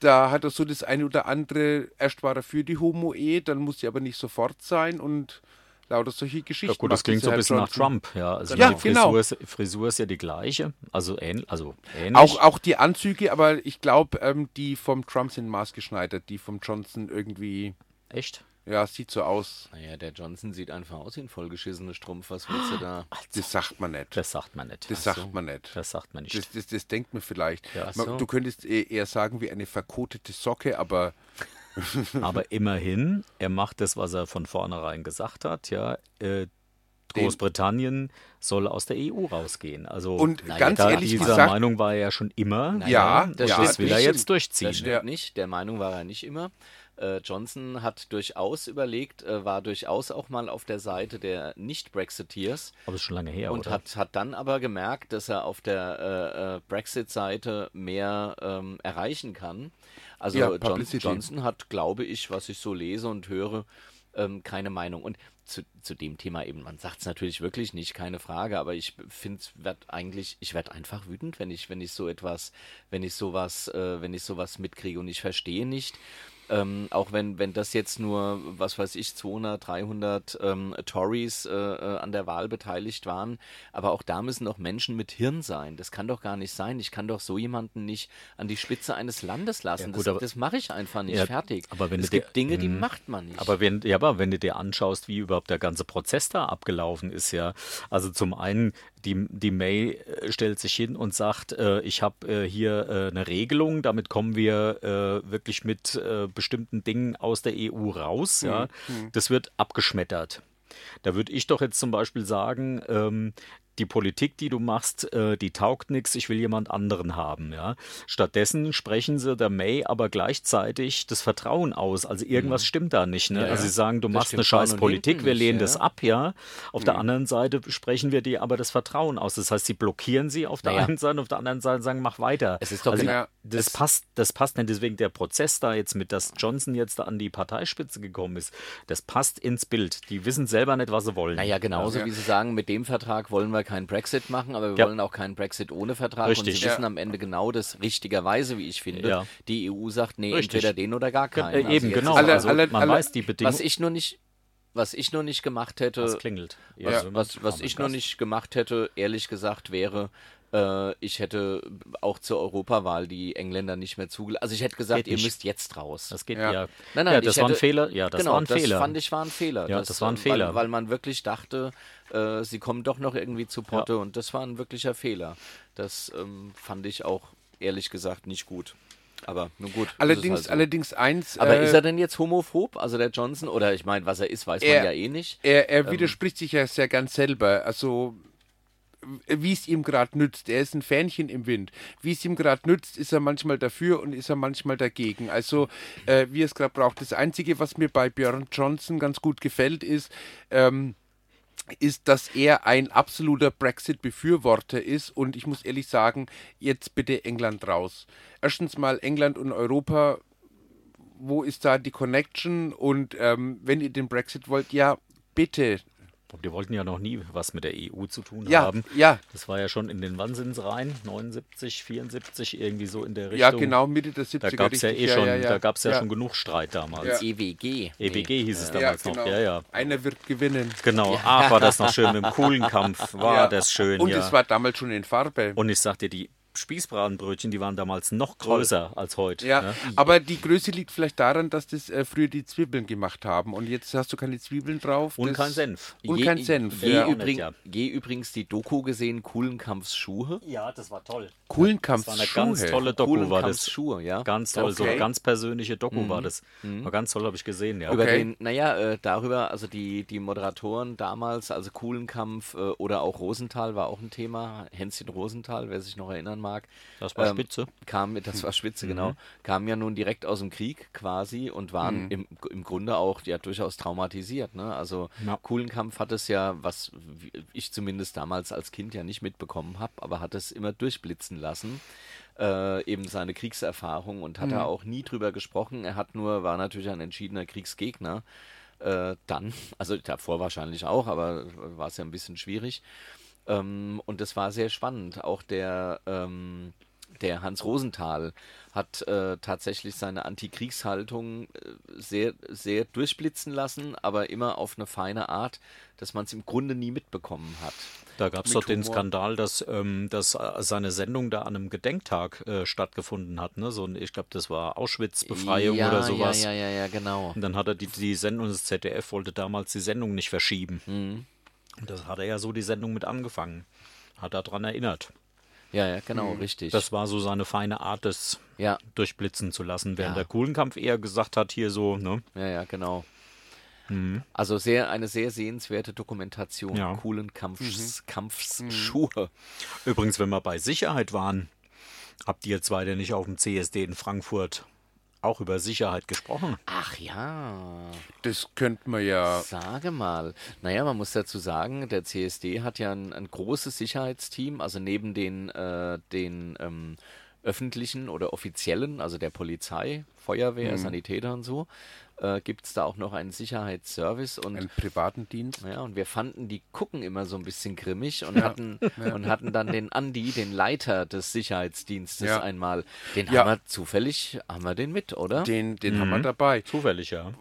Speaker 5: da hat er so das eine oder andere. Erst war er für die Homo-Ehe, dann muss sie aber nicht sofort sein und lauter solche Geschichten.
Speaker 6: Ja, gut, das
Speaker 5: macht
Speaker 6: klingt so
Speaker 5: dieser
Speaker 6: ein bisschen
Speaker 5: Herr
Speaker 6: nach
Speaker 5: Johnson.
Speaker 6: Trump. Ja, also
Speaker 5: Ja,
Speaker 6: die
Speaker 5: genau.
Speaker 6: Frisur, ist, Frisur ist ja die gleiche. Also, ähn, also ähnlich.
Speaker 5: Auch, auch die Anzüge, aber ich glaube, ähm, die vom Trump sind maßgeschneidert, die vom Johnson irgendwie.
Speaker 6: Echt?
Speaker 5: Ja, sieht so aus.
Speaker 4: Naja, der Johnson sieht einfach aus wie ein vollgeschissenes Strumpf. Was
Speaker 5: [gasps]
Speaker 4: willst du da?
Speaker 5: Das sagt man nicht. Das,
Speaker 6: Das sagt man nicht.
Speaker 5: sagt man nicht.
Speaker 6: Das sagt man nicht.
Speaker 5: Das, [laughs] das, das denkt man vielleicht.
Speaker 6: Ja,
Speaker 5: man,
Speaker 6: so.
Speaker 5: Du könntest eh- eher sagen wie eine verkotete Socke, aber
Speaker 6: Aber immerhin, er macht das, was er von vornherein gesagt hat. Ja, äh, Großbritannien soll aus der EU rausgehen. Also,
Speaker 5: Und
Speaker 6: naja,
Speaker 5: ganz
Speaker 6: da
Speaker 5: ehrlich
Speaker 6: dieser
Speaker 5: gesagt-
Speaker 6: Meinung war er ja schon immer.
Speaker 5: Ja,
Speaker 6: das,
Speaker 5: ja,
Speaker 6: das
Speaker 5: das
Speaker 6: will er
Speaker 5: stimmt.
Speaker 6: jetzt durchziehen.
Speaker 4: Das stimmt ne? nicht. Der Meinung war er nicht immer. Äh, Johnson hat durchaus überlegt, äh, war durchaus auch mal auf der Seite der Nicht-Brexiteers
Speaker 6: Aber ist schon lange her,
Speaker 4: und
Speaker 6: oder?
Speaker 4: hat, hat dann aber gemerkt, dass er auf der äh, äh, Brexit-Seite mehr ähm, erreichen kann. Also
Speaker 5: Ja,
Speaker 4: John,
Speaker 5: Publicity.
Speaker 4: Johnson hat, glaube ich, was ich so lese und höre, ähm, keine Meinung. Und zu, zu dem Thema eben, man sagt es natürlich wirklich nicht, keine Frage, aber ich finde, werd eigentlich, ich werde einfach wütend, wenn ich, wenn ich so etwas, wenn ich sowas, äh, wenn ich sowas mitkriege und ich verstehe nicht. Ähm, auch wenn, wenn das jetzt nur, was weiß ich, 200, 300 ähm, Tories äh, äh, an der Wahl beteiligt waren, aber auch da müssen doch Menschen mit Hirn sein. Das kann doch gar nicht sein. Ich kann doch so jemanden nicht an die Spitze eines Landes lassen.
Speaker 6: gut,
Speaker 4: das
Speaker 6: aber-
Speaker 4: das mache ich einfach nicht.
Speaker 6: Ja,
Speaker 4: fertig.
Speaker 6: aber wenn
Speaker 4: es
Speaker 6: du dir-
Speaker 4: gibt Dinge, die
Speaker 6: Mhm.
Speaker 4: macht man nicht.
Speaker 6: Aber wenn, ja, aber wenn du dir anschaust, wie überhaupt der ganze Prozess da abgelaufen ist, ja. Also zum einen, die, die May äh, stellt sich hin und sagt, äh, ich habe äh, hier äh, eine Regelung, damit kommen wir äh, wirklich mit äh, bestimmten Dingen aus der EU raus. Ja. Das wird abgeschmettert. Da würde ich doch jetzt zum Beispiel sagen, ähm, die Politik, die du machst, äh, die taugt nichts, ich will jemand anderen haben. Ja? Stattdessen sprechen sie der May aber gleichzeitig das Vertrauen aus. Also
Speaker 4: Mhm.
Speaker 6: irgendwas stimmt da nicht. Ne? also sie sagen, du machst eine
Speaker 4: stimmt vorne
Speaker 6: scheiß
Speaker 4: und
Speaker 6: Politik,
Speaker 4: hinten
Speaker 6: wir
Speaker 4: nicht,
Speaker 6: lehnen
Speaker 4: ja. Mhm.
Speaker 6: das ab, ja. Auf der anderen Seite sprechen wir dir aber das Vertrauen aus. Das heißt, sie blockieren sie auf der
Speaker 4: Naja.
Speaker 6: einen Seite, und auf der anderen Seite sagen, mach weiter.
Speaker 4: Es ist doch
Speaker 6: also,
Speaker 5: genau-
Speaker 6: das, passt, das passt nicht. Deswegen der Prozess da jetzt mit, dass Johnson jetzt da an die Parteispitze gekommen ist, das passt ins Bild. Die wissen selber nicht, was sie wollen.
Speaker 4: Naja, genauso
Speaker 5: Ja.
Speaker 4: wie Sie sagen, mit dem Vertrag wollen wir keinen Brexit machen, aber wir
Speaker 6: Ja.
Speaker 4: wollen auch keinen Brexit ohne Vertrag. Und
Speaker 6: Richtig.
Speaker 4: Sie wissen
Speaker 5: Ja.
Speaker 4: am Ende genau das richtigerweise, wie ich finde.
Speaker 6: Ja.
Speaker 4: Die EU sagt, nee,
Speaker 6: Richtig.
Speaker 4: entweder den oder gar keinen.
Speaker 6: Äh,
Speaker 4: Also
Speaker 6: eben,
Speaker 4: jetzt
Speaker 6: genau.
Speaker 4: ist
Speaker 5: Alle-
Speaker 6: also,
Speaker 5: alle-
Speaker 6: man
Speaker 5: alle-
Speaker 6: weiß die Bedingungen.
Speaker 4: Was ich äh, nur nicht, was ich nur nicht gemacht hätte,
Speaker 6: das klingelt. Also,
Speaker 4: was, was, was ich nur nicht gemacht hätte, ehrlich gesagt, wäre, äh, ich hätte auch zur Europawahl die Engländer nicht mehr zugelassen. Also ich hätte gesagt,
Speaker 6: Geht
Speaker 4: ihr
Speaker 6: nicht.
Speaker 4: müsst jetzt raus.
Speaker 6: Das geht ja.
Speaker 5: Ja.
Speaker 4: Nein, nein,
Speaker 6: ja,
Speaker 4: ich
Speaker 6: das war ein
Speaker 4: hätte-
Speaker 6: Fehler. Ja, das
Speaker 4: genau,
Speaker 6: war ein
Speaker 4: das
Speaker 6: Fehler.
Speaker 4: fand ich war ein Fehler.
Speaker 6: Ja, das war ein
Speaker 4: äh,
Speaker 6: Fehler.
Speaker 4: Weil, weil man wirklich dachte, äh, sie kommen doch noch irgendwie zu Potte und das war ein wirklicher Fehler. Das ähm, fand ich auch ehrlich gesagt nicht gut. Aber nun gut. ist es
Speaker 5: allerdings,
Speaker 4: halt so.
Speaker 5: allerdings eins.
Speaker 4: Aber
Speaker 5: äh,
Speaker 4: ist er denn jetzt homophob? Also der Johnson? Oder ich meine, was er ist, weiß
Speaker 5: Er-
Speaker 4: man ja eh nicht.
Speaker 5: Er, er widerspricht sich ja sehr gern selber. Also, wie es ihm gerade nützt. Er ist ein Fähnchen im Wind. Wie es ihm gerade nützt, ist er manchmal dafür und ist er manchmal dagegen. Also, äh, wie er es gerade braucht. Das Einzige, was mir bei Björn Johnson ganz gut gefällt, ist, ähm, ist, dass er ein absoluter Brexit-Befürworter ist und ich muss ehrlich sagen, jetzt bitte England raus. Erstens mal England und Europa wo ist da die Connection und ähm, wenn ihr den Brexit wollt, ja, bitte.
Speaker 6: Und Die wollten ja noch nie was mit der EU zu tun
Speaker 5: Ja,
Speaker 6: haben.
Speaker 5: ja.
Speaker 6: Das war ja schon in den Wahnsinnsreihen, 79, 74, irgendwie so in der Richtung.
Speaker 5: Ja, genau, Mitte der 70er.
Speaker 6: Da gab es ja eh
Speaker 5: richtig,
Speaker 6: schon, da gab's ja, schon genug Streit damals.
Speaker 4: E EWG.
Speaker 6: EBG hieß
Speaker 4: äh,
Speaker 6: es
Speaker 5: Ja,
Speaker 6: damals
Speaker 5: genau.
Speaker 6: noch. Ja, ja.
Speaker 5: Einer wird gewinnen.
Speaker 6: Genau. Ach, war das noch schön mit dem coolen Kampf. War das schön,
Speaker 5: Und
Speaker 6: ja.
Speaker 5: es war damals schon in Farbe.
Speaker 6: Und ich sagte, die Spießbratenbrötchen, die waren damals noch größer als heute.
Speaker 5: Ja,
Speaker 6: ne?
Speaker 5: aber die Größe liegt vielleicht daran, dass das äh, früher die Zwiebeln gemacht haben und jetzt hast du keine Zwiebeln drauf.
Speaker 6: Und
Speaker 5: das,
Speaker 6: kein Senf.
Speaker 5: Und kein Senf.
Speaker 4: Je,
Speaker 5: Ja.
Speaker 6: auch nicht,
Speaker 4: übrig,
Speaker 6: ja.
Speaker 4: je übrigens die Doku gesehen, Kuhlenkampfs Schuhe.
Speaker 6: Ja, das war toll. Das war eine ganz
Speaker 5: Kuhlenkampfschuhe.
Speaker 6: tolle Doku, war
Speaker 4: Kuhlenkampfs
Speaker 6: das.
Speaker 4: Schuhe, ja.
Speaker 6: Ganz toll, so
Speaker 5: Okay.
Speaker 6: eine ganz persönliche Doku war das. War ganz toll, habe ich gesehen, ja.
Speaker 4: Mhm. Über
Speaker 5: Okay.
Speaker 4: den, naja, äh, darüber, also die, die Moderatoren damals, also Kuhlenkampf äh, oder auch Rosenthal war auch ein Thema. Hänschen Rosenthal, wer sich noch erinnern mag.
Speaker 6: Das war spitze.
Speaker 4: Ähm,
Speaker 6: Mhm.
Speaker 4: Kam, das
Speaker 6: [laughs]
Speaker 4: war spitze, genau. Kamen ja nun direkt aus dem Krieg quasi und waren im, im Grunde auch ja durchaus traumatisiert. Ne? Also
Speaker 6: Ja.
Speaker 4: Kuhlenkampf hat es ja, was wie- ich zumindest damals als Kind ja nicht mitbekommen habe, aber hat es immer durchblitzen lassen äh, eben seine Kriegserfahrung und hat er auch nie drüber gesprochen. Er hat nur, war natürlich ein entschiedener Kriegsgegner. Äh, dann, also davor wahrscheinlich auch, aber war es ja ein bisschen schwierig. Ähm, und das war sehr spannend. Auch der, ähm, der Hans Rosenthal hat äh, tatsächlich seine Antikriegshaltung äh, sehr, sehr durchblitzen lassen, aber immer auf eine feine Art, dass man es im Grunde nie mitbekommen hat.
Speaker 6: Da gab es
Speaker 4: Mit
Speaker 6: doch den
Speaker 4: Humor.
Speaker 6: Skandal, dass, ähm, dass äh, seine Sendung da an einem Gedenktag äh, stattgefunden hat. Ne? So ein, ich glaube, das war Auschwitz-Befreiung
Speaker 4: ja,
Speaker 6: oder sowas.
Speaker 4: Ja, ja, ja, ja, genau.
Speaker 6: Und dann hat er die, die Sendung, das ZDF wollte damals die Sendung nicht verschieben.
Speaker 5: Mhm.
Speaker 6: Und das hat er ja so die Sendung mit angefangen. Hat er daran erinnert.
Speaker 4: Ja, ja, genau, richtig.
Speaker 6: Mhm. Das war so seine feine Art, das
Speaker 4: Ja.
Speaker 6: durchblitzen zu lassen, während
Speaker 4: Ja.
Speaker 6: der Kuhlenkampf eher gesagt hat, hier so, ne?
Speaker 4: Ja, ja, genau. Also sehr, eine sehr sehenswerte Dokumentation.
Speaker 6: Mhm. Ja. Mhm.
Speaker 4: Coolen Kampfs, Kampfsschuhe.
Speaker 6: Übrigens, wenn wir bei Sicherheit waren, habt ihr zwei denn nicht auf dem CSD in Frankfurt auch über Sicherheit gesprochen?
Speaker 4: Ach ja,
Speaker 5: Das könnte man ja.
Speaker 4: sage mal. Naja, man muss dazu sagen, der CSD hat ja ein, ein großes Sicherheitsteam, also neben den, äh, den ähm, öffentlichen oder offiziellen, also der Polizei, Feuerwehr, Sanitäter und so, äh, gibt es da auch noch einen Sicherheitsservice und
Speaker 5: Einen privaten Dienst.
Speaker 4: Ja, und wir fanden, die gucken immer so ein bisschen grimmig und hatten und hatten dann den Andi, den Leiter des Sicherheitsdienstes
Speaker 5: Ja.
Speaker 4: einmal. Den
Speaker 5: Ja.
Speaker 4: haben wir zufällig, haben wir den mit, oder?
Speaker 5: Den, den haben wir
Speaker 6: Mhm.
Speaker 5: dabei. [laughs]
Speaker 6: Zufällig, ja.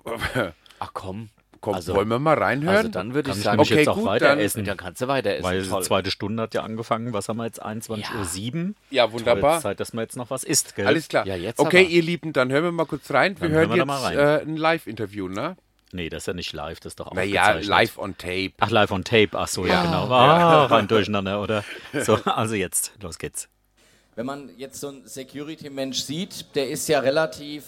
Speaker 4: Ach komm.
Speaker 5: Komm,
Speaker 4: also,
Speaker 5: wollen wir mal reinhören?
Speaker 4: also dann würde ich
Speaker 6: Kann ich
Speaker 4: sagen,
Speaker 6: nämlich
Speaker 5: Okay,
Speaker 6: jetzt auch
Speaker 5: gut,
Speaker 6: weiter
Speaker 5: dann-
Speaker 6: essen.
Speaker 4: dann kannst du weiter essen.
Speaker 6: Weil
Speaker 4: Toll.
Speaker 6: die zweite Stunde hat ja angefangen. Was haben wir jetzt? 21.07 Uhr.
Speaker 5: Ja, wunderbar.
Speaker 6: Zeit, dass man jetzt noch was isst, gell?
Speaker 5: Alles klar.
Speaker 4: Ja, jetzt
Speaker 5: okay,
Speaker 4: aber.
Speaker 5: ihr Lieben, dann hören wir mal kurz rein. Wir
Speaker 6: Dann
Speaker 5: hören,
Speaker 6: hören wir da mal
Speaker 5: jetzt
Speaker 6: rein.
Speaker 5: äh, ein Live-Interview, ne?
Speaker 6: Nee, das ist ja nicht live, das ist doch
Speaker 5: Naja,
Speaker 6: aufgezeichnet.
Speaker 5: live on tape.
Speaker 6: Ach, live on tape. Ach so,
Speaker 5: [laughs]
Speaker 6: ja, genau. Ah, rein durcheinander, oder? So, also jetzt, los geht's.
Speaker 9: Wenn man jetzt so einen Security-Mensch sieht, der ist ja relativ.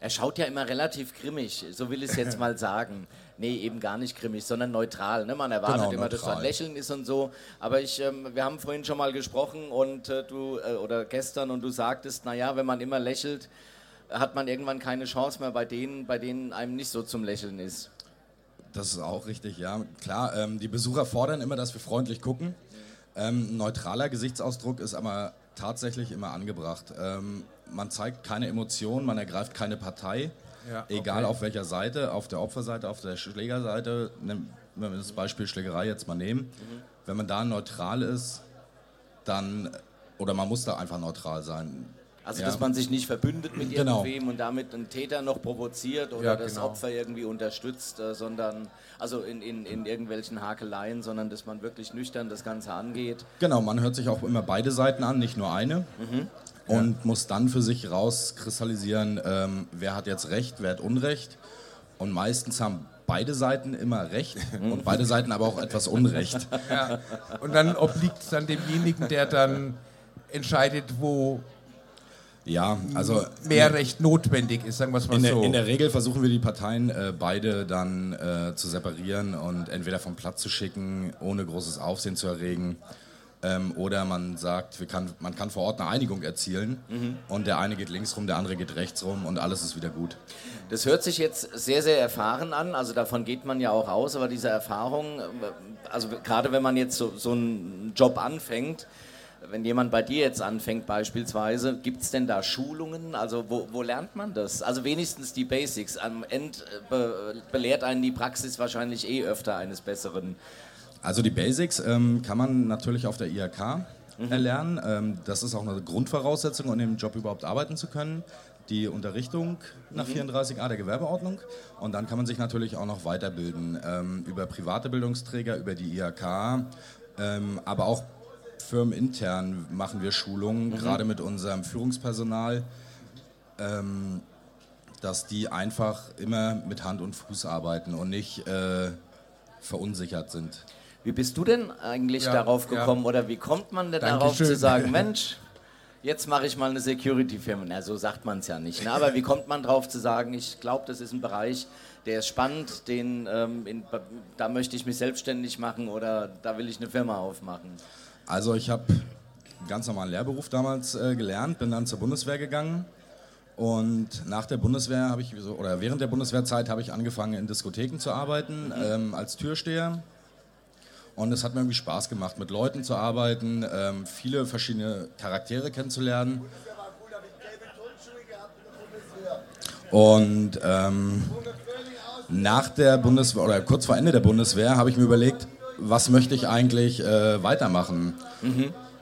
Speaker 9: Er schaut ja immer relativ grimmig, so will ich es
Speaker 8: [laughs]
Speaker 9: jetzt mal sagen. Nee, eben gar nicht grimmig, sondern neutral. Ne? Man erwartet
Speaker 8: Genau,
Speaker 9: immer, dass da ein
Speaker 8: neutral.
Speaker 9: Lächeln ist und so. Aber ich, ähm, wir haben vorhin schon mal gesprochen und äh, du, äh, oder gestern, und du sagtest, naja, wenn man immer lächelt, hat man irgendwann keine Chance mehr bei denen, bei denen einem nicht so zum Lächeln ist.
Speaker 8: Das ist auch richtig, ja. Klar, ähm, die Besucher fordern immer, dass wir freundlich gucken. Ähm, ein neutraler Gesichtsausdruck ist aber tatsächlich immer angebracht. Ähm, man zeigt keine Emotionen, man ergreift keine Partei, egal auf welcher Seite, auf der Opferseite, auf der Schlägerseite. Nimm- Wenn wir das Beispiel Schlägerei jetzt mal nehmen,
Speaker 9: Mhm.
Speaker 8: wenn man da neutral ist, dann, oder man muss da einfach neutral sein.
Speaker 9: Also,
Speaker 8: Ja.
Speaker 9: dass man sich nicht verbündet mit
Speaker 8: Genau.
Speaker 9: irgendwem und damit einen Täter noch provoziert oder
Speaker 5: Ja,
Speaker 9: das
Speaker 5: genau.
Speaker 9: Opfer irgendwie unterstützt, äh, sondern, also in, in, in irgendwelchen Hakeleien, sondern dass man wirklich nüchtern das Ganze angeht.
Speaker 8: Genau, man hört sich auch immer beide Seiten an, nicht nur eine. Und muss dann für sich rauskristallisieren, ähm, wer hat jetzt Recht, wer hat Unrecht. Und meistens haben beide Seiten immer Recht und beide Seiten aber auch etwas Unrecht.
Speaker 10: Und dann obliegt es dann demjenigen, der dann entscheidet, wo
Speaker 8: Ja, also
Speaker 10: mehr Recht notwendig ist, sagen wir es mal
Speaker 8: in, der,
Speaker 10: so.
Speaker 8: in der Regel versuchen wir die Parteien äh, beide dann äh, zu separieren und entweder vom Platz zu schicken, ohne großes Aufsehen zu erregen. Ähm, oder man sagt, wir kann, man kann vor Ort eine Einigung erzielen
Speaker 10: Mhm.
Speaker 8: und der eine geht links rum, der andere geht rechts rum und alles ist wieder gut.
Speaker 9: Das hört sich jetzt sehr, sehr erfahren an, also davon geht man ja auch aus, aber diese Erfahrung, äh, also gerade wenn man jetzt so, so einen Job anfängt, wenn jemand bei dir jetzt anfängt beispielsweise, gibt es denn da Schulungen? Also wo, wo lernt man das? Also wenigstens die Basics. Am Ende äh, be belehrt einen die Praxis wahrscheinlich eh öfter eines Besseren.
Speaker 8: Also die Basics ähm, kann man natürlich auf der IHK erlernen. Ähm, das ist auch eine Grundvoraussetzung, um im Job überhaupt arbeiten zu können. Die Unterrichtung nach 34a der Gewerbeordnung. Und dann kann man sich natürlich auch noch weiterbilden ähm, über private Bildungsträger, über die IHK, ähm, aber auch firmenintern machen wir Schulungen, gerade mit unserem Führungspersonal, ähm, dass die einfach immer mit Hand und Fuß arbeiten und nicht äh, verunsichert sind.
Speaker 4: Wie bist du denn eigentlich
Speaker 5: Ja,
Speaker 4: darauf
Speaker 5: ja.
Speaker 4: gekommen oder wie kommt man denn
Speaker 5: Dankeschön.
Speaker 4: darauf
Speaker 5: [laughs]
Speaker 4: zu sagen, Mensch, jetzt mache ich mal eine Security-Firma? Na, so sagt man es ja nicht. Ne? Aber wie kommt man darauf zu sagen, ich glaube, das ist ein Bereich, der ist spannend, den, ähm, in, da möchte ich mich selbstständig machen oder da will ich eine Firma aufmachen?
Speaker 8: Also ich habe einen ganz normalen Lehrberuf damals äh, gelernt, bin dann zur Bundeswehr gegangen und nach der Bundeswehr habe ich, so, oder während der Bundeswehrzeit habe ich angefangen in Diskotheken zu arbeiten, ähm, als Türsteher. Und es hat mir irgendwie Spaß gemacht, mit Leuten zu arbeiten, ähm, viele verschiedene Charaktere kennenzulernen. Und ähm, nach der Bundeswehr oder kurz vor Ende der Bundeswehr habe ich mir überlegt, was möchte ich eigentlich äh, weitermachen?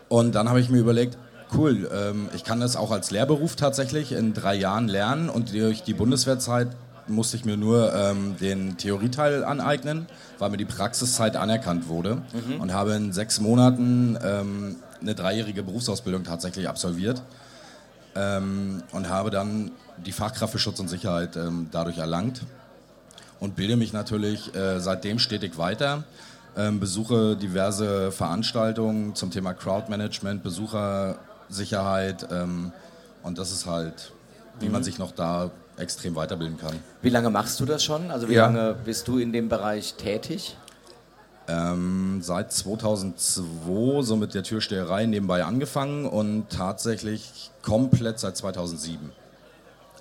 Speaker 8: Und dann habe ich mir überlegt, cool, ähm, ich kann das auch als Lehrberuf tatsächlich in drei Jahren lernen und durch die Bundeswehrzeit musste ich mir nur ähm, den Theorieteil aneignen, weil mir die Praxiszeit anerkannt wurde und habe in sechs Monaten ähm, eine dreijährige Berufsausbildung tatsächlich absolviert ähm, und habe dann die Fachkraft für Schutz und Sicherheit ähm, dadurch erlangt und bilde mich natürlich äh, seitdem stetig weiter. Ähm, besuche diverse Veranstaltungen zum Thema Crowdmanagement, Besuchersicherheit ähm, und das ist halt, wie man sich noch da extrem weiterbilden kann.
Speaker 4: Wie lange machst du das schon? Also wie
Speaker 5: Ja.
Speaker 4: lange bist du in dem Bereich tätig?
Speaker 8: Ähm, seit 2002 so mit der Türsteherei nebenbei angefangen und tatsächlich komplett seit 2007.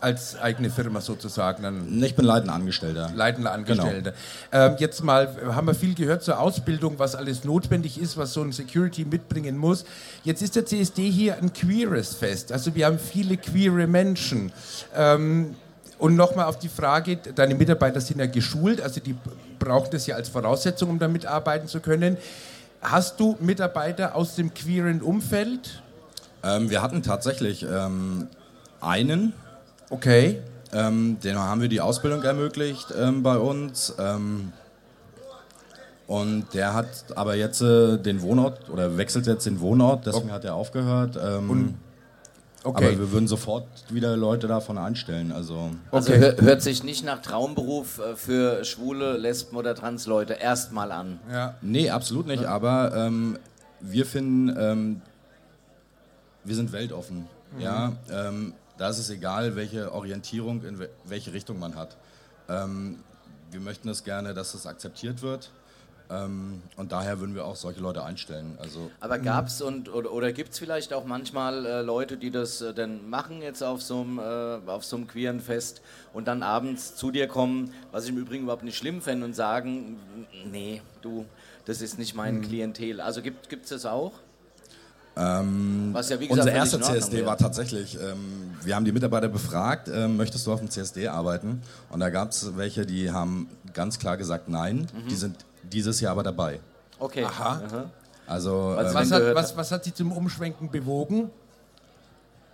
Speaker 5: Als eigene Firma sozusagen, dann
Speaker 8: Ich bin leitender Angestellter.
Speaker 5: leitender Angestellter. Ähm, jetzt mal, äh, haben wir viel gehört zur Ausbildung, was alles notwendig ist, was so ein Security mitbringen muss. Jetzt ist der CSD hier ein queeres Fest. Also wir haben viele queere Menschen. Ähm, und nochmal auf die Frage, deine Mitarbeiter sind ja geschult, also die brauchen das ja als Voraussetzung, um da mitarbeiten zu können. Hast du Mitarbeiter aus dem queeren Umfeld?
Speaker 8: Ähm, wir hatten tatsächlich ähm, einen,
Speaker 5: Okay.
Speaker 8: Ähm, den haben wir die Ausbildung ermöglicht ähm, bei uns. Ähm, und der hat aber jetzt äh, den Wohnort oder wechselt jetzt den Wohnort, deswegen hat er aufgehört. Ähm,
Speaker 5: Okay.
Speaker 8: Aber wir würden sofort wieder Leute davon einstellen. Also
Speaker 4: Also
Speaker 5: Okay.
Speaker 4: hör, hört sich nicht nach Traumberuf äh, für schwule, Lesben oder Transleute erstmal an.
Speaker 5: ja.
Speaker 8: nee, absolut nicht. Aber ähm, wir finden, ähm, wir sind weltoffen. Ja, ähm, da ist es egal, welche Orientierung in wel- welche Richtung man hat. Ähm, wir möchten es gerne, dass es akzeptiert wird. Ähm, und daher würden wir auch solche Leute einstellen. Also
Speaker 4: Aber
Speaker 5: Mhm.
Speaker 4: gab's und oder, oder gibt's vielleicht auch manchmal äh, Leute, die das äh, dann machen jetzt auf so einem äh, auf so einem queeren Fest und dann abends zu dir kommen, was ich im Übrigen überhaupt nicht schlimm fände und sagen, nee, du, das ist nicht
Speaker 5: Mhm.
Speaker 4: mein Klientel. Also gibt gibt's das auch? was ja wie gesagt
Speaker 8: Unser
Speaker 4: völlig
Speaker 8: erster
Speaker 4: in Ordnung
Speaker 8: CSD
Speaker 4: wäre.
Speaker 8: war tatsächlich, ähm, wir haben die Mitarbeiter befragt, ähm, möchtest du auf dem CSD arbeiten? Und da gab es welche, die haben ganz klar gesagt, nein, die sind dieses Jahr aber dabei.
Speaker 4: Mhm. Okay. Mhm.
Speaker 5: Aha.
Speaker 8: Also,
Speaker 4: Was-
Speaker 8: ähm,
Speaker 5: Was hat, was, was hat sie zum Umschwenken bewogen?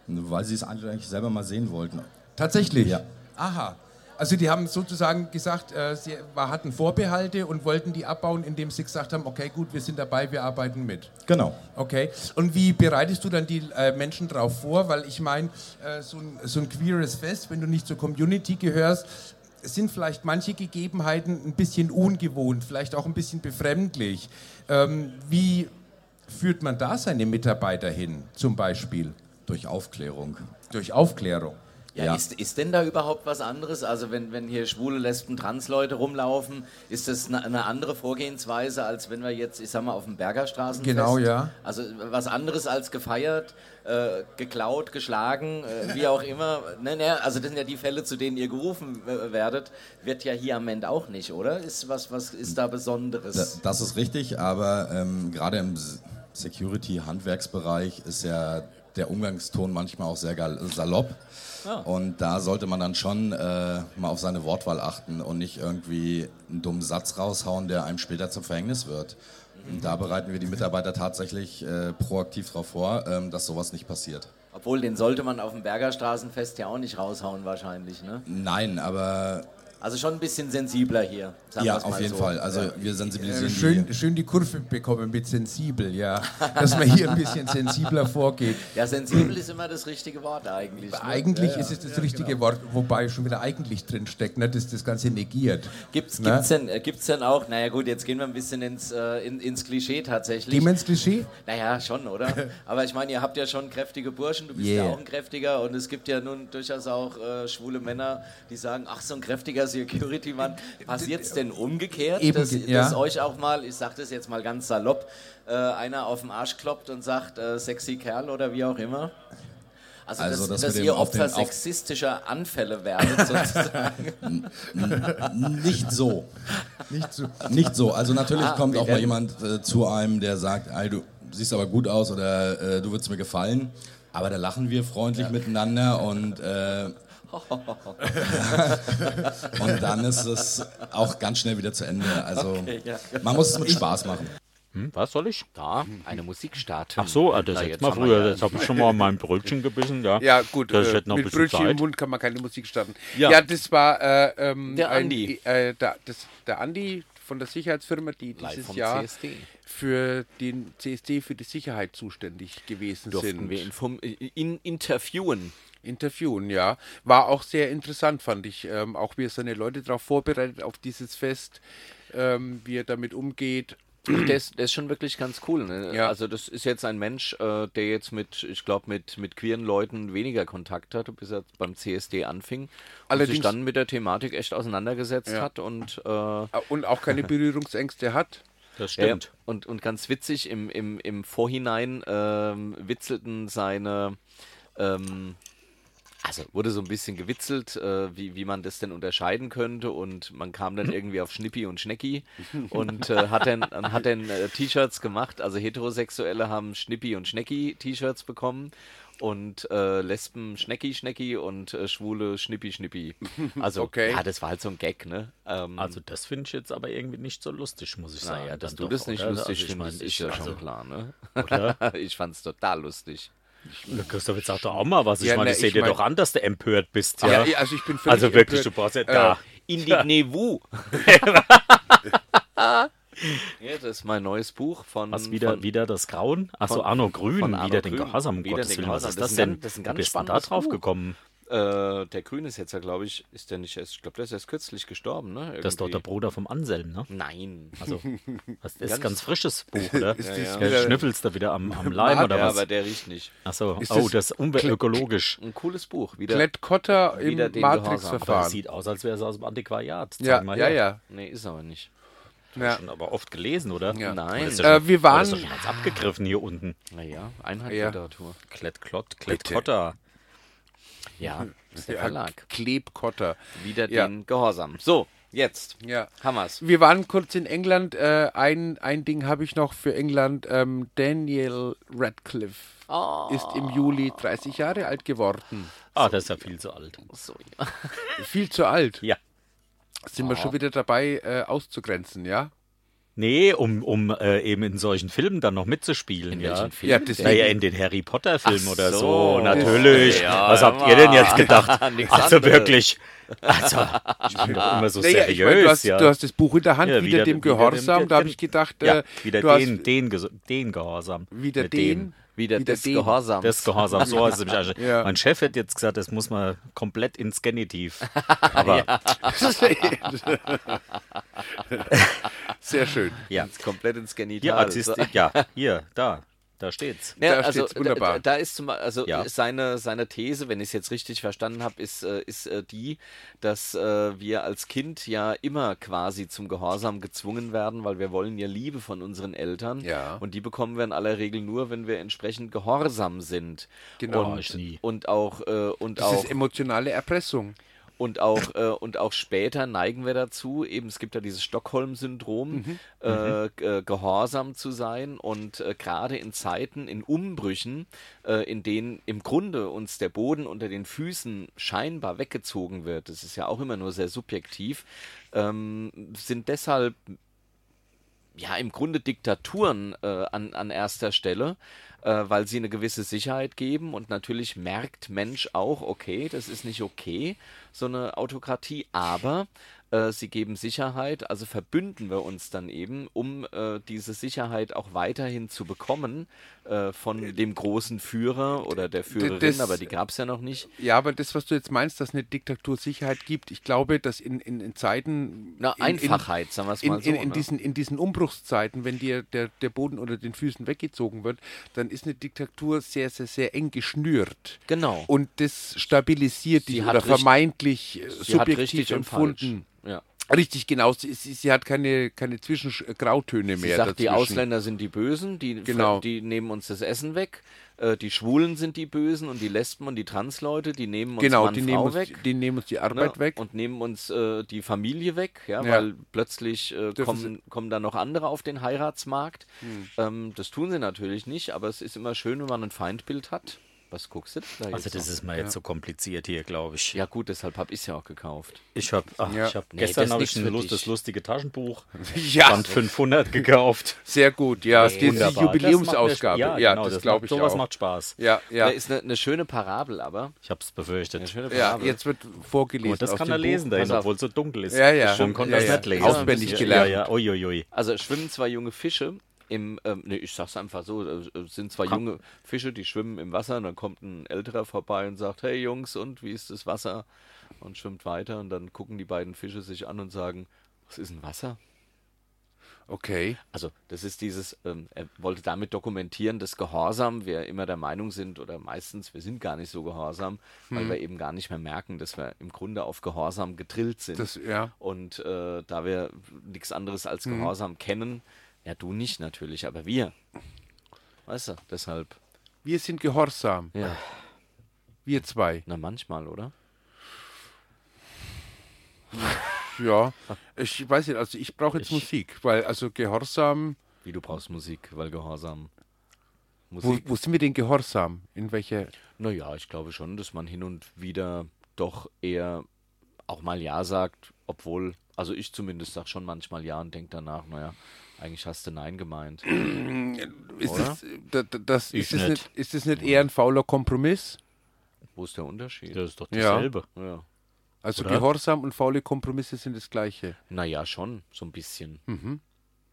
Speaker 8: weil sie es eigentlich selber mal sehen wollten.
Speaker 5: Tatsächlich?
Speaker 8: Ja.
Speaker 5: Aha. Also die haben sozusagen gesagt, äh, sie war- hatten Vorbehalte und wollten die abbauen, indem sie gesagt haben, okay, gut, wir sind dabei, wir arbeiten mit.
Speaker 8: Genau.
Speaker 5: Okay. Und wie bereitest du dann die äh, Menschen drauf vor? Weil ich meine, äh, so, ein, so ein queeres Fest, wenn du nicht zur Community gehörst, sind vielleicht manche Gegebenheiten ein bisschen ungewohnt, vielleicht auch ein bisschen befremdlich. Ähm, wie führt man da seine Mitarbeiter hin, zum Beispiel?
Speaker 8: Durch Aufklärung.
Speaker 5: Durch Aufklärung.
Speaker 4: Ja,
Speaker 8: Ja.
Speaker 4: Ist, ist denn da überhaupt was anderes? Also wenn, wenn hier schwule, lesben, trans Leute rumlaufen, ist das eine, eine andere Vorgehensweise, als wenn wir jetzt, ich sag mal, auf dem Bergerstraßen
Speaker 5: Genau, ja.
Speaker 4: Also was anderes als gefeiert, äh, geklaut, geschlagen, äh, wie auch immer. Ne, ne, also das sind ja die Fälle, zu denen ihr gerufen äh, werdet, wird ja hier am Ende auch nicht, oder? Ist was, was ist da
Speaker 8: Da,
Speaker 4: Besonderes?
Speaker 8: das ist richtig, aber ähm, gerade im S- Security-Handwerksbereich ist ja der Umgangston manchmal auch sehr gal- salopp.
Speaker 9: Ah.
Speaker 8: Und da sollte man dann schon äh, mal auf seine Wortwahl achten und nicht irgendwie einen dummen Satz raushauen, der einem später zum Verhängnis wird. Und da bereiten wir die Mitarbeiter tatsächlich äh, proaktiv darauf vor, ähm, dass sowas nicht passiert.
Speaker 4: Obwohl, den sollte man auf dem Bergerstraßenfest ja auch nicht raushauen wahrscheinlich, ne?
Speaker 8: Nein, aber
Speaker 9: Also schon ein bisschen sensibler hier. sagen
Speaker 8: Ja,
Speaker 9: wir's
Speaker 8: auf
Speaker 9: mal
Speaker 8: jeden
Speaker 9: so.
Speaker 8: Fall. Also wir sensibilisieren
Speaker 10: Äh,
Speaker 8: die
Speaker 10: schön,
Speaker 8: hier.
Speaker 10: schön die Kurve bekommen mit sensibel, ja. Dass man hier ein bisschen sensibler vorgeht.
Speaker 9: Ja, sensibel ist immer das richtige Wort eigentlich. Ne?
Speaker 10: Eigentlich ist es das richtige
Speaker 5: genau.
Speaker 10: Wort, wobei schon wieder eigentlich drinsteckt, ne, dass das Ganze negiert.
Speaker 9: Gibt's,
Speaker 10: Ne?
Speaker 9: gibt's, denn, äh, gibt's denn auch, naja gut, jetzt gehen wir ein bisschen ins, äh, in, ins Klischee tatsächlich.
Speaker 10: Gehen wir ins Klischee?
Speaker 9: Naja, schon,
Speaker 8: [laughs]
Speaker 9: oder? Aber ich meine, ihr habt ja schon kräftige Burschen, du bist
Speaker 10: Yeah.
Speaker 9: ja auch ein kräftiger und es gibt ja nun durchaus auch äh, schwule Männer, die sagen, ach, so ein kräftiger Security-Mann. Passiert's denn umgekehrt,
Speaker 10: Eben,
Speaker 9: dass,
Speaker 10: ja.
Speaker 9: dass euch auch mal, ich sag das jetzt mal ganz salopp, äh, einer auf den Arsch kloppt und sagt, äh, sexy Kerl oder wie auch immer? Also,
Speaker 8: Also,
Speaker 9: dass,
Speaker 8: dass wir
Speaker 9: dass
Speaker 8: dem
Speaker 9: ihr
Speaker 8: auf den-
Speaker 9: Opfer
Speaker 8: auf-
Speaker 9: sexistischer Anfälle
Speaker 8: [laughs]
Speaker 9: werdet sozusagen.
Speaker 8: Nicht so.
Speaker 10: [laughs] Nicht so.
Speaker 8: Nicht so. Also natürlich kommt
Speaker 9: wie
Speaker 8: auch mal
Speaker 9: denn?
Speaker 8: jemand äh, zu einem, der sagt, "Ey, du siehst aber gut aus oder äh, du würdest mir gefallen. Aber da lachen wir freundlich miteinander und, äh, und dann ist es auch ganz schnell wieder zu Ende. Also man muss es mit Spaß machen.
Speaker 6: Hm, was soll ich?
Speaker 4: Da, Ah, eine Musik starten.
Speaker 6: Ach so, ah, das
Speaker 4: Na,
Speaker 6: jetzt mal
Speaker 4: haben wir
Speaker 6: früher.
Speaker 4: ja-
Speaker 6: Das habe ich schon mal an meinem Brötchen gebissen, ja.
Speaker 5: Ja, gut,
Speaker 6: Das ist
Speaker 5: äh,
Speaker 6: jetzt noch ein
Speaker 5: mit
Speaker 6: bisschen
Speaker 5: Brötchen im
Speaker 6: Zeit.
Speaker 5: Mund kann man keine Musik starten. Ja,
Speaker 6: Ja.
Speaker 5: das war äh, ähm,
Speaker 4: Der
Speaker 5: ein-
Speaker 4: Andi.
Speaker 5: Äh, da, das, der Andi von der Sicherheitsfirma, die
Speaker 4: Live
Speaker 5: dieses
Speaker 4: vom
Speaker 5: Jahr
Speaker 4: CSD.
Speaker 5: für den CSD für die Sicherheit zuständig gewesen
Speaker 4: Durften
Speaker 5: sind.
Speaker 4: wir inform äh, in interviewen.
Speaker 5: Interviewen, ja. War auch sehr interessant, fand ich. Ähm, auch wie er seine Leute darauf vorbereitet, auf dieses Fest, ähm, wie er damit umgeht. [clears throat]
Speaker 4: Der ist, der ist schon wirklich ganz cool. Ne?
Speaker 5: Ja.
Speaker 4: Also das ist jetzt ein Mensch, äh, der jetzt mit, ich glaube, mit, mit queeren Leuten weniger Kontakt hatte, bis er beim CSD anfing. und
Speaker 5: Allerdings-
Speaker 4: sich dann mit der Thematik echt auseinandergesetzt
Speaker 5: Ja.
Speaker 4: hat und äh,
Speaker 5: Äh, Und auch keine Berührungsängste hat.
Speaker 6: Das
Speaker 4: Ja,
Speaker 6: stimmt.
Speaker 4: und, und ganz witzig, im, im, im Vorhinein ähm, witzelten seine. Ähm, also wurde so ein bisschen gewitzelt, äh, wie, wie man das denn unterscheiden könnte. Und man kam dann irgendwie auf Schnippi
Speaker 6: [laughs]
Speaker 4: und Schnecki und äh, hat dann, dann hat dann äh, T-Shirts gemacht. Also Heterosexuelle haben Schnippi und Schnecki T-Shirts bekommen und äh, Lesben Schnecki Schnecki und äh, Schwule Schnippi
Speaker 6: [laughs]
Speaker 4: Schnippi. Also
Speaker 5: Okay.
Speaker 4: ja, das war halt so ein Gag, ne? Ähm,
Speaker 6: Also das finde ich jetzt aber irgendwie nicht so lustig, muss ich sagen.
Speaker 4: naja, dass
Speaker 6: Dann
Speaker 4: du
Speaker 6: doch,
Speaker 4: das nicht
Speaker 6: oder?
Speaker 4: lustig
Speaker 6: Also ich
Speaker 4: findest,
Speaker 6: meine,
Speaker 4: ist
Speaker 6: ich,
Speaker 4: ja
Speaker 6: also,
Speaker 4: schon klar, ne?
Speaker 6: Oder?
Speaker 4: [laughs] ich fand's total lustig.
Speaker 6: der Christoph, jetzt sag doch auch mal was. Ich
Speaker 5: Ja,
Speaker 6: meine,
Speaker 5: ne,
Speaker 6: ich sehe
Speaker 5: ich
Speaker 6: dir
Speaker 5: mein-
Speaker 6: doch an, dass du empört bist.
Speaker 5: Ja,
Speaker 6: Ja,
Speaker 5: ja, also ich bin völlig
Speaker 6: Also wirklich,
Speaker 5: empört.
Speaker 6: du brauchst ja
Speaker 5: Äh,
Speaker 6: da.
Speaker 4: Indignez-vous! [laughs] ja, das ist mein neues Buch von.
Speaker 6: Was, wieder,
Speaker 4: Hm, von,
Speaker 6: wieder das Grauen? Achso,
Speaker 4: von-
Speaker 6: Arno Grün,
Speaker 4: von Arno
Speaker 6: wieder den
Speaker 4: Grün.
Speaker 6: Gehorsam, um
Speaker 4: Wieder
Speaker 6: Gottes
Speaker 4: den
Speaker 6: Willen. Was
Speaker 4: Gehorsam.
Speaker 6: ist
Speaker 4: Das
Speaker 6: das
Speaker 4: ist ein
Speaker 6: denn?
Speaker 4: ganz- das ist ein
Speaker 6: Wie
Speaker 4: ganz
Speaker 6: bist du denn da
Speaker 4: spannendes
Speaker 6: drauf
Speaker 4: Buch.
Speaker 6: gekommen?
Speaker 4: Äh, der Grün ist jetzt ja, glaube ich, ist der nicht erst, ich glaube, der ist erst kürzlich gestorben, ne? Irgendwie.
Speaker 6: Das ist doch der Bruder vom Anselm, ne?
Speaker 4: Nein. [laughs]
Speaker 6: Also, das ist
Speaker 4: Ganz-
Speaker 6: ganz, frisches
Speaker 4: [laughs]
Speaker 6: Buch, oder?
Speaker 5: Ist das
Speaker 6: ja,
Speaker 5: wieder-
Speaker 6: Schnüffelst du wieder am, am Leim
Speaker 5: Maden-
Speaker 6: oder
Speaker 4: Ja,
Speaker 6: was?
Speaker 4: aber der riecht nicht.
Speaker 6: Achso,
Speaker 5: Ist
Speaker 6: oh,
Speaker 5: das
Speaker 6: das ist umwelt-
Speaker 5: Kle-
Speaker 6: ökologisch.
Speaker 4: Ein cooles Buch. Wieder.
Speaker 5: Klett Cotter im
Speaker 4: Wieder den
Speaker 6: Aber es
Speaker 5: Matrix-Verfahren.
Speaker 6: sieht aus, als wäre es aus dem Antiquariat. Zeig
Speaker 5: Ja,
Speaker 6: mal
Speaker 5: ja,
Speaker 6: her.
Speaker 5: ja.
Speaker 4: Nee, ist aber nicht.
Speaker 5: ja.
Speaker 6: Schon aber oft gelesen, oder?
Speaker 5: Ja.
Speaker 4: Nein.
Speaker 6: Das ist ja
Speaker 5: Äh,
Speaker 6: schon-
Speaker 5: wir
Speaker 6: aber
Speaker 5: waren-
Speaker 6: Das ist ja schon ganz abgegriffen hier unten.
Speaker 4: Naja, Einheitsliteratur.
Speaker 6: Klettklott, Klettkotter.
Speaker 4: Ja, Genau.
Speaker 5: [laughs]
Speaker 4: ist der
Speaker 5: Ja,
Speaker 4: Verlag.
Speaker 5: Klebkotter.
Speaker 4: Wieder
Speaker 5: Ja.
Speaker 4: den Gehorsam. So, jetzt.
Speaker 5: Ja.
Speaker 4: Hammers.
Speaker 5: Wir waren kurz in England. Äh, ein, ein Ding habe ich noch für England. Ähm, Daniel Radcliffe ist im Juli 30 Jahre alt geworden.
Speaker 6: Ah, das ist ja viel zu alt.
Speaker 4: So, ja.
Speaker 5: Viel zu alt.
Speaker 6: Ja.
Speaker 5: Sind wir schon wieder dabei, äh, auszugrenzen, ja?
Speaker 6: Nee, um, um äh, eben in solchen Filmen dann noch mitzuspielen. ja.
Speaker 4: welchen Film?
Speaker 5: Ja, deswegen.
Speaker 6: Naja, in den Harry Potter Filmen
Speaker 4: Ach
Speaker 6: oder
Speaker 4: so.
Speaker 6: so, natürlich. Was habt ihr denn jetzt gedacht?
Speaker 4: [laughs] Nix
Speaker 6: also
Speaker 4: anderes.
Speaker 6: wirklich. Also,
Speaker 4: [laughs]
Speaker 6: ich bin doch immer so
Speaker 5: Naja,
Speaker 6: seriös.
Speaker 5: ich mein, du, hast,
Speaker 6: ja.
Speaker 5: du hast das Buch in der Hand,
Speaker 6: Ja,
Speaker 5: wieder, dem Gehorsam.
Speaker 6: dem-
Speaker 5: da habe ich gedacht,
Speaker 6: ja,
Speaker 5: äh,
Speaker 6: wieder
Speaker 5: du
Speaker 6: den,
Speaker 5: hast
Speaker 6: den, Ges- den Gehorsam.
Speaker 5: wieder
Speaker 6: Mit
Speaker 5: den,
Speaker 6: dem
Speaker 4: Wieder, des
Speaker 5: den.
Speaker 4: Gehorsams.
Speaker 6: Das Gehorsam, so heißt es
Speaker 4: [laughs]
Speaker 6: nämlich eigentlich.
Speaker 5: Ja.
Speaker 6: Mein Chef hätte jetzt gesagt, das muss man komplett ins
Speaker 4: [laughs]
Speaker 6: Genitiv. Aber ja.
Speaker 5: Sehr schön.
Speaker 6: ja.
Speaker 4: komplett ins Genital.
Speaker 6: Hier, Artistik, ja, hier, da, da
Speaker 4: [laughs]
Speaker 6: steht's.
Speaker 4: Ja,
Speaker 5: Da
Speaker 4: also,
Speaker 5: steht's wunderbar.
Speaker 4: Da, da ist zum, also
Speaker 6: Ja.
Speaker 4: seine, seine These, wenn ich es jetzt richtig verstanden habe, ist, äh, ist äh, die, dass äh, wir als Kind ja immer quasi zum Gehorsam gezwungen werden, weil wir wollen ja Liebe von unseren Eltern.
Speaker 5: Ja.
Speaker 4: Und die bekommen wir in aller Regel nur, wenn wir entsprechend gehorsam sind.
Speaker 5: Genau.
Speaker 6: Ich nie.
Speaker 4: Und, und auch, äh, und
Speaker 5: Das
Speaker 4: auch
Speaker 5: ist emotionale Erpressung.
Speaker 4: Und auch, äh, und auch später neigen wir dazu, eben es gibt ja dieses Stockholm-Syndrom, äh, g- äh, gehorsam zu sein. Und äh, gerade in Zeiten, in Umbrüchen, äh, in denen im Grunde uns der Boden unter den Füßen scheinbar weggezogen wird, das ist ja auch immer nur sehr subjektiv, ähm, sind deshalb ja, im Grunde Diktaturen äh, an, an erster Stelle, äh, weil sie eine gewisse Sicherheit geben und natürlich merkt Mensch auch, okay, das ist nicht okay, so eine Autokratie, aber äh, sie geben Sicherheit, also verbünden wir uns dann eben, um äh, diese Sicherheit auch weiterhin zu bekommen äh, von dem großen Führer oder der Führerin,
Speaker 5: das-
Speaker 4: aber die gab es ja noch nicht.
Speaker 5: Ja, aber das, was du jetzt meinst, dass eine Diktatur Sicherheit gibt, ich glaube, dass in, in, in Zeiten.
Speaker 4: Na,
Speaker 5: in, in-
Speaker 4: Einfachheit, sagen wir's
Speaker 5: in,
Speaker 4: mal so,
Speaker 5: In, in,
Speaker 4: ne?
Speaker 5: diesen, in diesen Umbruchszeiten, wenn dir der, der Boden unter den Füßen weggezogen wird, dann ist eine Diktatur sehr, sehr, sehr eng geschnürt.
Speaker 4: Genau.
Speaker 5: Und das stabilisiert
Speaker 4: Sie
Speaker 5: dich
Speaker 4: hat
Speaker 5: oder
Speaker 4: richtig-
Speaker 5: vermeintlich äh,
Speaker 4: Sie hat
Speaker 5: subjektiv
Speaker 4: richtig und falsch.
Speaker 5: empfunden.
Speaker 4: Ja.
Speaker 5: Richtig, genau. Sie, sie, sie hat keine, keine Zwischengrautöne
Speaker 4: Sie
Speaker 5: mehr.
Speaker 4: sagt, die
Speaker 5: dazwischen.
Speaker 4: Ausländer sind die Bösen, die,
Speaker 5: Genau.
Speaker 4: die nehmen uns das Essen weg, äh, die Schwulen sind die Bösen und die Lesben und die Transleute, die nehmen uns
Speaker 5: Genau,
Speaker 4: Mann,
Speaker 5: die
Speaker 4: Frau
Speaker 5: nehmen, uns,
Speaker 4: weg.
Speaker 5: die nehmen uns die Arbeit
Speaker 4: ne,
Speaker 5: weg.
Speaker 4: und nehmen uns äh, die Familie weg, ja,
Speaker 5: Ja.
Speaker 4: weil plötzlich äh,
Speaker 5: Dürfen Hm.
Speaker 4: kommen, kommen dann noch andere auf den Heiratsmarkt. Ähm, das tun sie natürlich nicht, aber es ist immer schön, wenn man ein Feindbild hat. Was guckst du denn da
Speaker 6: Also
Speaker 4: jetzt?
Speaker 6: das
Speaker 4: noch?
Speaker 6: ist mal jetzt so kompliziert hier, glaube ich.
Speaker 4: ja gut, deshalb habe ich es ja auch gekauft.
Speaker 6: Ich habe
Speaker 5: Ja.
Speaker 6: ich hab
Speaker 4: Nee, das
Speaker 6: gestern
Speaker 4: ist
Speaker 6: habe
Speaker 4: nichts
Speaker 6: ich ein
Speaker 4: für
Speaker 6: Lust,
Speaker 4: dich.
Speaker 6: das lustige Taschenbuch
Speaker 5: [laughs] Ja.
Speaker 6: Band
Speaker 5: [laughs]
Speaker 6: 500 gekauft.
Speaker 5: Sehr gut, ja. es ist die
Speaker 6: Wunderbar.
Speaker 5: Jubiläumsausgabe.
Speaker 6: Das macht mir-
Speaker 5: ja,
Speaker 6: genau,
Speaker 5: das,
Speaker 6: das
Speaker 5: glaube
Speaker 6: macht-
Speaker 5: ich
Speaker 6: Sowas
Speaker 5: auch.
Speaker 6: macht Spaß.
Speaker 5: ja, ja.
Speaker 4: Da ist eine ne schöne Parabel, aber.
Speaker 6: Ich habe es befürchtet.
Speaker 4: Eine schöne
Speaker 5: ja,
Speaker 4: Parabel.
Speaker 5: jetzt wird
Speaker 6: Oh,
Speaker 5: vorgelesen.
Speaker 6: das
Speaker 5: aus
Speaker 6: kann
Speaker 5: dem
Speaker 6: er lesen,
Speaker 5: Buch.
Speaker 6: dahin,
Speaker 4: Pass auf.
Speaker 6: obwohl es so dunkel ist.
Speaker 5: Ja, ja.
Speaker 6: Schon konnte
Speaker 5: Ja,
Speaker 6: er es
Speaker 5: ja.
Speaker 6: nicht lesen.
Speaker 5: Auswendig
Speaker 6: ja,
Speaker 5: gelernt.
Speaker 6: Ja, ja, uiuiui.
Speaker 4: Also es schwimmen zwei junge Fische im, ähm, nee, ich sag's einfach so, äh, es sind zwei junge Fische, die schwimmen im Wasser und dann kommt ein älterer vorbei und sagt, hey Jungs, und wie ist das Wasser? Und schwimmt weiter und dann gucken die beiden Fische sich an und sagen, was ist ein Wasser?
Speaker 5: Okay.
Speaker 4: Also das ist dieses, ähm, er wollte damit dokumentieren, dass Gehorsam, wir immer der Meinung sind oder meistens, wir sind gar nicht so gehorsam,
Speaker 5: Mhm.
Speaker 4: weil wir eben gar nicht mehr merken, dass wir im Grunde auf Gehorsam getrillt sind.
Speaker 5: Das, ja. Mhm.
Speaker 4: Und äh, da wir nichts anderes als Gehorsam kennen, ja du nicht natürlich, aber wir. Weißt du, deshalb,
Speaker 5: Wir sind gehorsam,
Speaker 4: ja,
Speaker 5: wir zwei.
Speaker 4: na manchmal, oder?
Speaker 5: Ja. Ich weiß nicht, also ich brauche jetzt
Speaker 4: Ich-
Speaker 5: Musik, weil also gehorsam.
Speaker 4: Wie du brauchst Musik, weil Gehorsam.
Speaker 5: Wo,
Speaker 4: Musik.
Speaker 5: wo sind wir denn gehorsam? In welcher.
Speaker 4: Naja, ich glaube schon, dass man hin und wieder doch eher auch mal Ja sagt, obwohl, also ich zumindest sag schon manchmal Ja und denke danach, naja, eigentlich hast du Nein gemeint.
Speaker 5: Ist das, da- da- das,
Speaker 6: Ich
Speaker 5: ist, das
Speaker 6: nicht.
Speaker 5: nicht, ist das nicht eher ein fauler Kompromiss?
Speaker 4: Wo ist der Unterschied?
Speaker 6: Das ist doch
Speaker 5: Ja.
Speaker 6: dasselbe.
Speaker 4: Ja.
Speaker 5: Also
Speaker 6: Oder?
Speaker 5: gehorsam und faule Kompromisse sind das gleiche.
Speaker 4: Naja, schon, so ein bisschen.
Speaker 5: Mhm.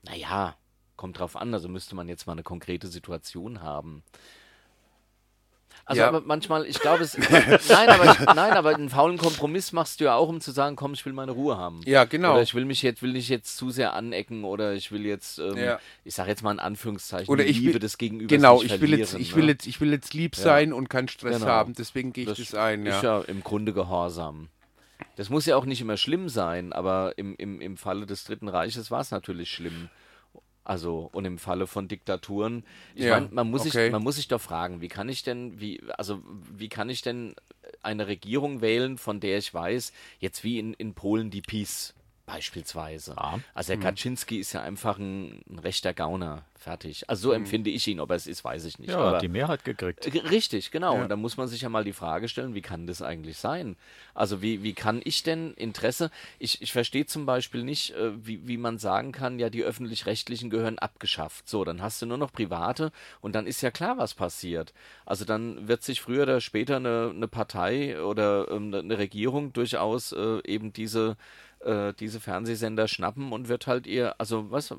Speaker 4: Naja, kommt drauf an. Also müsste man jetzt mal eine konkrete Situation haben. Also
Speaker 5: Ja.
Speaker 4: aber manchmal, ich glaube es. [laughs] nein, aber ich, nein, aber einen faulen Kompromiss machst du ja auch, um zu sagen, komm, ich will meine Ruhe haben.
Speaker 5: Ja, genau.
Speaker 4: Oder ich will mich jetzt, will nicht jetzt zu sehr anecken oder ich will jetzt, ähm,
Speaker 5: Ja.
Speaker 4: ich sage jetzt mal in Anführungszeichen,
Speaker 5: Oder
Speaker 4: die
Speaker 5: ich
Speaker 4: Liebe
Speaker 5: will-
Speaker 4: des Gegenübers.
Speaker 5: Genau,
Speaker 4: nicht
Speaker 5: ich will, jetzt,
Speaker 4: verlieren,
Speaker 5: ich, will
Speaker 4: ne?
Speaker 5: jetzt, ich will jetzt lieb sein und keinen Stress
Speaker 4: Genau.
Speaker 5: haben, deswegen gehe ich das, ein. Ja.
Speaker 4: Ist ja im Grunde Gehorsam. Das muss ja auch nicht immer schlimm sein, aber im, im, im Falle des Dritten Reiches war es natürlich schlimm. Also, und im Falle von Diktaturen, ich
Speaker 5: Ja,
Speaker 4: meine, man, muss
Speaker 5: okay.
Speaker 4: sich, man muss sich doch fragen, wie kann ich denn, wie, also, wie kann ich denn eine Regierung wählen, von der ich weiß, jetzt wie in, in Polen die Peace beispielsweise.
Speaker 5: Ah.
Speaker 4: Also,
Speaker 5: Mhm.
Speaker 4: der Kaczynski ist ja einfach ein, ein rechter Gauner, fertig. Also, so
Speaker 5: Mhm.
Speaker 4: empfinde ich ihn, ob er es ist, weiß ich nicht.
Speaker 6: Ja,
Speaker 4: aber
Speaker 6: hat die Mehrheit gekriegt.
Speaker 4: G- Richtig, genau. Und da muss man sich ja mal die Frage stellen, wie kann das eigentlich sein? Also wie, wie kann ich denn Interesse, ich, ich verstehe zum Beispiel nicht, äh, wie, wie man sagen kann, ja, die öffentlich-rechtlichen gehören abgeschafft. So, dann hast du nur noch private und dann ist ja klar, was passiert. Also dann wird sich früher oder später eine, eine Partei oder ähm, eine- eine Regierung durchaus äh, eben diese äh, diese Fernsehsender schnappen und wird halt ihr, also was,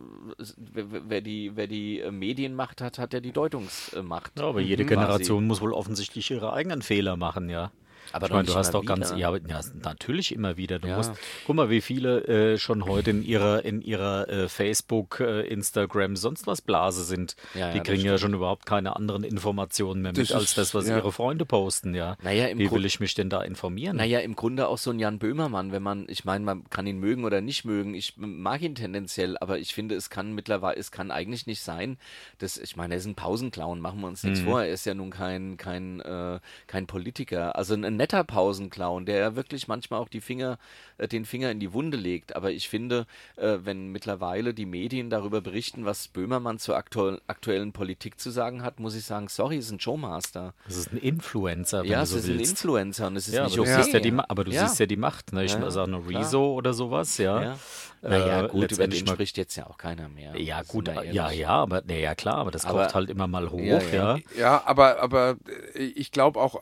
Speaker 4: wer, wer- wer die, wer die äh, Medienmacht hat, hat ja die Deutungsmacht.
Speaker 6: Ja, aber
Speaker 4: Mhm.
Speaker 6: jede Generation muss wohl offensichtlich ihre eigenen Fehler machen, ja.
Speaker 4: Aber
Speaker 6: ich
Speaker 4: doch
Speaker 6: meine, du
Speaker 4: nicht
Speaker 6: hast
Speaker 4: immer
Speaker 6: doch ganz,
Speaker 4: wieder.
Speaker 6: ja, aber- ja, natürlich immer wieder. Du musst, guck mal, wie viele äh, schon heute in ihrer, in ihrer äh, Facebook, äh, Instagram, sonst was Blase sind.
Speaker 4: Ja, ja,
Speaker 6: die
Speaker 4: das
Speaker 6: kriegen ja schon überhaupt keine anderen Informationen mehr mit
Speaker 5: Das
Speaker 6: als
Speaker 5: ist-
Speaker 6: das, was
Speaker 5: ja.
Speaker 6: ihre Freunde posten, ja.
Speaker 4: Naja, im
Speaker 6: wie will
Speaker 4: Grund-
Speaker 6: ich mich denn da informieren?
Speaker 4: Naja, im Grunde auch so ein Jan Böhmermann, wenn man, ich meine, man kann ihn mögen oder nicht mögen. Ich mag ihn tendenziell, aber ich finde, es kann mittlerweile, es kann eigentlich nicht sein, dass, ich
Speaker 6: Mhm.
Speaker 4: meine, er ist ein Pausenclown, machen wir uns nichts vor. Er ist ja nun kein, kein, äh, kein Politiker. Also ein, ein ein netter Pausenclown, der ja wirklich manchmal auch die Finger, äh, den Finger in die Wunde legt. Aber ich finde, äh, wenn mittlerweile die Medien darüber berichten, was Böhmermann zur aktuell, aktuellen Politik zu sagen hat, muss ich sagen, sorry, ist ein Showmaster.
Speaker 6: Das ist ein Influencer, wenn
Speaker 4: ja,
Speaker 6: du
Speaker 4: es
Speaker 6: so
Speaker 4: ist ein
Speaker 6: willst.
Speaker 4: Influencer und es ist
Speaker 6: ja,
Speaker 4: nicht
Speaker 6: aber
Speaker 4: okay.
Speaker 6: du, siehst ja die, Ma- aber du
Speaker 4: Ja.
Speaker 6: siehst ja die Macht. Ne? Ich
Speaker 4: Ja,
Speaker 6: also auch noch
Speaker 4: klar.
Speaker 6: Rezo oder sowas, ja.
Speaker 4: Ja. Naja,
Speaker 6: Äh,
Speaker 4: gut, über
Speaker 6: letztendlich
Speaker 4: den
Speaker 6: mal-
Speaker 4: spricht jetzt ja auch keiner mehr.
Speaker 6: Ja,
Speaker 4: Sind
Speaker 6: gut, äh,
Speaker 4: wir
Speaker 6: ja,
Speaker 4: ehrlich.
Speaker 6: ja, aber nee, ja klar, aber das
Speaker 4: Aber-
Speaker 6: kocht halt immer mal hoch,
Speaker 4: Ja,
Speaker 6: ja.
Speaker 4: ja.
Speaker 5: Ja, aber, aber äh, ich glaube auch,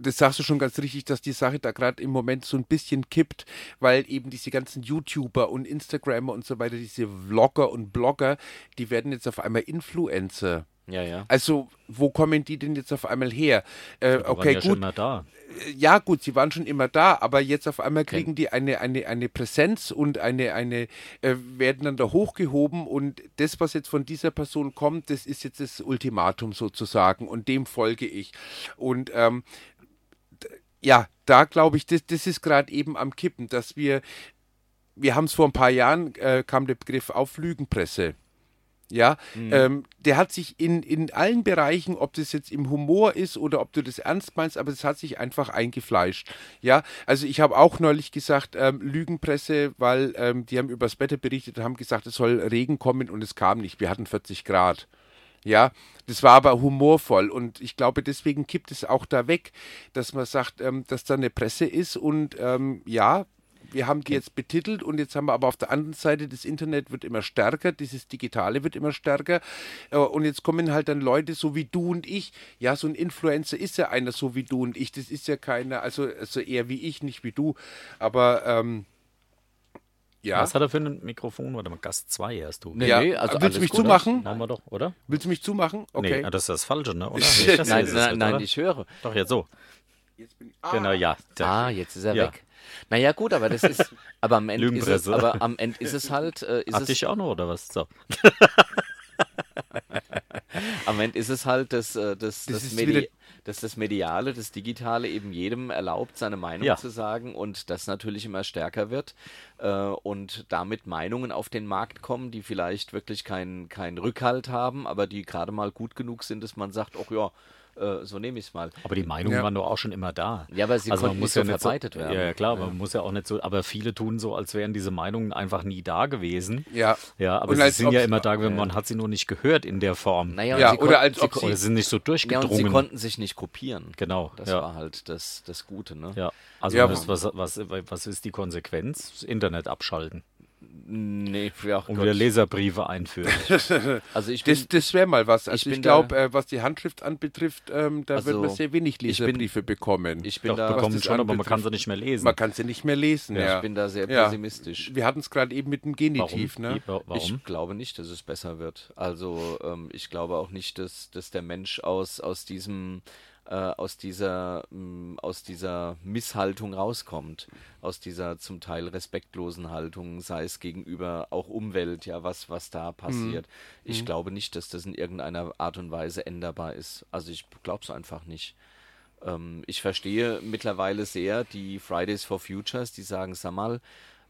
Speaker 5: das sagst du schon ganz richtig, dass die Sache da gerade im Moment so ein bisschen kippt, weil eben diese ganzen YouTuber und Instagrammer und so weiter, diese Vlogger und Blogger, die werden jetzt auf einmal Influencer.
Speaker 4: Ja, ja.
Speaker 5: Also, wo kommen die denn jetzt auf einmal her? Äh,
Speaker 6: Die waren
Speaker 5: okay,
Speaker 6: ja schon
Speaker 5: gut, Äh,
Speaker 6: immer da.
Speaker 5: ja gut, sie waren schon immer da, aber jetzt auf einmal kriegen die eine, eine, eine Präsenz und eine, eine äh, werden dann da hochgehoben und das, was jetzt von dieser Person kommt, das ist jetzt das Ultimatum sozusagen und dem folge ich. Und ähm, d- ja, da glaube ich, das, das ist gerade eben am Kippen, dass wir, wir haben es vor ein paar Jahren, äh, kam der Begriff auf Lügenpresse. Ja, ähm, der hat sich in, in allen Bereichen, ob das jetzt im Humor ist oder ob du das ernst meinst, aber es hat sich einfach eingefleischt. Ja, also ich habe auch neulich gesagt, ähm, Lügenpresse, weil ähm, die haben übers Wetter berichtet und haben gesagt, es soll Regen kommen und es kam nicht. Wir hatten 40 Grad. Ja, das war aber humorvoll und ich glaube, deswegen kippt es auch da weg, dass man sagt, ähm, dass da eine Presse ist und ähm, ja, wir haben die jetzt betitelt und jetzt haben wir aber auf der anderen Seite, das Internet wird immer stärker, dieses Digitale wird immer stärker äh, und jetzt kommen halt dann Leute so wie du und ich. Ja, so ein Influencer ist ja einer so wie du und ich, das ist ja keiner, also, also eher wie ich, nicht wie du, aber ähm, ja.
Speaker 6: Was hat er für ein Mikrofon? Warte mal, Gast 2 erst du.
Speaker 5: ja.
Speaker 4: nee, also
Speaker 5: Willst
Speaker 4: alles
Speaker 5: du mich
Speaker 4: gut.
Speaker 5: zumachen?
Speaker 6: Haben wir doch, oder?
Speaker 5: Willst du mich zumachen? Okay.
Speaker 6: Nee, ah, das ist das Falsche, ne?
Speaker 4: [laughs]
Speaker 6: Oder?
Speaker 5: Shit.
Speaker 6: Nee, das
Speaker 4: Nein,
Speaker 6: ist es
Speaker 4: nein,
Speaker 6: halt,
Speaker 4: nein,
Speaker 6: oder?
Speaker 4: ich höre.
Speaker 6: Doch, jetzt so. Genau, ja. Da.
Speaker 4: Ah, jetzt ist er
Speaker 6: Ja.
Speaker 4: weg. Naja, gut, aber das ist, aber am Ende ist es,
Speaker 6: Lügenpresse.
Speaker 4: aber am Ende ist es halt, äh, ist
Speaker 6: Ach, dich
Speaker 4: es,
Speaker 6: auch noch, oder was? So.
Speaker 4: am Ende ist es halt, dass, äh, dass, das,
Speaker 5: ist
Speaker 4: Medi
Speaker 5: wieder-
Speaker 4: dass das Mediale, das Digitale eben jedem erlaubt, seine Meinung
Speaker 6: Ja.
Speaker 4: zu sagen und das natürlich immer stärker wird äh, und damit Meinungen auf den Markt kommen, die vielleicht wirklich keinen keinen Rückhalt haben, aber die gerade mal gut genug sind, dass man sagt, ach ja, äh, so nehme ich es mal.
Speaker 6: Aber die Meinungen
Speaker 5: Ja.
Speaker 6: waren doch auch schon immer da.
Speaker 4: Ja, aber sie konnten nicht so verbreitet
Speaker 6: so,
Speaker 4: werden.
Speaker 6: Ja, ja, klar, man muss ja auch nicht so, aber viele tun so, als wären diese Meinungen einfach nie da gewesen.
Speaker 5: Ja.
Speaker 6: Ja, aber
Speaker 5: Und
Speaker 6: sie
Speaker 5: als
Speaker 6: sind ja
Speaker 5: ob's-
Speaker 6: immer da gewesen, man hat sie nur nicht gehört in der Form.
Speaker 4: Naja, und
Speaker 5: Ja,
Speaker 4: sie
Speaker 5: oder
Speaker 4: konnten-
Speaker 5: als
Speaker 4: sie
Speaker 5: ob
Speaker 4: ko-
Speaker 5: sie-
Speaker 6: Oder sie sind nicht so
Speaker 4: ja, und sie
Speaker 6: durchgedrungen.
Speaker 4: konnten sich nicht kopieren.
Speaker 6: Genau,
Speaker 4: Das
Speaker 6: ja.
Speaker 4: war halt das, das Gute, ne?
Speaker 6: ja. Also
Speaker 5: Ja,
Speaker 6: was, was, was, was ist die Konsequenz? Das Internet abschalten
Speaker 4: Nee, ja, oh
Speaker 6: und
Speaker 4: Gott.
Speaker 6: wieder Leserbriefe
Speaker 4: [laughs]
Speaker 6: einführen.
Speaker 4: Also ich bin,
Speaker 5: Das, das wäre mal was. Also
Speaker 4: bin
Speaker 5: ich glaube,
Speaker 4: da-
Speaker 5: äh, was die Handschrift anbetrifft, ähm, da
Speaker 4: Also,
Speaker 5: wird man sehr wenig
Speaker 4: ich bin-
Speaker 5: Leserbriefe bekommen.
Speaker 4: ich bin
Speaker 6: Doch,
Speaker 4: da,
Speaker 5: was
Speaker 6: bekommen
Speaker 5: das
Speaker 6: schon, aber man
Speaker 5: anbetrifft.
Speaker 6: kann sie nicht mehr lesen.
Speaker 5: man kann sie nicht mehr lesen. Ja,
Speaker 4: ich bin da sehr
Speaker 5: Ja.
Speaker 4: pessimistisch.
Speaker 5: Wir hatten es gerade eben mit dem Genitiv.
Speaker 6: Warum?
Speaker 5: Ne?
Speaker 6: Wa- Warum?
Speaker 4: Ich glaube nicht, dass es besser wird. Also ähm, ich glaube auch nicht, dass, dass der Mensch aus, aus diesem äh, aus dieser mh, aus dieser Misshaltung rauskommt, aus dieser zum Teil respektlosen Haltung, sei es gegenüber auch Umwelt, ja was was
Speaker 6: Mhm.
Speaker 4: da passiert. Ich glaube nicht, dass das in irgendeiner Art und Weise änderbar ist. Also ich glaube es einfach nicht. Ähm, ich verstehe mittlerweile sehr die Fridays for Futures, die sagen, sag mal,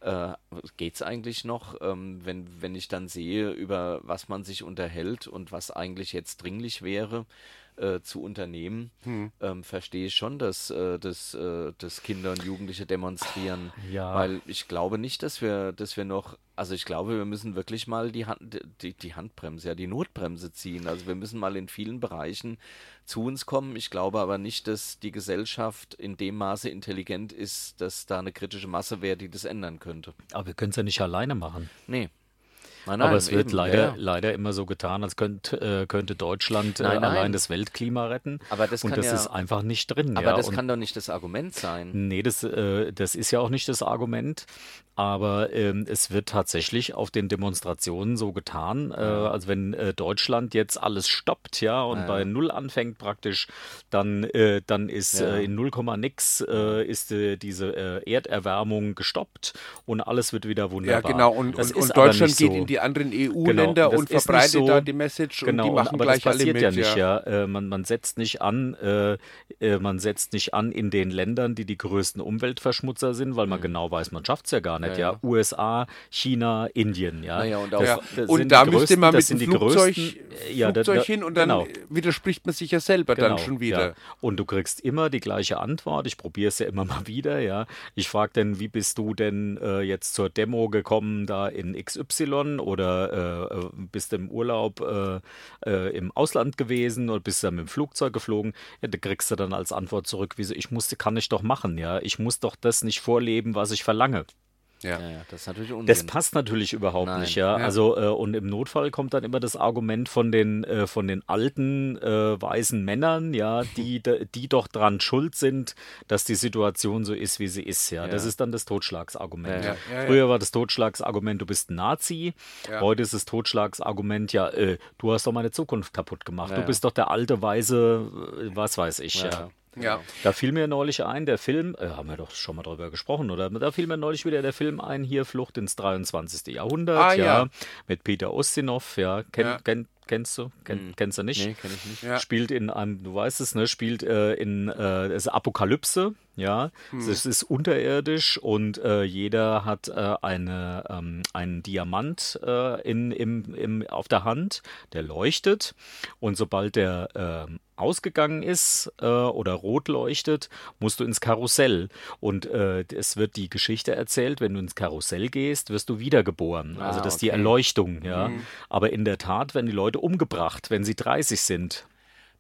Speaker 4: äh, geht's eigentlich noch, ähm, wenn, wenn ich dann sehe, über was man sich unterhält und was eigentlich jetzt dringlich wäre äh, zu unternehmen, ähm, verstehe ich schon, dass, äh, dass, äh, dass Kinder und Jugendliche demonstrieren.
Speaker 6: Ja.
Speaker 4: Weil ich glaube nicht, dass wir, dass wir noch, also ich glaube, wir müssen wirklich mal die Hand, die, die Handbremse, ja, die Notbremse ziehen. Also wir müssen mal in vielen Bereichen zu uns kommen. Ich glaube aber nicht, dass die Gesellschaft in dem Maße intelligent ist, dass da eine kritische Masse wäre, die das ändern könnte.
Speaker 6: Aber wir können es ja nicht alleine machen.
Speaker 4: Nee. Nein,
Speaker 6: Aber es wird
Speaker 4: eben,
Speaker 6: leider,
Speaker 4: ja, ja.
Speaker 6: leider immer so getan, als könnt, äh, könnte Deutschland
Speaker 4: Nein,
Speaker 6: äh,
Speaker 4: nein.
Speaker 6: allein das Weltklima retten.
Speaker 4: Aber das
Speaker 6: und
Speaker 4: kann
Speaker 6: das
Speaker 4: ja-
Speaker 6: ist einfach nicht drin.
Speaker 4: Aber
Speaker 6: ja.
Speaker 4: das
Speaker 6: und
Speaker 4: kann doch nicht das Argument sein.
Speaker 6: Nee, das, äh, das ist ja auch nicht das Argument. Aber ähm, es wird tatsächlich auf den Demonstrationen so getan, äh, als wenn äh, Deutschland jetzt alles stoppt, ja, und bei Null anfängt praktisch, dann, äh, dann ist
Speaker 4: Ja.
Speaker 6: äh, in Null Komma nix äh, ist äh, diese äh, Erderwärmung gestoppt und alles wird wieder wunderbar.
Speaker 5: Ja, genau. Und,
Speaker 6: Das
Speaker 5: und,
Speaker 6: ist
Speaker 5: und
Speaker 6: aber
Speaker 5: Deutschland
Speaker 6: nicht
Speaker 5: geht
Speaker 6: so.
Speaker 5: in die die anderen
Speaker 6: Genau,
Speaker 5: EU-Länder
Speaker 6: das
Speaker 5: E und
Speaker 6: ist nicht
Speaker 5: verbreitet
Speaker 6: so- Genau,
Speaker 5: da die Message und die machen
Speaker 6: aber
Speaker 5: gleich
Speaker 6: das
Speaker 5: alle
Speaker 6: passiert
Speaker 5: mit.
Speaker 6: ja nicht, ja. Äh, man, man setzt nicht an, äh, äh, man setzt nicht an in den Ländern, die die größten Umweltverschmutzer sind, weil
Speaker 5: Mhm.
Speaker 6: man genau weiß, man schafft es ja gar nicht, ja, USA, China, Indien, ja.
Speaker 4: Naja, und
Speaker 6: Das-
Speaker 4: auch-
Speaker 5: Ja.
Speaker 6: das sind
Speaker 5: Und
Speaker 6: die
Speaker 5: da müsste
Speaker 6: größten-
Speaker 5: man
Speaker 6: das
Speaker 5: mit
Speaker 6: sind
Speaker 5: dem
Speaker 6: die
Speaker 5: Flugzeug,
Speaker 6: größten- äh, ja, da-
Speaker 5: Flugzeug
Speaker 6: da-
Speaker 5: hin und dann
Speaker 6: genau.
Speaker 5: widerspricht man sich ja selber dann schon wieder.
Speaker 6: Ja. Und du kriegst immer die gleiche Antwort. Ich probiere es ja immer [laughs] mal wieder, ja. Ich frage dann, wie bist du denn äh, jetzt zur Demo gekommen da in XY oder äh, äh, bist du im Urlaub äh, äh, im Ausland gewesen oder bist du dann mit dem Flugzeug geflogen? Ja, da kriegst du dann als Antwort zurück, wieso ich musste, kann ich doch machen, ja. Ich muss doch das nicht vorleben, was ich verlange.
Speaker 5: Ja.
Speaker 4: Ja, das ist natürlich Unsinn.
Speaker 6: Das passt natürlich überhaupt
Speaker 4: Nein.
Speaker 6: nicht, ja.
Speaker 5: Ja.
Speaker 6: Also äh, und im Notfall kommt dann immer das Argument von den äh, von den alten äh, weißen Männern, ja,
Speaker 5: [laughs]
Speaker 6: die de- die doch dran schuld sind, dass die Situation so ist, wie sie ist, ja. Das ist dann das Totschlagsargument.
Speaker 5: Ja, ja, ja.
Speaker 6: Früher war das Totschlagsargument, du bist ein Nazi.
Speaker 5: Ja.
Speaker 6: Heute ist das Totschlagsargument, ja, äh, du hast doch meine Zukunft kaputt gemacht. du bist doch der alte weise, äh, was weiß ich, ja.
Speaker 5: Ja.
Speaker 6: Da fiel mir neulich ein, der Film, äh, haben wir doch schon mal drüber gesprochen, oder? Da fiel mir neulich wieder der Film ein, hier Flucht ins 23. Jahrhundert,
Speaker 5: Ah,
Speaker 6: ja,
Speaker 5: ja.
Speaker 6: mit Peter Ustinov, ja, kenn,
Speaker 5: Ja.
Speaker 6: Kenn, kennst du? Kenn, Kennst du nicht?
Speaker 4: Hm. Nee, kenn ich nicht.
Speaker 5: Ja.
Speaker 6: Spielt in einem, du weißt es, ne? Spielt äh, in äh, es ist Apokalypse, ja. Es ist unterirdisch und äh, jeder hat äh, eine, ähm, einen Diamant äh, in, im, im, auf der Hand, der leuchtet. Und sobald der ähm, ausgegangen ist äh, oder rot leuchtet, musst du ins Karussell. Und äh, es wird die Geschichte erzählt, wenn du ins Karussell gehst, wirst du wiedergeboren. also das ist die Erleuchtung, ja. Aber in der Tat werden die Leute umgebracht, wenn sie 30 sind.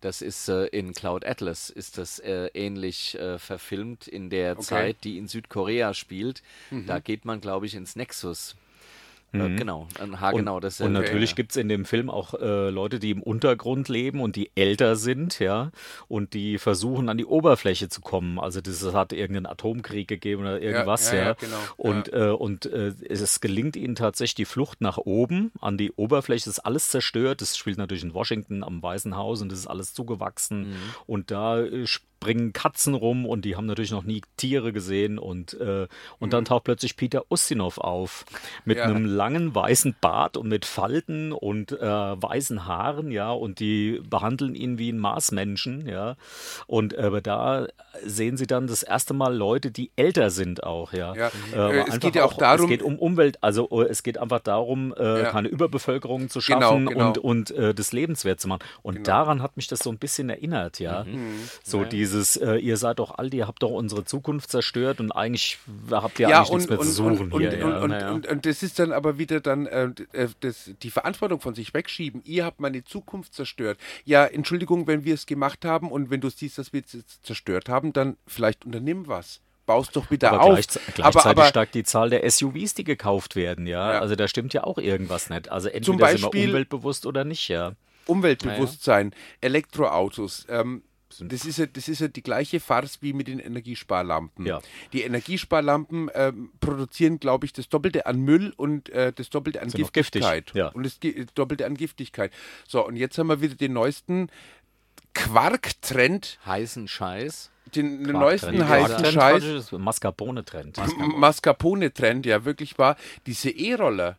Speaker 4: Das ist äh, in Cloud Atlas, ist das äh, ähnlich äh, verfilmt in der Zeit, die in Südkorea spielt. Da geht man, glaube ich, ins Nexus. Äh, genau, ein Haar genau das
Speaker 6: Mhm. Und natürlich gibt's in dem Film auch äh, Leute, die im Untergrund leben und die älter sind, ja, und die versuchen an die Oberfläche zu kommen. Also das hat irgendeinen Atomkrieg gegeben oder irgendwas,
Speaker 5: ja,
Speaker 6: ja.
Speaker 5: ja, genau.
Speaker 6: Und, äh, und äh, es gelingt ihnen tatsächlich die Flucht nach oben an die Oberfläche. Das ist alles zerstört. Das spielt natürlich in Washington am Weißen Haus und das ist alles zugewachsen. Und da äh, springen Katzen rum und die haben natürlich noch nie Tiere gesehen und, äh, und dann taucht plötzlich Peter Ustinov auf mit
Speaker 5: Ja.
Speaker 6: einem langen weißen Bart und mit Falten und äh, weißen Haaren, ja, und die behandeln ihn wie einen Marsmenschen, ja. Und äh, aber da sehen sie dann das erste Mal Leute, die älter sind auch, ja.
Speaker 5: Ja.
Speaker 6: aber
Speaker 5: Äh, es
Speaker 6: einfach
Speaker 5: geht ja auch darum-
Speaker 6: es geht um Umwelt, also äh, es geht einfach darum, äh,
Speaker 5: Ja.
Speaker 6: keine Überbevölkerung zu
Speaker 5: Genau,
Speaker 6: schaffen
Speaker 5: genau.
Speaker 6: und, und äh, das lebenswert zu machen. Und daran hat mich das so ein bisschen erinnert, ja.
Speaker 5: Mhm.
Speaker 6: So dieses, äh, ihr seid doch alt, ihr habt doch unsere Zukunft zerstört und eigentlich habt ihr
Speaker 5: ja,
Speaker 6: eigentlich
Speaker 5: und,
Speaker 6: nichts mehr zu
Speaker 5: und,
Speaker 6: suchen
Speaker 5: und,
Speaker 6: hier.
Speaker 5: und,
Speaker 6: ja.
Speaker 5: und, und,
Speaker 6: Naja.
Speaker 5: und, und das ist dann aber wieder dann äh, d- äh, das, die Verantwortung von sich wegschieben. Ihr habt meine Zukunft zerstört. Ja, Entschuldigung, wenn wir es gemacht haben und wenn du siehst, dass wir es jetzt zerstört haben, dann vielleicht unternimm was. Baust doch wieder
Speaker 6: Aber
Speaker 5: auf.
Speaker 6: gleichz- gleichzeitig steigt die Zahl der SUVs, die gekauft werden, ja?
Speaker 5: Ja.
Speaker 6: Also da stimmt ja auch irgendwas nicht. Also entweder
Speaker 5: Zum
Speaker 6: sind wir
Speaker 5: Beispiel-
Speaker 6: umweltbewusst oder nicht, ja.
Speaker 5: Umweltbewusstsein, Elektroautos. Ähm, das ist, ja, das ist ja die gleiche Farce wie mit den Energiesparlampen.
Speaker 6: Ja.
Speaker 5: Die Energiesparlampen ähm, produzieren, glaube ich, das Doppelte an Müll und äh, das Doppelte an
Speaker 6: Sind auch giftig,
Speaker 5: Giftigkeit.
Speaker 6: ja.
Speaker 5: Und das Ge- Doppelte an Giftigkeit. So, und jetzt haben wir wieder den neuesten Quark-Trend,
Speaker 4: heißen Scheiß.
Speaker 5: den neuesten heißen
Speaker 6: Quark-Trend
Speaker 5: Scheiß, Mhm.
Speaker 6: praktisch ist Mascarpone-Trend.
Speaker 5: Mascarpone-Trend, ja, wirklich war, diese E-Roller.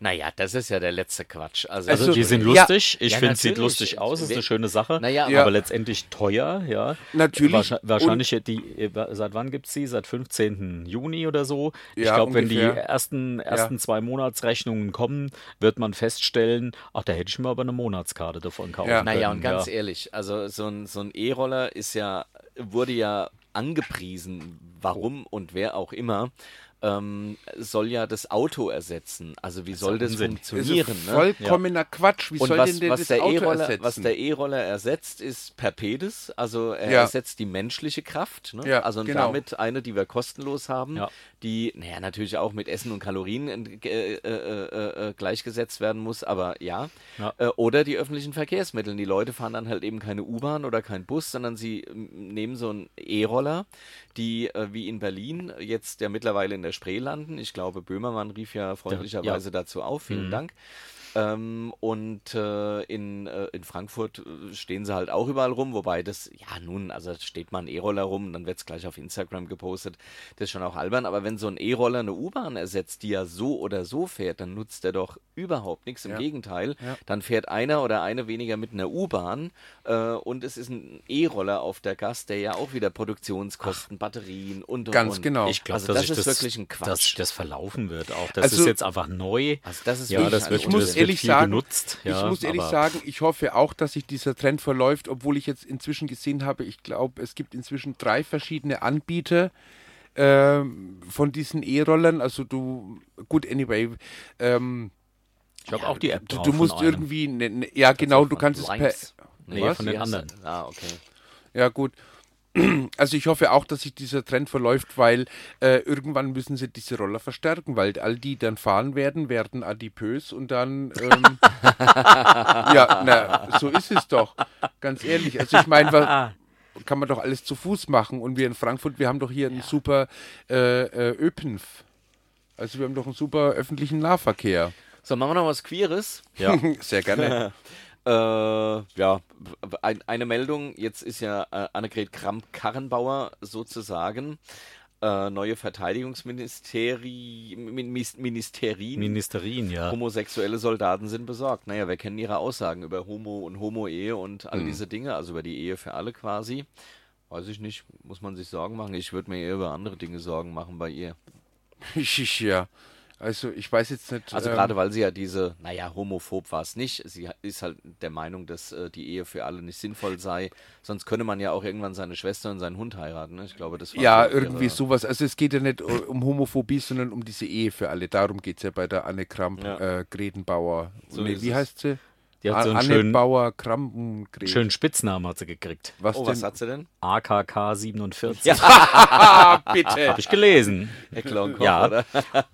Speaker 4: Naja, das ist ja der letzte Quatsch. Also,
Speaker 6: Also,
Speaker 5: Also,
Speaker 6: die sind
Speaker 5: ja.
Speaker 6: lustig. Ich
Speaker 4: Ja,
Speaker 6: finde, es sieht
Speaker 4: natürlich.
Speaker 6: lustig aus, ist eine
Speaker 4: Wir-
Speaker 6: schöne Sache.
Speaker 4: Naja,
Speaker 5: Ja.
Speaker 6: aber letztendlich teuer, ja.
Speaker 5: Natürlich.
Speaker 6: Wahrscheinlich, wahrscheinlich die, äh, seit wann gibt es die? Seit 15. Juni oder so. Ich
Speaker 5: Ja,
Speaker 6: glaube, wenn die
Speaker 5: ungefähr.
Speaker 6: ersten, ersten
Speaker 5: Ja.
Speaker 6: zwei Monatsrechnungen kommen, wird man feststellen, ach, da hätte ich mir aber eine Monatskarte davon kaufen
Speaker 5: Ja.
Speaker 6: können.
Speaker 4: Naja, und ganz
Speaker 6: ja.
Speaker 4: ehrlich, also so ein, so ein E-Roller ist ja, wurde ja angepriesen, warum und wer auch immer, ähm, soll ja das Auto ersetzen. Also wie soll das
Speaker 6: Unsinn.
Speaker 5: Das ist
Speaker 4: funktionieren? Ne?
Speaker 5: vollkommener Quatsch. Wie
Speaker 4: Und
Speaker 5: soll
Speaker 4: was,
Speaker 5: denn der
Speaker 4: was
Speaker 5: das
Speaker 4: der
Speaker 5: Auto
Speaker 4: E-Roller,
Speaker 5: ersetzen?
Speaker 4: was der E-Roller ersetzt, ist Perpedes, also er
Speaker 5: Ja.
Speaker 4: ersetzt die menschliche Kraft, ne?
Speaker 5: Ja,
Speaker 4: also und
Speaker 5: genau.
Speaker 4: damit eine, die wir kostenlos haben,
Speaker 6: Ja.
Speaker 4: die, naja, natürlich auch mit Essen und Kalorien ent- äh, äh, äh, äh, gleichgesetzt werden muss, aber ja.
Speaker 6: Ja.
Speaker 4: Äh, oder die öffentlichen Verkehrsmittel. Die Leute fahren dann halt eben keine U-Bahn oder kein Bus, sondern sie ähm, nehmen so einen E-Roller, die äh, wie in Berlin
Speaker 6: Mhm.
Speaker 4: jetzt ja mittlerweile in der Spree landen. Ich glaube, Böhmermann rief ja freundlicherweise dazu auf, vielen Dank. Ähm, und äh, in, äh, in Frankfurt äh, stehen sie halt auch überall rum, wobei das, ja nun, also da steht mal ein E-Roller rum und dann wird es gleich auf Instagram gepostet. Das ist schon auch albern, aber wenn so ein E-Roller eine U-Bahn ersetzt, die ja so oder so fährt, dann nutzt er doch überhaupt nichts. Im Gegenteil, dann fährt einer oder eine weniger mit einer U-Bahn äh, und es ist ein E-Roller auf der Gas, der ja auch wieder Produktionskosten, Batterien und und
Speaker 5: Ganz
Speaker 4: und.
Speaker 5: genau.
Speaker 6: Ich glaube,
Speaker 4: also
Speaker 6: dass
Speaker 4: das
Speaker 6: ich
Speaker 4: ist
Speaker 6: das,
Speaker 4: wirklich ein Quatsch.
Speaker 6: dass sich das verlaufen wird. Auch das
Speaker 5: Also-
Speaker 6: ist jetzt einfach neu.
Speaker 4: Also das ist
Speaker 6: ja,
Speaker 4: wirklich
Speaker 6: das
Speaker 4: ein
Speaker 6: wird,
Speaker 5: Ich muss
Speaker 6: das
Speaker 5: ehrlich
Speaker 6: wird viel
Speaker 5: sagen,
Speaker 6: genutzt. Ja,
Speaker 5: ich muss ehrlich
Speaker 6: aber
Speaker 5: sagen, ich hoffe auch, dass sich dieser Trend verläuft, obwohl ich jetzt inzwischen gesehen habe, ich glaube, es gibt inzwischen drei verschiedene Anbieter ähm, von diesen E-Rollern. Also du, gut, anyway, ähm,
Speaker 6: Ich habe auch die App
Speaker 5: du,
Speaker 6: drauf
Speaker 5: du
Speaker 6: Genau, von
Speaker 5: musst
Speaker 6: einem. Also
Speaker 5: irgendwie, ne, ne, ja genau, du kannst es per,
Speaker 4: Lines.
Speaker 6: Nee,
Speaker 5: was?
Speaker 6: von den
Speaker 4: Ja,
Speaker 6: anderen.
Speaker 4: Ah, okay.
Speaker 5: eh Ja, gut. [clears throat] Also ich hoffe auch, dass sich dieser Trend verläuft, weil äh, irgendwann müssen sie diese Roller verstärken, weil all die dann fahren werden, werden adipös und dann ähm, [laughs] ja, na, so ist es doch, ganz ehrlich. Also ich meine, wa-
Speaker 4: [laughs]
Speaker 5: kann man doch alles zu Fuß machen und wir in Frankfurt, wir haben doch hier einen super äh, äh, ÖPNV. Also wir haben doch einen super öffentlichen
Speaker 4: [laughs]
Speaker 5: Nahverkehr.
Speaker 4: So, machen wir noch was Queeres.
Speaker 6: Ja.
Speaker 5: Sehr gerne.
Speaker 4: [laughs] Äh, ja, ein, eine Meldung. Jetzt ist ja äh, Annegret Kramp-Karrenbauer sozusagen äh, neue Verteidigungsministeri Min- Mis- Ministerin.
Speaker 6: Ministerien, ja.
Speaker 4: Homosexuelle Soldaten sind besorgt. Naja, wir kennen ihre Aussagen über Homo und Homo-Ehe und all diese Dinge, also über die Ehe für alle quasi. Weiß ich nicht, muss man sich Sorgen machen. Ich würde mir eher über andere Dinge Sorgen machen bei ihr.
Speaker 5: ja. Also ich weiß jetzt nicht.
Speaker 4: Also
Speaker 5: ähm,
Speaker 4: gerade weil sie ja diese, naja, homophob war es nicht. Sie ist halt der Meinung, dass äh, die Ehe für alle nicht sinnvoll sei. Sonst könne man ja auch irgendwann seine Schwester und seinen Hund heiraten. Ne? Ich glaube, das war
Speaker 5: Ja,
Speaker 4: so ihre-
Speaker 5: irgendwie sowas. Also es geht ja nicht äh, um Homophobie, sondern um diese Ehe für alle. Darum geht es ja bei der Anne Kramp
Speaker 4: Ja.
Speaker 5: äh, Gredenbauer. nee,
Speaker 4: ist
Speaker 5: wie
Speaker 4: es.
Speaker 5: heißt sie?
Speaker 6: Die hat so einen
Speaker 5: Anne
Speaker 6: schönen,
Speaker 5: Bauer Krampen Gret.
Speaker 6: schönen Spitznamen hat sie gekriegt.
Speaker 5: Was
Speaker 4: Oh,
Speaker 5: denn?
Speaker 4: was hat sie denn?
Speaker 6: AKK 47. [laughs]
Speaker 5: ah, bitte.
Speaker 6: Habe ich gelesen.
Speaker 4: [laughs] Heckler
Speaker 6: Ja.
Speaker 4: oder?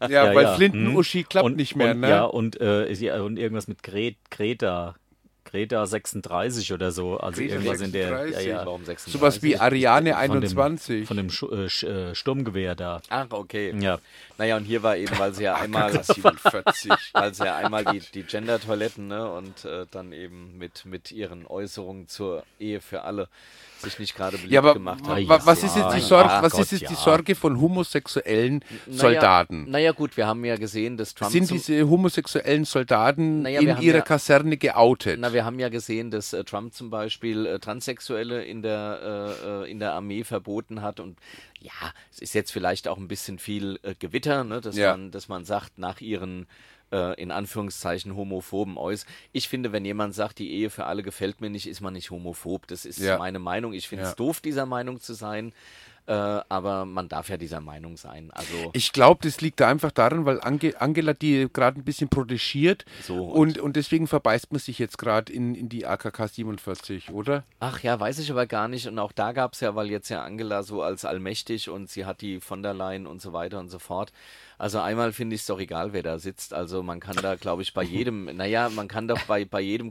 Speaker 5: Ja,
Speaker 6: Ja,
Speaker 5: weil
Speaker 6: ja.
Speaker 5: Flinten-Uschi klappt
Speaker 6: und,
Speaker 5: nicht mehr,
Speaker 6: und,
Speaker 5: ne?
Speaker 6: Ja, und, äh, ist ja- und irgendwas mit Gret, Greta. Greta 36 oder so. Also
Speaker 5: Greta
Speaker 6: irgendwas in der. Ja,
Speaker 5: 36.
Speaker 6: ja.
Speaker 4: Warum 36?
Speaker 5: Sowas wie Ariane
Speaker 6: Von dem-
Speaker 5: 21.
Speaker 6: Von dem Schu äh, Sch äh, Sturmgewehr da.
Speaker 4: Ach, okay.
Speaker 6: Ja.
Speaker 4: Naja, und hier war eben, weil
Speaker 5: Ah,
Speaker 4: sie ja einmal...
Speaker 5: 47.
Speaker 4: [laughs] Weil sie ja einmal die, die Gender-Toiletten ne, und äh, dann eben mit, mit ihren Äußerungen zur Ehe für alle sich nicht gerade beliebt
Speaker 5: Ja, aber
Speaker 4: gemacht
Speaker 5: wa-
Speaker 4: haben.
Speaker 5: wa- was ist jetzt die Sorge, was
Speaker 6: Gott,
Speaker 5: ist jetzt die
Speaker 6: ja.
Speaker 5: Sorge von homosexuellen
Speaker 4: Naja,
Speaker 5: Soldaten?
Speaker 4: Naja, gut, wir haben ja gesehen, dass Trump.
Speaker 5: Sind
Speaker 4: zum-
Speaker 5: diese homosexuellen Soldaten
Speaker 4: Naja, wir
Speaker 5: in
Speaker 4: haben
Speaker 5: ihrer
Speaker 4: ja-
Speaker 5: Kaserne geoutet?
Speaker 4: na, wir haben ja gesehen, dass äh, Trump zum Beispiel äh, Transsexuelle in der, äh, äh, in der Armee verboten hat. Und ja, es ist jetzt vielleicht auch ein bisschen viel äh, Gewitter, ne, dass,
Speaker 5: Ja.
Speaker 4: man, dass man sagt, nach ihren äh, in Anführungszeichen homophoben Äuß. Ich finde, wenn jemand sagt, die Ehe für alle gefällt mir nicht, ist man nicht homophob. Das ist
Speaker 5: Ja.
Speaker 4: meine Meinung. Ich finde es
Speaker 5: Ja.
Speaker 4: doof, dieser Meinung zu sein. Äh, aber man darf ja dieser Meinung sein. Also
Speaker 5: Ich glaube, das liegt da einfach daran, weil Ange Angela die gerade ein bisschen protegiert
Speaker 4: So,
Speaker 6: halt.
Speaker 4: und-
Speaker 5: und, und deswegen verbeißt man sich jetzt gerade in, in die AKK 47, oder?
Speaker 4: Ach ja, weiß ich aber gar nicht. Und auch da gab es ja, weil jetzt ja Angela so als allmächtig und sie hat die von der Leyen und so weiter und so fort. Also einmal finde ich es doch egal, wer da sitzt. Also man kann da,
Speaker 6: [laughs]
Speaker 4: glaube ich, bei jedem, naja, man kann doch bei, bei jedem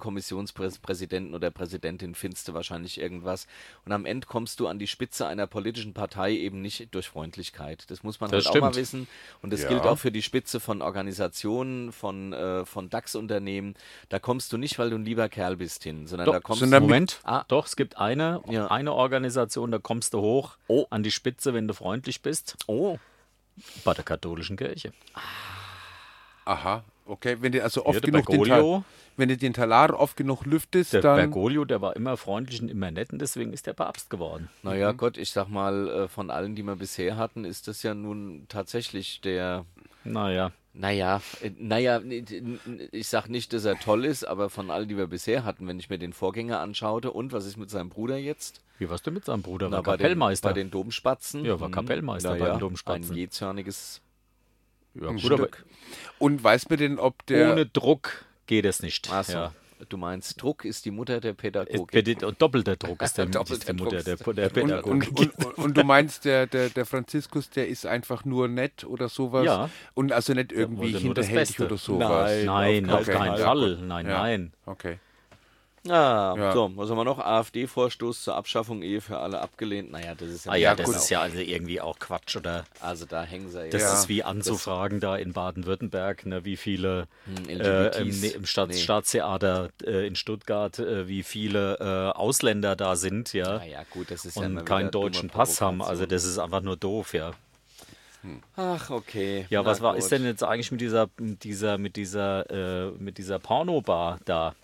Speaker 4: Kommissionspräsidenten oder Präsidentin findest du wahrscheinlich irgendwas. Und am Ende kommst du an die Spitze einer politischen Partei eben nicht durch Freundlichkeit. Das muss man
Speaker 6: Das
Speaker 4: halt auch mal
Speaker 6: stimmt.
Speaker 4: wissen. Und das gilt auch für die Spitze von Organisationen, von, äh, von DAX-Unternehmen. Da kommst du nicht, weil du ein lieber Kerl bist hin, sondern da
Speaker 6: Doch,
Speaker 4: kommst
Speaker 5: sondern
Speaker 4: du.
Speaker 6: Moment,
Speaker 4: Ah.
Speaker 6: doch, es gibt eine,
Speaker 4: Ja.
Speaker 6: eine Organisation, da kommst du hoch
Speaker 5: Oh.
Speaker 6: an die Spitze, wenn du freundlich bist,
Speaker 4: Oh.
Speaker 6: bei der katholischen Kirche.
Speaker 5: Aha, okay. Wenn du also oft
Speaker 6: Ja, der
Speaker 5: genug den,
Speaker 6: Bergoglio.
Speaker 5: Tal wenn du den Talar oft genug lüftest,
Speaker 6: Der
Speaker 5: dann
Speaker 6: Bergoglio, der war immer freundlich und immer nett und deswegen ist der Papst geworden.
Speaker 4: Naja, Gott, ich sag mal, äh, von allen, die wir bisher hatten, ist das ja nun tatsächlich der.
Speaker 6: Naja,
Speaker 4: Naja, äh, naja, n- n- n- ich sag nicht, dass er toll ist, aber von allen, die wir bisher hatten, wenn ich mir den Vorgänger anschaute und was ist mit seinem Bruder jetzt?
Speaker 6: wie warst du mit seinem Bruder? War
Speaker 4: bei den,
Speaker 6: Kapellmeister.
Speaker 4: bei den Domspatzen. Mhm.
Speaker 6: Ja, war Kapellmeister bei den Domspatzen.
Speaker 4: Ein jezörniges
Speaker 6: ja, gut,
Speaker 5: Stück.
Speaker 6: aber
Speaker 5: und weiß man denn, ob der
Speaker 6: ohne Druck geht es nicht.
Speaker 4: Ach so,
Speaker 6: Ja.
Speaker 4: Du meinst, Druck ist die Mutter der
Speaker 6: Es-
Speaker 4: Pädagogik.
Speaker 6: bitte- und Doppelter Druck
Speaker 4: [laughs]
Speaker 6: ist der, ist
Speaker 4: Doppelter
Speaker 6: der Mutter
Speaker 4: Druck
Speaker 6: der,
Speaker 4: ist der-
Speaker 6: der
Speaker 5: und,
Speaker 6: Pädagogik.
Speaker 5: und, und, und, und du meinst, der, der, der Franziskus, der ist einfach nur nett oder sowas
Speaker 6: Ja.
Speaker 5: und also nicht irgendwie
Speaker 6: wollte nur das
Speaker 5: hinterhältig
Speaker 6: Beste.
Speaker 5: oder sowas.
Speaker 6: Nein, auf
Speaker 5: okay.
Speaker 6: keinen Fall. Nein,
Speaker 5: Ja.
Speaker 6: nein.
Speaker 5: Okay.
Speaker 4: Ah, so, was haben wir noch? AfD-Vorstoß zur Abschaffung Ehe für alle abgelehnt. Naja, das ist ja,
Speaker 6: Ah ja,
Speaker 4: nicht
Speaker 6: das
Speaker 4: genau.
Speaker 6: ist ja also irgendwie auch Quatsch, oder?
Speaker 4: Also da hängen sie
Speaker 6: Das
Speaker 4: jetzt.
Speaker 6: ist wie anzufragen da in Baden-Württemberg, ne, wie viele
Speaker 4: LGBTs.
Speaker 6: äh, im, ne, im Staats
Speaker 4: Hm, Nee.
Speaker 6: Staatstheater äh, in Stuttgart, äh, wie viele äh, Ausländer da sind, ja,
Speaker 4: Ah ja, gut, das ist ja
Speaker 6: und
Speaker 4: immer wieder
Speaker 6: keinen
Speaker 4: dumme
Speaker 6: deutschen Pass haben. Also
Speaker 4: Provokation.
Speaker 6: das ist einfach nur doof, ja.
Speaker 4: Ach, okay.
Speaker 6: Ja,
Speaker 4: Na
Speaker 6: was war,
Speaker 4: gut.
Speaker 6: ist denn jetzt eigentlich mit dieser, mit dieser, mit dieser, äh, mit dieser Pornobar da?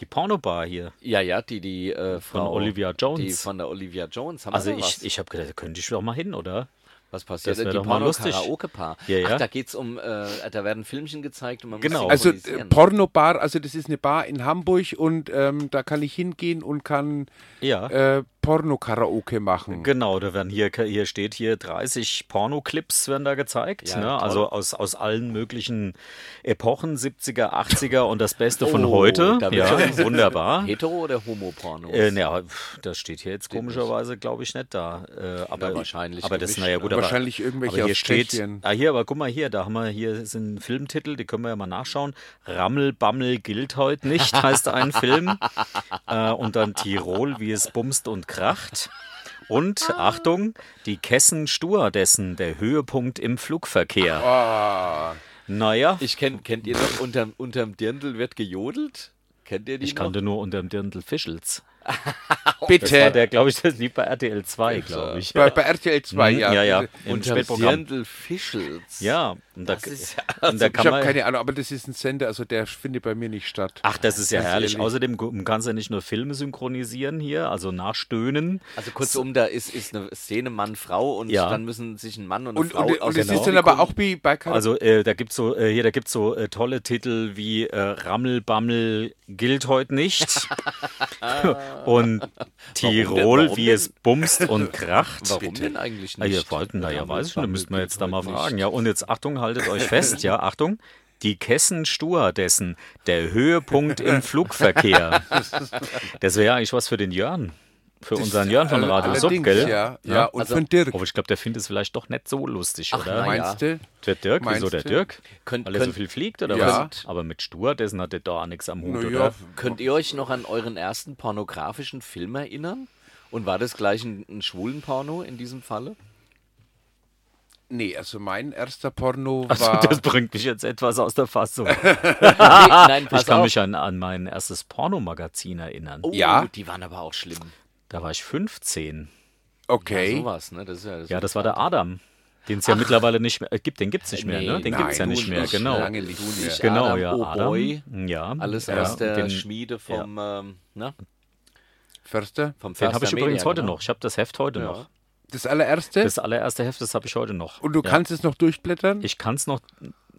Speaker 6: Die Pornobar hier.
Speaker 4: Ja, ja, die, die äh,
Speaker 6: Von
Speaker 4: Frau-
Speaker 6: Olivia Jones.
Speaker 4: Die von der Olivia Jones. Haben
Speaker 6: Also
Speaker 4: wir da
Speaker 6: ich,
Speaker 4: was?
Speaker 6: ich habe gedacht, da könnte ich doch mal hin, oder?
Speaker 4: was
Speaker 6: das
Speaker 4: passiert?
Speaker 6: wär
Speaker 4: denn?
Speaker 6: doch
Speaker 4: die
Speaker 6: mal lustig.
Speaker 4: Porno-Karaoke-Paar.
Speaker 6: Ja, ja.
Speaker 4: Ach, da geht's um, äh, da werden Filmchen gezeigt und man
Speaker 6: Genau.
Speaker 4: muss
Speaker 5: Also
Speaker 4: sie
Speaker 5: äh,
Speaker 4: synchronisieren.
Speaker 5: Pornobar, also das ist eine Bar in Hamburg und ähm, da kann ich hingehen und kann
Speaker 6: Ja.
Speaker 4: Ähm.
Speaker 5: äh, Porno-Karaoke machen.
Speaker 6: Genau, da werden hier, hier steht hier 30 Pornoclips werden da gezeigt,
Speaker 4: Ja,
Speaker 6: ne?
Speaker 4: toll.
Speaker 6: also aus, aus allen möglichen Epochen, 70er, 80er und das Beste von
Speaker 4: Oh,
Speaker 6: heute.
Speaker 4: da bin
Speaker 6: Ja,
Speaker 4: ich-
Speaker 6: [laughs] wunderbar.
Speaker 4: Hetero oder Homo-Porno?
Speaker 6: Äh, naja, pf, das steht hier jetzt komischerweise, glaube ich, nicht da. Äh, aber
Speaker 4: wahrscheinlich
Speaker 6: Aber das,
Speaker 4: gemischt,
Speaker 6: naja,
Speaker 4: ne?
Speaker 6: gut, aber,
Speaker 5: Wahrscheinlich irgendwelche
Speaker 6: aber hier
Speaker 5: aus
Speaker 6: steht,
Speaker 5: Tschechien.
Speaker 6: ah, hier, aber guck mal hier, da haben wir, hier sind Filmtitel, die können wir ja mal nachschauen. Rammel, Bammel gilt heute nicht, heißt ein Film. äh, und dann Tirol, wie es bumst und kracht. Und Achtung, die Kessen Stuardessen, der Höhepunkt im
Speaker 5: Ah,
Speaker 6: Flugverkehr. Naja,
Speaker 4: Ich kenn, kennt ihr noch, unterm, unterm Dirndl wird gejodelt? Kennt ihr die
Speaker 6: ich
Speaker 4: noch?
Speaker 6: kannte nur unter dem Dirndl Fischels. Das war
Speaker 5: Bitte.
Speaker 6: der, glaube ich, das lief bei RTL 2, glaube ich.
Speaker 5: bei, bei RTL 2,
Speaker 6: Mhm,
Speaker 5: ja.
Speaker 6: ja, ja.
Speaker 5: Also,
Speaker 6: Im
Speaker 4: unterm
Speaker 6: Spätprogramm.
Speaker 4: Dirndl Fischels.
Speaker 6: Ja, und da,
Speaker 4: ist
Speaker 6: [laughs]
Speaker 4: also
Speaker 6: und da
Speaker 5: Ich
Speaker 6: kann
Speaker 5: habe
Speaker 6: man.
Speaker 5: keine Ahnung, aber das ist ein Sender, also der findet bei mir nicht statt.
Speaker 6: Ach, das ist ja
Speaker 5: Ganz
Speaker 6: herrlich.
Speaker 5: ehrlich.
Speaker 6: Außerdem gu- kannst du nicht nur Filme synchronisieren hier, also nachstöhnen.
Speaker 4: Also kurzum, da ist, ist eine Szene Mann, Frau und
Speaker 6: Ja.
Speaker 4: dann müssen sich ein Mann und eine
Speaker 5: und
Speaker 4: Frau
Speaker 5: und, und es
Speaker 4: dem
Speaker 5: ist dann aber auch
Speaker 4: Publikum-
Speaker 5: wie bei Kar
Speaker 6: Also äh, da gibt's so äh, hier, da gibt's so äh, tolle Titel wie äh, Rammel Bammel gilt heute
Speaker 4: [laughs]
Speaker 6: nicht und Tirol,
Speaker 4: warum
Speaker 6: wie
Speaker 4: denn?
Speaker 6: es bumst und kracht.
Speaker 4: Warum denn eigentlich
Speaker 6: Ah, ihr
Speaker 4: nicht?
Speaker 6: wollten, naja,
Speaker 4: Rammel,
Speaker 6: weiß ich nicht,
Speaker 4: Bammel
Speaker 6: müssten wir
Speaker 4: gilt
Speaker 6: jetzt da mal
Speaker 4: heute
Speaker 6: fragen.
Speaker 4: nicht.
Speaker 6: Ja, und jetzt Achtung,
Speaker 5: [laughs]
Speaker 6: haltet euch fest, ja, Achtung. Die Kessen Stuardessen, der Höhepunkt
Speaker 5: [laughs]
Speaker 6: im Flugverkehr. Das wäre ja eigentlich was für den Jörn. Für unseren Jörn von Radio Sub,
Speaker 5: Allerdings,
Speaker 6: gell?
Speaker 5: ja. Ja, und
Speaker 4: Also-
Speaker 5: für den Dirk.
Speaker 6: Aber ich glaube, der findet es vielleicht doch nicht so lustig, oder?
Speaker 4: nein.
Speaker 5: Meinst du?
Speaker 6: Der Dirk, wieso
Speaker 5: Meinst
Speaker 6: der
Speaker 5: du?
Speaker 6: Dirk?
Speaker 4: Könnt-
Speaker 6: Weil er so
Speaker 4: könnt-
Speaker 6: viel fliegt oder
Speaker 5: Ja.
Speaker 6: was? Aber mit Stuardessen hat er da nichts am Hut,
Speaker 5: Na ja,
Speaker 6: oder?
Speaker 4: Könnt ihr euch noch an euren ersten pornografischen Film erinnern? Und war das gleich ein, ein schwulen Porno in
Speaker 6: [laughs]
Speaker 4: diesem Falle?
Speaker 5: Nee, also mein erster Porno
Speaker 6: Also,
Speaker 5: war.
Speaker 6: das bringt mich jetzt etwas aus
Speaker 5: [laughs]
Speaker 6: der Fassung.
Speaker 4: Nee, nein,
Speaker 6: Ah, ich kann
Speaker 4: auf.
Speaker 6: mich an, an mein erstes Pornomagazin erinnern.
Speaker 4: Oh,
Speaker 5: Ja.
Speaker 4: Die waren aber auch schlimm.
Speaker 6: Da war ich 15.
Speaker 5: okay.
Speaker 4: Sowas, ne? Das ist ja, das
Speaker 6: Ja, das war der Adam. Den es ja mittlerweile nicht mehr äh, gibt, den gibt's nicht mehr,
Speaker 4: Nee,
Speaker 6: ne? Den
Speaker 5: nein,
Speaker 6: gibt's ja nicht
Speaker 5: du
Speaker 6: mehr,
Speaker 5: nicht,
Speaker 6: genau.
Speaker 5: lange nicht mehr.
Speaker 6: Genau,
Speaker 4: Adam,
Speaker 6: ja.
Speaker 4: oh
Speaker 6: Adam.
Speaker 4: boy.
Speaker 6: ja.
Speaker 4: alles
Speaker 6: ja.
Speaker 4: aus der
Speaker 6: den,
Speaker 4: Schmiede vom, ähm, ne?
Speaker 5: Förster?
Speaker 4: vom
Speaker 6: Den habe
Speaker 4: Förster
Speaker 6: ich übrigens
Speaker 4: Media,
Speaker 6: heute
Speaker 4: genau.
Speaker 6: noch. Ich habe das Heft heute noch.
Speaker 5: Das allererste?
Speaker 6: Das allererste Heft, das habe ich heute noch.
Speaker 5: und du
Speaker 6: ja.
Speaker 5: kannst es noch durchblättern?
Speaker 6: Ich kann es noch.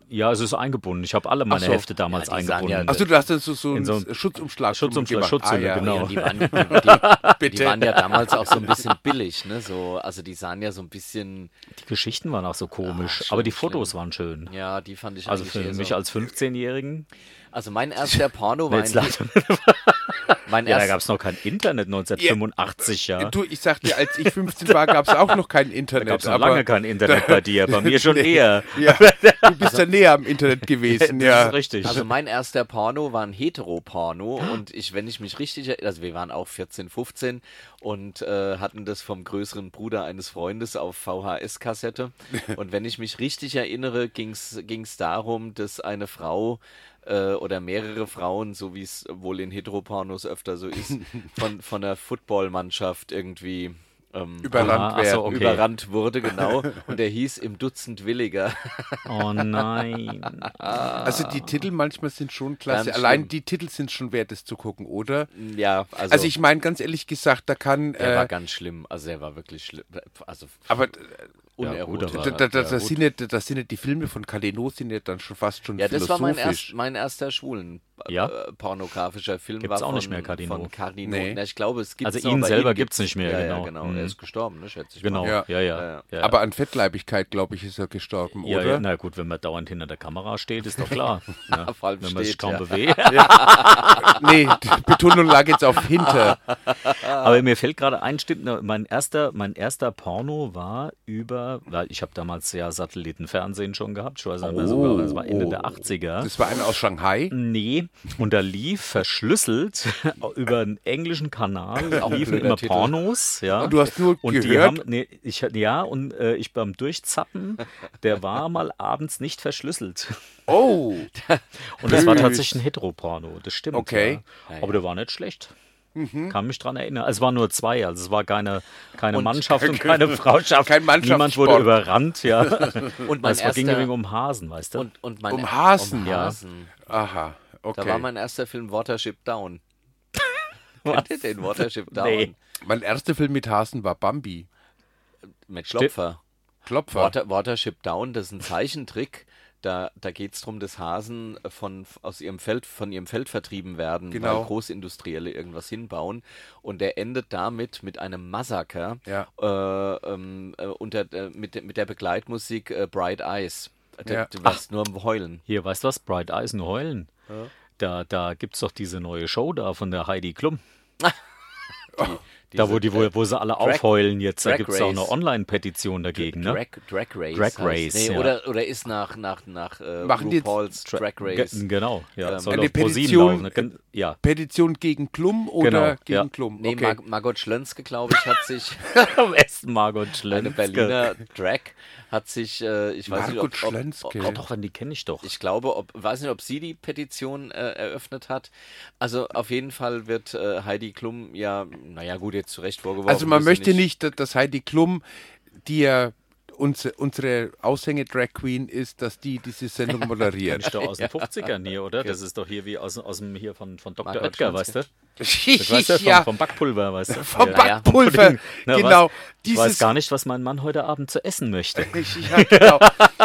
Speaker 6: Ja, es ist eingebunden. Ich habe alle meine
Speaker 4: so.
Speaker 6: Hefte damals
Speaker 4: Ja, die sagen ja,
Speaker 6: eingebunden.
Speaker 5: Achso, du hast dann so, so
Speaker 6: äh, In
Speaker 5: einen
Speaker 6: so einem
Speaker 5: Schutzumschlag.
Speaker 6: Schutzumschlag,
Speaker 5: gemacht. Ah,
Speaker 6: Schutzhülle,
Speaker 5: ja.
Speaker 6: genau.
Speaker 4: Ja, die
Speaker 6: [laughs]
Speaker 4: waren, die, die, die
Speaker 5: Bitte.
Speaker 4: waren ja damals auch so ein bisschen billig, ne? So, also die sahen ja so ein bisschen,
Speaker 6: die Geschichten waren auch so komisch,
Speaker 4: schön,
Speaker 6: aber die
Speaker 4: schlimm.
Speaker 6: Fotos waren schön.
Speaker 4: ja, die fand ich
Speaker 6: also
Speaker 4: eigentlich
Speaker 6: für
Speaker 4: eher
Speaker 6: mich
Speaker 4: so.
Speaker 6: als 15-Jährigen.
Speaker 4: Also mein erster Porno war
Speaker 6: Jetzt
Speaker 4: ein,
Speaker 6: [laughs] lacht-
Speaker 4: mein
Speaker 6: Ja, da
Speaker 4: erst-
Speaker 6: gab es noch kein Internet 1985, ja.
Speaker 5: Du, ich sagte, als
Speaker 6: [laughs]
Speaker 5: ich 15 war, gab es auch noch kein Internet.
Speaker 6: Gab es noch
Speaker 5: aber
Speaker 6: lange kein Internet bei dir, bei
Speaker 5: [laughs]
Speaker 6: mir
Speaker 4: [laughs]
Speaker 6: schon eher.
Speaker 5: Ja, du bist ja näher am
Speaker 6: [laughs]
Speaker 5: Internet gewesen.
Speaker 6: Das
Speaker 5: ja.
Speaker 6: ist richtig.
Speaker 4: Also mein erster Porno war ein Heteroporno und ich, wenn ich mich richtig erinnere, also wir waren auch 14, 15 und äh, hatten das vom größeren Bruder eines Freundes auf VHS-Kassette.
Speaker 5: [laughs]
Speaker 4: Und wenn ich mich richtig erinnere, ging es darum, dass eine Frau äh, oder mehrere Frauen, so wie es wohl in Heteropornos öfter
Speaker 5: [laughs]
Speaker 4: so ist, von, von der Footballmannschaft irgendwie ähm,
Speaker 5: Überrannt
Speaker 6: Ah, ach so,
Speaker 5: werden.
Speaker 6: okay.
Speaker 4: überrannt wurde, genau. Und der hieß im Dutzend Williger. [laughs]
Speaker 6: oh nein. Ah.
Speaker 5: Also die Titel manchmal sind schon klasse.
Speaker 4: Ganz
Speaker 5: Allein
Speaker 4: schlimm.
Speaker 5: die Titel sind schon wert, es zu gucken, oder?
Speaker 4: ja, also,
Speaker 5: Also ich meine, ganz ehrlich gesagt, da kann.
Speaker 4: Der war
Speaker 5: Äh,
Speaker 4: ganz schlimm. Also der war wirklich schlimm. Also
Speaker 5: aber
Speaker 4: unerotisch.
Speaker 6: gut,
Speaker 5: da, da, da, das, sind ja, das sind ja die Filme von Kaleno sind ja dann schon fast schon
Speaker 4: ja, das war mein, erst,
Speaker 5: philosophisch.
Speaker 4: mein erster schwulen äh,
Speaker 6: Ja?
Speaker 4: äh, pornografischer Film.
Speaker 6: Gibt's
Speaker 4: war
Speaker 6: auch
Speaker 4: von,
Speaker 6: nicht mehr, Cardino.
Speaker 4: Von Cardino.
Speaker 5: Nee.
Speaker 4: Na, ich glaube, es gibt
Speaker 6: Also ihn selber gibt's nicht mehr,
Speaker 4: Ja,
Speaker 6: genau.
Speaker 4: ja, genau.
Speaker 6: Mhm.
Speaker 4: Er ist gestorben, ne, schätze ich
Speaker 6: Genau, ja,
Speaker 4: mal.
Speaker 5: Ja.
Speaker 6: ja. ja, ja.
Speaker 5: Aber an Fettleibigkeit, glaube ich, ist er gestorben,
Speaker 6: ja,
Speaker 5: oder?
Speaker 6: ja, na gut, wenn man dauernd hinter der Kamera steht, ist doch klar. Ja,
Speaker 4: Vor allem
Speaker 6: wenn man sich
Speaker 4: steht,
Speaker 6: kaum
Speaker 4: ja.
Speaker 6: bewegt.
Speaker 5: Nee, die Betonung lag jetzt auf hinter.
Speaker 6: Aber mir fällt gerade ein, stimmt, ne, mein erster, mein erster Porno war über war, weil ich habe damals ja Satellitenfernsehen schon gehabt, ich weiß nicht mehr sogar, das war Ende der 80er.
Speaker 5: Das war einer aus Shanghai.
Speaker 6: Nee, und da lief verschlüsselt [laughs] über einen englischen Kanal,
Speaker 5: Auch ein
Speaker 6: liefen
Speaker 5: blöder
Speaker 6: immer
Speaker 5: Titel.
Speaker 6: Pornos. Ja.
Speaker 5: Und du hast nur
Speaker 6: und Die
Speaker 5: gehört?
Speaker 6: haben, nee, ich, ja, und äh, ich beim Durchzappen, der war mal abends nicht verschlüsselt.
Speaker 5: Oh,
Speaker 6: Und das war
Speaker 5: Tschüss.
Speaker 6: tatsächlich ein Heteroporno, das stimmt.
Speaker 5: Okay. Mhm.
Speaker 6: Ja. Aber der war nicht schlecht. Kann mich dran erinnern. Es waren nur zwei, also es war keine, keine
Speaker 5: [laughs]
Speaker 6: Mannschaft und keine Frauschaft.
Speaker 5: Kein Mannschaftssport.
Speaker 6: Niemand wurde
Speaker 5: [laughs]
Speaker 6: überrannt, ja.
Speaker 4: Und mein
Speaker 6: Es ging
Speaker 4: erster-
Speaker 6: wegen um Hasen, weißt du?
Speaker 4: Und, und mein,
Speaker 5: Um Hasen?
Speaker 4: Um Hasen.
Speaker 5: aha. Okay.
Speaker 4: Da war mein erster Film
Speaker 6: [laughs]
Speaker 4: Watership Down. Kennt ihr den Watership Down?
Speaker 6: Nee.
Speaker 5: mein erster Film mit Hasen war Bambi.
Speaker 4: Mit Klopfer.
Speaker 5: Klopfer.
Speaker 4: Water, Watership Down, das ist ein Zeichentrick. Da, da geht es darum, dass Hasen von, aus ihrem Feld, von ihrem Feld vertrieben werden,
Speaker 5: Genau.
Speaker 4: weil Großindustrielle irgendwas hinbauen. Und der endet damit mit einem Massaker
Speaker 5: Ja.
Speaker 4: äh, ähm, äh, unter, äh, mit, der- mit der Begleitmusik äh, Bright Eyes. Da,
Speaker 5: Ja.
Speaker 4: Du warst nur am Heulen.
Speaker 6: Hier, weißt du was? Bright Eyes nur heulen. Da, da gibt es doch diese neue Show da von der Heidi Klum. da, wo, die, wo, wo sie alle aufheulen jetzt. Da
Speaker 4: Drag
Speaker 6: gibt es auch eine
Speaker 4: Race.
Speaker 6: Online-Petition dagegen, ne?
Speaker 4: Drag, Drag Race.
Speaker 6: Drag
Speaker 4: heißt-
Speaker 6: Race,
Speaker 4: Nee,
Speaker 6: ja.
Speaker 4: oder, oder ist nach, nach, nach äh,
Speaker 5: Machen die jetzt
Speaker 4: RuPaul's Drag
Speaker 6: Ge-
Speaker 4: Race.
Speaker 6: Genau, ja.
Speaker 4: Ähm,
Speaker 6: soll
Speaker 5: eine
Speaker 6: auf ProSieben
Speaker 5: Petition-
Speaker 6: laufen, ne? Gen-
Speaker 5: [laughs]
Speaker 6: Ja.
Speaker 5: Petition gegen Klum oder
Speaker 6: Genau,
Speaker 5: gegen
Speaker 6: ja.
Speaker 5: Klum?
Speaker 4: Nee,
Speaker 5: Okay.
Speaker 4: Mar Margot Schlönske, glaube ich, hat
Speaker 5: [laughs]
Speaker 4: sich
Speaker 6: Am besten Margot
Speaker 4: eine
Speaker 6: Schlönske.
Speaker 4: Berliner Drag hat sich, äh, ich
Speaker 5: Margot
Speaker 4: weiß nicht, ob, ob,
Speaker 5: Schlönske.
Speaker 4: ob,
Speaker 6: Oh, Doch, wenn die kenne ich doch.
Speaker 4: ich glaube, ob, weiß nicht, ob sie die Petition äh, eröffnet hat. Also auf jeden Fall wird äh, Heidi Klum ja, naja gut, jetzt zu Recht vorgeworfen.
Speaker 5: Also man
Speaker 4: dass sie
Speaker 5: möchte nicht, dass- dass Heidi Klum, die ja unsere, unsere Aushänge-Drag Queen ist, dass die diese Sendung moderiert.
Speaker 4: [laughs]
Speaker 6: Ist doch aus den 50ern hier, oder? Das ist doch hier wie aus, aus dem hier von, von Dr.
Speaker 4: Margot
Speaker 6: Oetker, weißt
Speaker 4: Schlönske.
Speaker 5: [laughs]
Speaker 6: du? Das weißt du,
Speaker 5: ja,
Speaker 6: vom, vom Backpulver, weißt du?
Speaker 5: vom
Speaker 6: Ja.
Speaker 5: Backpulver.
Speaker 6: Na,
Speaker 5: genau.
Speaker 6: Was, ich weiß
Speaker 5: dieses-
Speaker 6: gar nicht, was mein Mann heute Abend zu essen möchte.
Speaker 5: ja, genau.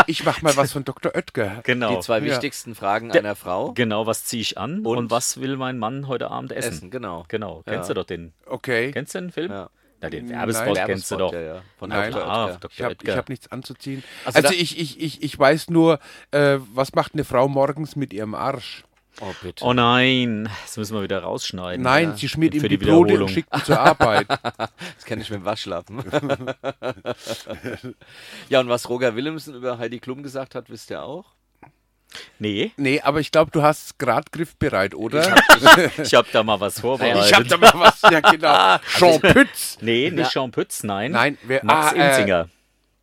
Speaker 5: Ich mach mal was von Dr. Oetker.
Speaker 6: Genau.
Speaker 4: die zwei
Speaker 5: Ja.
Speaker 4: wichtigsten Fragen einer Frau
Speaker 6: Genau, was ziehe ich an und, was will mein Mann heute Abend essen?
Speaker 4: essen, genau.
Speaker 6: Genau,
Speaker 4: Ja.
Speaker 6: kennst du doch den.
Speaker 5: Okay.
Speaker 6: Kennst du den Film?
Speaker 4: Ja.
Speaker 6: Na, den
Speaker 5: Nein.
Speaker 6: Werbespot kennst du
Speaker 4: Werbespot,
Speaker 6: doch.
Speaker 4: ja, ja, von
Speaker 5: Nein.
Speaker 4: Dr.
Speaker 6: Ah,
Speaker 4: Oetker.
Speaker 6: Dr.
Speaker 5: Ich habe
Speaker 6: Oetker.
Speaker 5: hab nichts anzuziehen.
Speaker 4: Also
Speaker 5: Also,
Speaker 4: da-
Speaker 5: ich, ich, ich, ich weiß nur, äh, was macht eine Frau morgens mit ihrem Arsch?
Speaker 4: Oh bitte.
Speaker 6: oh nein, das müssen wir wieder rausschneiden.
Speaker 5: Nein, sie schmiert
Speaker 6: Für
Speaker 5: ihm die,
Speaker 6: die
Speaker 5: Brote und
Speaker 6: Wiederholung.
Speaker 5: schickt ihn zur
Speaker 6: [laughs]
Speaker 5: Arbeit.
Speaker 4: Das kenne Oh, ich mit dem Waschlappen. [laughs] ja, und was Roger Willemsen über Heidi Klum gesagt hat, wisst ihr auch?
Speaker 6: Nee,
Speaker 5: nee, aber ich glaube, du hast es gerade griffbereit, oder? [laughs]
Speaker 6: ich habe da mal was vorbereitet.
Speaker 5: Ich habe da mal was. Ja,
Speaker 6: Also
Speaker 5: genau. [laughs] Jean Pütz.
Speaker 6: nee, nicht Jean Pütz, nein.
Speaker 5: Nein, wer-
Speaker 6: Max
Speaker 5: ah, äh,
Speaker 6: Inzinger.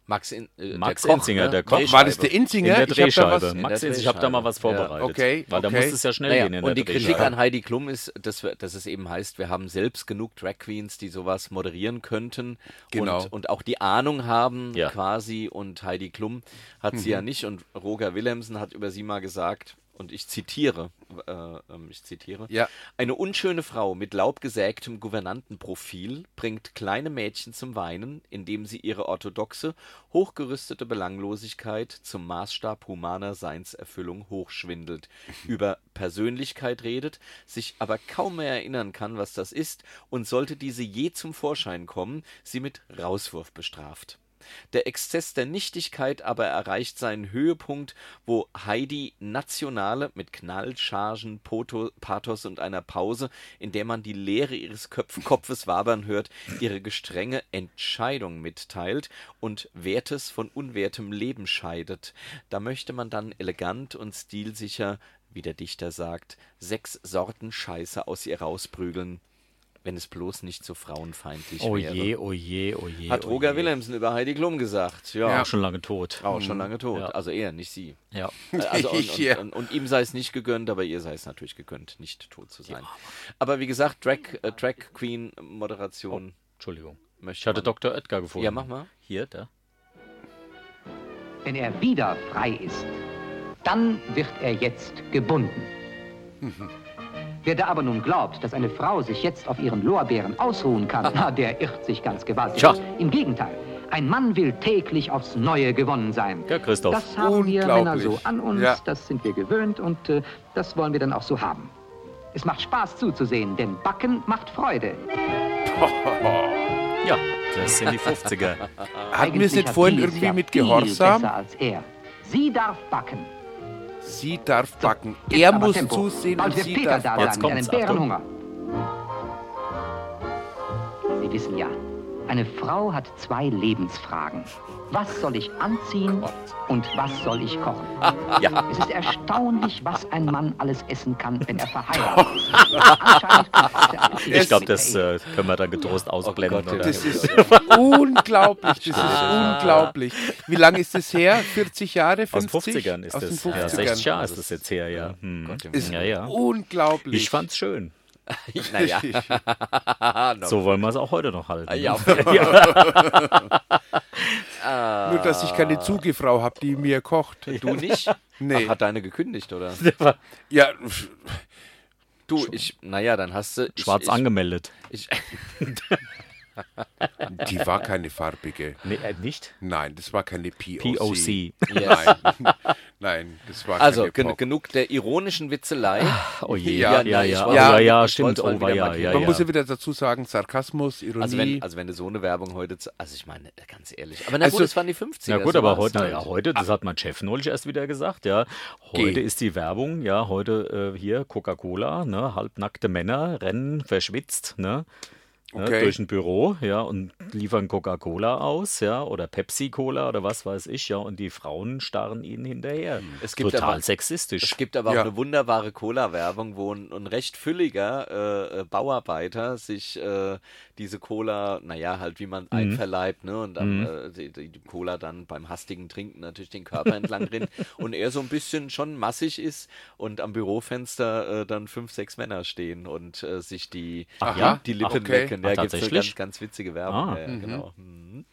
Speaker 4: Max, in, äh,
Speaker 6: Max
Speaker 4: der Koch,
Speaker 6: Inzinger,
Speaker 4: ne?
Speaker 6: der Koch.
Speaker 5: War das der
Speaker 6: In
Speaker 5: Inzinger?
Speaker 6: der
Speaker 5: Ich hab da was- [laughs]
Speaker 6: Drehscheibe. Max
Speaker 4: In der
Speaker 6: Inzinger, ich habe da mal was
Speaker 4: Drehscheibe. Ja.
Speaker 6: vorbereitet.
Speaker 5: Okay,
Speaker 6: Weil da
Speaker 5: okay.
Speaker 6: musste es ja schnell
Speaker 4: Naja,
Speaker 6: gehen in der
Speaker 4: und die Kritik
Speaker 6: Drehscheibe.
Speaker 4: an Heidi Klum ist, dass, wir, dass es eben heißt, wir haben selbst genug Drag Queens, die sowas moderieren könnten
Speaker 5: Genau.
Speaker 4: und, und auch die Ahnung haben
Speaker 6: Ja. Mhm.
Speaker 4: quasi und Heidi Klum hat sie ja nicht und Roger Willemsen hat über sie mal gesagt und ich zitiere, äh, ähm, ich zitiere,
Speaker 5: Ja.
Speaker 4: eine unschöne Frau mit laubgesägtem Gouvernantenprofil bringt kleine Mädchen zum Weinen, indem sie ihre orthodoxe, hochgerüstete Belanglosigkeit zum Maßstab humaner Seinserfüllung hochschwindelt, über Persönlichkeit redet, sich aber kaum mehr erinnern kann, was das ist, und sollte diese je zum Vorschein kommen, sie mit Rauswurf bestraft. Der Exzess der Nichtigkeit aber erreicht seinen Höhepunkt, wo Heidi nationale mit Knallchargen, Poto, Pathos und einer Pause, in der man die Leere ihres Köpf Kopfes wabern hört, ihre gestrenge Entscheidung mitteilt und Wertes von unwertem Leben scheidet. Da möchte man dann elegant und stilsicher, wie der Dichter sagt, sechs Sorten Scheiße aus ihr rausprügeln, wenn es bloß nicht so frauenfeindlich
Speaker 6: Oh
Speaker 4: wäre.
Speaker 6: je, oh je, oh je.
Speaker 4: Hat
Speaker 6: oh
Speaker 4: Roger
Speaker 6: je.
Speaker 4: Willemsen über Heidi Klum gesagt. Ja,
Speaker 6: Auch schon lange tot.
Speaker 4: auch schon lange tot.
Speaker 6: Hm. Ja.
Speaker 4: Also er, nicht sie.
Speaker 6: Ja.
Speaker 4: Äh,
Speaker 6: [laughs]
Speaker 4: Also und, und,
Speaker 5: Ja.
Speaker 4: und, und ihm sei es nicht gegönnt, aber ihr sei es natürlich gegönnt, nicht tot zu sein. Aber wie gesagt, Drag, äh, Drag Queen Moderation
Speaker 6: Entschuldigung.
Speaker 4: möchte
Speaker 6: Oh, Ich hatte
Speaker 4: man-
Speaker 6: Dr. Oetker gefunden.
Speaker 4: Ja, mach mal.
Speaker 6: Hier, da.
Speaker 11: Wenn er wieder frei ist, dann wird er jetzt
Speaker 5: [laughs]
Speaker 11: gebunden. Wer da aber nun glaubt, dass eine Frau sich jetzt auf ihren Lorbeeren ausruhen kann, [laughs] na,
Speaker 5: [laughs]
Speaker 11: der irrt sich ganz gewaltig.
Speaker 6: Tja.
Speaker 11: Im Gegenteil, ein Mann will täglich aufs Neue gewonnen sein.
Speaker 6: Ja, Christoph.
Speaker 11: Das haben wir Männer so
Speaker 5: Unglaublich.
Speaker 11: an uns,
Speaker 5: Ja.
Speaker 11: das sind wir gewöhnt und äh, das wollen wir dann auch so haben. Es macht Spaß zuzusehen, denn Backen macht Freude.
Speaker 6: Ja, das sind die 50er.
Speaker 5: Hatten wir es
Speaker 11: Eigentlich
Speaker 5: nicht
Speaker 11: hat
Speaker 5: vorhin
Speaker 11: sie es
Speaker 5: irgendwie
Speaker 11: ja
Speaker 5: mit
Speaker 11: viel
Speaker 5: Gehorsam?
Speaker 11: Besser als er. Sie darf backen.
Speaker 5: Sie darf backen.
Speaker 11: Jetzt
Speaker 5: Er
Speaker 11: aber
Speaker 5: muss
Speaker 11: Tempo.
Speaker 5: zusehen
Speaker 11: Bald
Speaker 5: und
Speaker 11: wird
Speaker 5: sie
Speaker 11: Peter da
Speaker 5: darf backen.
Speaker 6: Jetzt
Speaker 11: sein, mit einem
Speaker 6: kommt's, Achtung.
Speaker 11: Bärenhunger. Sie wissen ja, Eine Frau hat zwei Lebensfragen. Was soll ich anziehen und was soll ich kochen?
Speaker 4: Ja.
Speaker 11: Es ist erstaunlich, was ein Mann alles essen kann, wenn er verheiratet ist. Anscheinend kocht er alles
Speaker 6: Ich glaube,
Speaker 11: mit
Speaker 6: das äh, können wir dann getrost ausblenden. oder?
Speaker 5: Das
Speaker 6: [laughs]
Speaker 5: ist unglaublich, das ist unglaublich. Wie lange ist das her? 40 Jahre? 50?
Speaker 6: Aus den 50ern ist
Speaker 5: Aus den
Speaker 6: es.
Speaker 5: 50ern.
Speaker 6: Ja, 60 Jahre ist es jetzt her, ja. Hm.
Speaker 5: Ist
Speaker 6: ja, ja.
Speaker 5: unglaublich.
Speaker 6: Ich fand's schön.
Speaker 4: [laughs] Naja.
Speaker 6: [laughs] So wollen wir es auch heute noch halten.
Speaker 4: Ah,
Speaker 6: ne? [laughs]
Speaker 4: Ja, auf jeden
Speaker 6: ja.
Speaker 5: [laughs] Nur, dass ich
Speaker 6: [laughs]
Speaker 5: keine Zugefrau habe, die mir kocht.
Speaker 4: Du nicht?
Speaker 5: Nee.
Speaker 4: Ach, hat deine gekündigt, oder?
Speaker 5: Ja,
Speaker 4: Du, ich, naja, dann hast du. Ich,
Speaker 6: Schwarz
Speaker 4: ich,
Speaker 6: angemeldet.
Speaker 4: Ich, [laughs]
Speaker 5: die war keine farbige.
Speaker 6: Nee, äh, nicht?
Speaker 5: Nein, das war keine POC.
Speaker 6: POC.
Speaker 5: Nein. [laughs] Nein, das war
Speaker 4: also,
Speaker 5: keine
Speaker 4: gen
Speaker 5: Pop.
Speaker 4: genug der ironischen Witzelei.
Speaker 6: Oh je.
Speaker 5: Ja, ja,
Speaker 6: Ja, ja,
Speaker 5: ich
Speaker 6: ja.
Speaker 5: wollte-
Speaker 6: Ja, ja,
Speaker 4: ich
Speaker 6: stimmt.
Speaker 4: wollte mal
Speaker 6: Oh, war
Speaker 4: wieder
Speaker 6: ja,
Speaker 4: markieren.
Speaker 6: ja,
Speaker 5: Man muss ja
Speaker 6: ja.
Speaker 5: wieder dazu sagen, Sarkasmus, Ironie.
Speaker 4: Also wenn, also wenn du so eine Werbung heute, z- also ich meine, ganz ehrlich. Aber na
Speaker 5: Also-
Speaker 4: gut, das waren die 50er.
Speaker 6: Na gut,
Speaker 4: so
Speaker 6: aber
Speaker 4: war's
Speaker 6: heute,
Speaker 4: halt.
Speaker 6: naja, heute, das hat mein Chef neulich erst wieder gesagt, ja. Heute ist die Werbung, ja, heute äh, hier Coca-Cola, ne, halbnackte Männer rennen verschwitzt, ne,
Speaker 5: Okay.
Speaker 6: ne, durch ein Büro, ja, und liefern Coca-Cola aus, ja, oder Pepsi-Cola oder was weiß ich, ja, und die Frauen starren ihnen hinterher.
Speaker 4: Hm. Es gibt
Speaker 6: Total
Speaker 4: aber-
Speaker 6: sexistisch.
Speaker 4: Es gibt aber auch
Speaker 5: Ja.
Speaker 4: eine wunderbare Cola-Werbung, wo ein, ein recht fülliger äh, äh, Bauarbeiter sich äh, diese Cola, naja, halt wie
Speaker 6: Mhm.
Speaker 4: man einverleibt, ne? Und dann äh, die, die Cola dann beim hastigen Trinken natürlich den Körper
Speaker 6: [laughs]
Speaker 4: entlang rinnt und er so ein bisschen schon massig ist und am Bürofenster äh, dann fünf, sechs Männer stehen und äh, sich die,
Speaker 6: Ach
Speaker 4: die-
Speaker 6: ja?
Speaker 4: die Lippen
Speaker 5: Okay.
Speaker 4: lecken. Da
Speaker 6: Ah,
Speaker 4: gibt es so ganz,
Speaker 6: tatsächlich?
Speaker 4: ganz witzige Werbung.
Speaker 6: Ah. Mhm.
Speaker 4: ja, ja, genau. Mhm.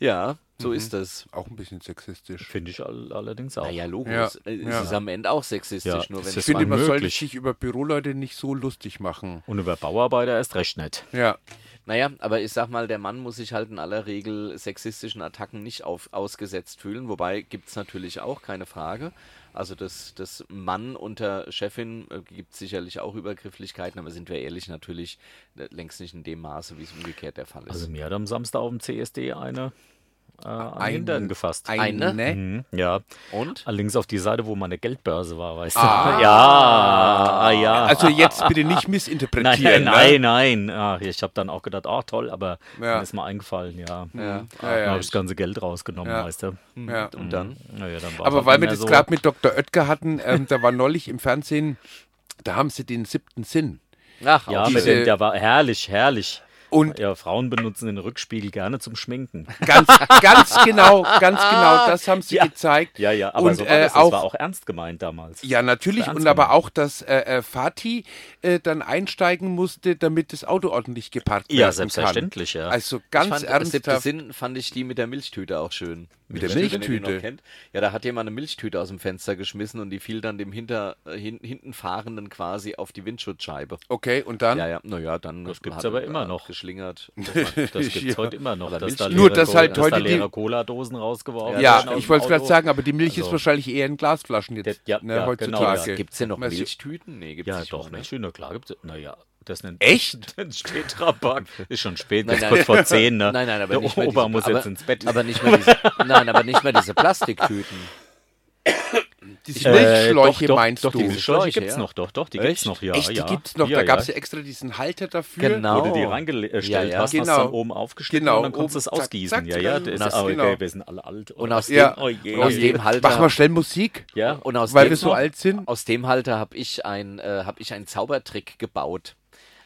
Speaker 4: ja, so ist das.
Speaker 5: auch ein bisschen sexistisch.
Speaker 6: Finde ich all allerdings auch.
Speaker 4: Naja, Logo
Speaker 5: Ja,
Speaker 4: ist, äh,
Speaker 5: ja.
Speaker 4: es ist am Ende auch sexistisch,
Speaker 6: Ja,
Speaker 4: nur
Speaker 6: es
Speaker 4: wenn
Speaker 5: Ich
Speaker 6: ist
Speaker 4: es
Speaker 5: finde, man sollte
Speaker 6: unmöglich.
Speaker 5: sich über Büroleute nicht so lustig machen.
Speaker 6: Und über Bauarbeiter erst recht nicht.
Speaker 5: Ja,
Speaker 4: Naja, aber ich sag mal, der Mann muss sich halt in aller Regel sexistischen Attacken nicht auf, ausgesetzt fühlen. Wobei gibt's natürlich auch, keine Frage. Also das, das Mann unter Chefin äh, gibt sicherlich auch Übergrifflichkeiten, aber sind wir ehrlich, natürlich äh, längst nicht in dem Maße, wie es umgekehrt der Fall ist.
Speaker 6: Also mir hat am Samstag auf dem CSD eine äh, an
Speaker 5: Eine-
Speaker 6: den Hintern gefasst.
Speaker 4: Eine?
Speaker 5: Ne?
Speaker 6: Mhm, ja.
Speaker 4: Und?
Speaker 6: Allerdings auf die Seite, wo meine Geldbörse war, weißt du. Ja, ah, ja.
Speaker 5: Also jetzt bitte nicht
Speaker 6: nein,
Speaker 5: missinterpretieren.
Speaker 6: nein, [laughs] nein,
Speaker 5: ne?
Speaker 6: Ah, ich habe dann auch gedacht, ah toll, aber
Speaker 5: Ja.
Speaker 6: mir ist mal eingefallen, ja.
Speaker 4: ja.
Speaker 5: Ja,
Speaker 6: Da
Speaker 5: ja.
Speaker 6: habe ich das ganze Geld rausgenommen,
Speaker 5: Ja.
Speaker 6: weißt du.
Speaker 5: Ja.
Speaker 4: Und dann?
Speaker 5: Mhm.
Speaker 6: Naja, dann war's
Speaker 5: Aber
Speaker 6: halt
Speaker 5: weil
Speaker 6: nicht
Speaker 5: wir
Speaker 6: mehr
Speaker 5: das
Speaker 6: so.
Speaker 5: gerade mit Dr. Oetker hatten, ähm, da war neulich im Fernsehen, da haben sie den siebten Sinn.
Speaker 4: Ach,
Speaker 6: Ja,
Speaker 4: auch
Speaker 6: mit
Speaker 5: diese-
Speaker 6: dem, der war herrlich, herrlich.
Speaker 5: Und-
Speaker 6: ja, Frauen benutzen den Rückspiegel gerne zum Schminken.
Speaker 5: Ganz, ganz genau, ganz
Speaker 6: [laughs]
Speaker 5: genau, das haben sie
Speaker 6: Ja.
Speaker 5: gezeigt.
Speaker 6: Ja, ja, aber
Speaker 5: Und
Speaker 6: so war
Speaker 5: äh,
Speaker 6: das, das
Speaker 5: auch,
Speaker 6: war auch ernst gemeint damals.
Speaker 5: Ja, natürlich.
Speaker 6: War
Speaker 5: Und
Speaker 6: ernst
Speaker 5: aber
Speaker 6: gemeint.
Speaker 5: auch, dass äh, äh, Fatih äh, dann einsteigen musste, damit das Auto ordentlich geparkt werden
Speaker 6: Ja,
Speaker 5: kann.
Speaker 6: selbstverständlich, ja.
Speaker 5: Also
Speaker 4: Ich
Speaker 5: ganz
Speaker 4: fand, das siebte
Speaker 5: ernsthaft.
Speaker 4: Sinn fand ich die mit der Milchtüte auch schön.
Speaker 5: Mit der
Speaker 4: Ich weiß nicht, wenn ihr die
Speaker 5: Milchtüte?
Speaker 4: noch kennt. Ja, da hat jemand eine Milchtüte aus dem Fenster geschmissen und die fiel dann dem hinter, äh, hin, hinten Fahrenden quasi auf die Windschutzscheibe.
Speaker 5: Okay, und dann?
Speaker 4: Ja, ja, naja, dann.
Speaker 6: Das gibt's
Speaker 4: hat- halt
Speaker 6: aber immer noch. [laughs]
Speaker 4: Geschlingert.
Speaker 6: Das gibt es
Speaker 5: Ja.
Speaker 6: heute immer noch. Dass da
Speaker 4: Milch- Nur,
Speaker 6: leere
Speaker 5: dass
Speaker 6: Cola-
Speaker 5: halt heute
Speaker 6: dass da
Speaker 5: die-
Speaker 6: leere Cola-Dosen rausgeworfen
Speaker 5: Ja,
Speaker 6: werden aus
Speaker 5: ich
Speaker 6: dem
Speaker 5: wollte es
Speaker 6: Auto.
Speaker 5: gerade sagen, aber die Milch ist
Speaker 6: Also-
Speaker 5: wahrscheinlich eher in Glasflaschen jetzt
Speaker 6: Ja,
Speaker 5: ne,
Speaker 6: ja,
Speaker 5: heutzutage.
Speaker 6: genau, ja.
Speaker 4: Gibt's denn noch
Speaker 5: Merci.
Speaker 4: Milchtüten? Nee, gibt's
Speaker 6: Ja,
Speaker 4: nicht
Speaker 6: doch,
Speaker 4: mehr, ne?
Speaker 6: nicht schön, na klar gibt es. Naja, das nennt. [laughs]
Speaker 5: Echt?
Speaker 6: Das steht Tetrapack. Ist schon spät,
Speaker 4: Nein,
Speaker 6: das ist
Speaker 4: nein.
Speaker 6: kurz vor 10, ne?
Speaker 4: Nein, nein, aber
Speaker 6: Der
Speaker 4: nicht mehr
Speaker 6: Opa
Speaker 4: diese,
Speaker 6: muss
Speaker 4: aber,
Speaker 6: jetzt ins Bett.
Speaker 4: Aber nicht
Speaker 6: [laughs]
Speaker 4: mehr diese, nein, aber nicht mehr diese Plastiktüten.
Speaker 5: Diese
Speaker 6: Äh,
Speaker 5: Milchschläuche
Speaker 6: doch, doch,
Speaker 5: meinst
Speaker 6: doch,
Speaker 5: du?
Speaker 6: Die Milchschläuche
Speaker 4: Milchschläuche,
Speaker 6: gibt es
Speaker 4: ja.
Speaker 6: noch, doch, doch, die
Speaker 4: Echt?
Speaker 6: gibt es noch, ja.
Speaker 5: Echt, die
Speaker 6: ja.
Speaker 5: gibt's noch.
Speaker 6: ja,
Speaker 5: da
Speaker 6: ja.
Speaker 5: gab es ja extra diesen Halter dafür.
Speaker 6: Wo du die
Speaker 4: Genau.
Speaker 6: reingestellt
Speaker 4: Ja, ja.
Speaker 6: hast, hast
Speaker 5: Genau.
Speaker 6: du dann oben aufgeschnitten
Speaker 5: Genau,
Speaker 6: und dann konntest du
Speaker 5: oben, zack,
Speaker 6: es ausgießen.
Speaker 5: zack,
Speaker 6: ja, ja,
Speaker 5: dann-
Speaker 6: das
Speaker 5: Und
Speaker 6: ist,
Speaker 5: aus-
Speaker 6: ah, okay,
Speaker 5: genau.
Speaker 6: wir sind alle alt.
Speaker 4: Und
Speaker 6: oder?
Speaker 4: aus
Speaker 5: Ja.
Speaker 4: dem,
Speaker 6: oh je.
Speaker 4: und aus dem
Speaker 5: Mach mal
Speaker 4: Halter.
Speaker 5: schnell Musik,
Speaker 6: ja,
Speaker 4: Und aus
Speaker 5: weil
Speaker 4: dem,
Speaker 5: wir so alt sind.
Speaker 4: aus dem Halter habe ich, ein, äh, hab ich einen Zaubertrick gebaut.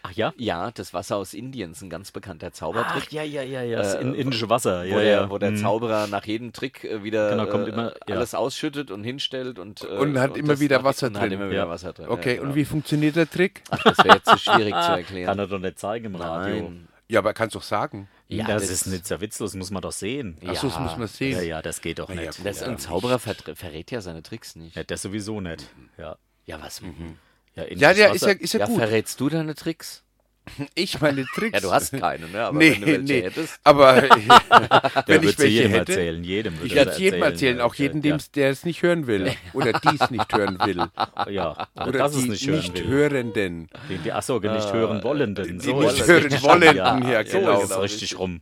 Speaker 6: ach ja?
Speaker 4: Ja, das Wasser aus Indien ist ein ganz bekannter Zaubertrick.
Speaker 6: Ach ja, ja, ja, ja. Das
Speaker 4: Äh,
Speaker 6: in, indische Wasser,
Speaker 4: wo
Speaker 6: ja,
Speaker 4: der,
Speaker 6: ja.
Speaker 4: wo der
Speaker 6: Hm.
Speaker 4: Zauberer nach jedem Trick äh, wieder
Speaker 6: Genau, kommt
Speaker 4: äh,
Speaker 6: immer- ja.
Speaker 4: alles ausschüttet und hinstellt und, äh,
Speaker 5: Und hat immer
Speaker 4: das
Speaker 5: wieder
Speaker 4: macht-
Speaker 5: Wasser
Speaker 4: und
Speaker 5: drin.
Speaker 4: Hat immer wieder
Speaker 6: Ja.
Speaker 4: Wasser drin.
Speaker 5: Okay,
Speaker 4: ja,
Speaker 5: und
Speaker 4: genau.
Speaker 5: wie funktioniert der Trick?
Speaker 4: Ach, das wäre jetzt zu
Speaker 6: [laughs]
Speaker 4: schwierig zu
Speaker 6: Kann
Speaker 4: erklären.
Speaker 6: er doch nicht zeigen im Radio.
Speaker 4: Nein.
Speaker 5: Ja, aber kannst doch sagen.
Speaker 4: Ja,
Speaker 6: das,
Speaker 4: das-
Speaker 6: ist nicht sehr witzlos, muss man doch sehen.
Speaker 5: Ach so, das muss man sehen.
Speaker 6: Ja, ja, das geht doch nicht.
Speaker 4: Das
Speaker 6: ja.
Speaker 4: ein Zauberer vertr- verrät ja seine Tricks nicht.
Speaker 6: Ja, das sowieso nicht.
Speaker 5: Mhm.
Speaker 6: Ja,
Speaker 4: Ja, was?
Speaker 5: Ja,
Speaker 6: ja, indisches
Speaker 5: ja, ist ja,
Speaker 6: Wasser.
Speaker 5: ist ja
Speaker 4: Ja,
Speaker 5: gut.
Speaker 4: verrätst du deine Tricks?
Speaker 5: Ich meine Tricks.
Speaker 4: [laughs] Ja, du
Speaker 5: [laughs]
Speaker 4: hast keine, ne? Aber
Speaker 5: nee,
Speaker 4: wenn du welche
Speaker 5: nee.
Speaker 4: hättest. [laughs]
Speaker 5: Aber [laughs]
Speaker 6: Der
Speaker 5: wenn
Speaker 6: würde
Speaker 5: ich
Speaker 6: sie
Speaker 5: welche
Speaker 6: jedem
Speaker 5: hätte,
Speaker 6: erzählen, jedem würde
Speaker 5: ich
Speaker 6: er
Speaker 5: würde es jedem erzählen, auch
Speaker 6: ja,
Speaker 5: jedem,
Speaker 6: ja.
Speaker 5: dem's- der es nicht hören will oder dies nicht hören will [laughs]
Speaker 6: Ja, [laughs] oder,
Speaker 5: oder
Speaker 6: das
Speaker 5: die
Speaker 6: ist nicht hören
Speaker 5: nicht
Speaker 6: will.
Speaker 5: hörenden.
Speaker 6: Den, die, achso, nicht hören wollenden.
Speaker 5: die
Speaker 6: So
Speaker 5: nicht
Speaker 6: ist es
Speaker 5: hören
Speaker 6: richtig.
Speaker 5: wollenden, ja,
Speaker 6: ja,
Speaker 5: genau.
Speaker 6: So ist es richtig rum.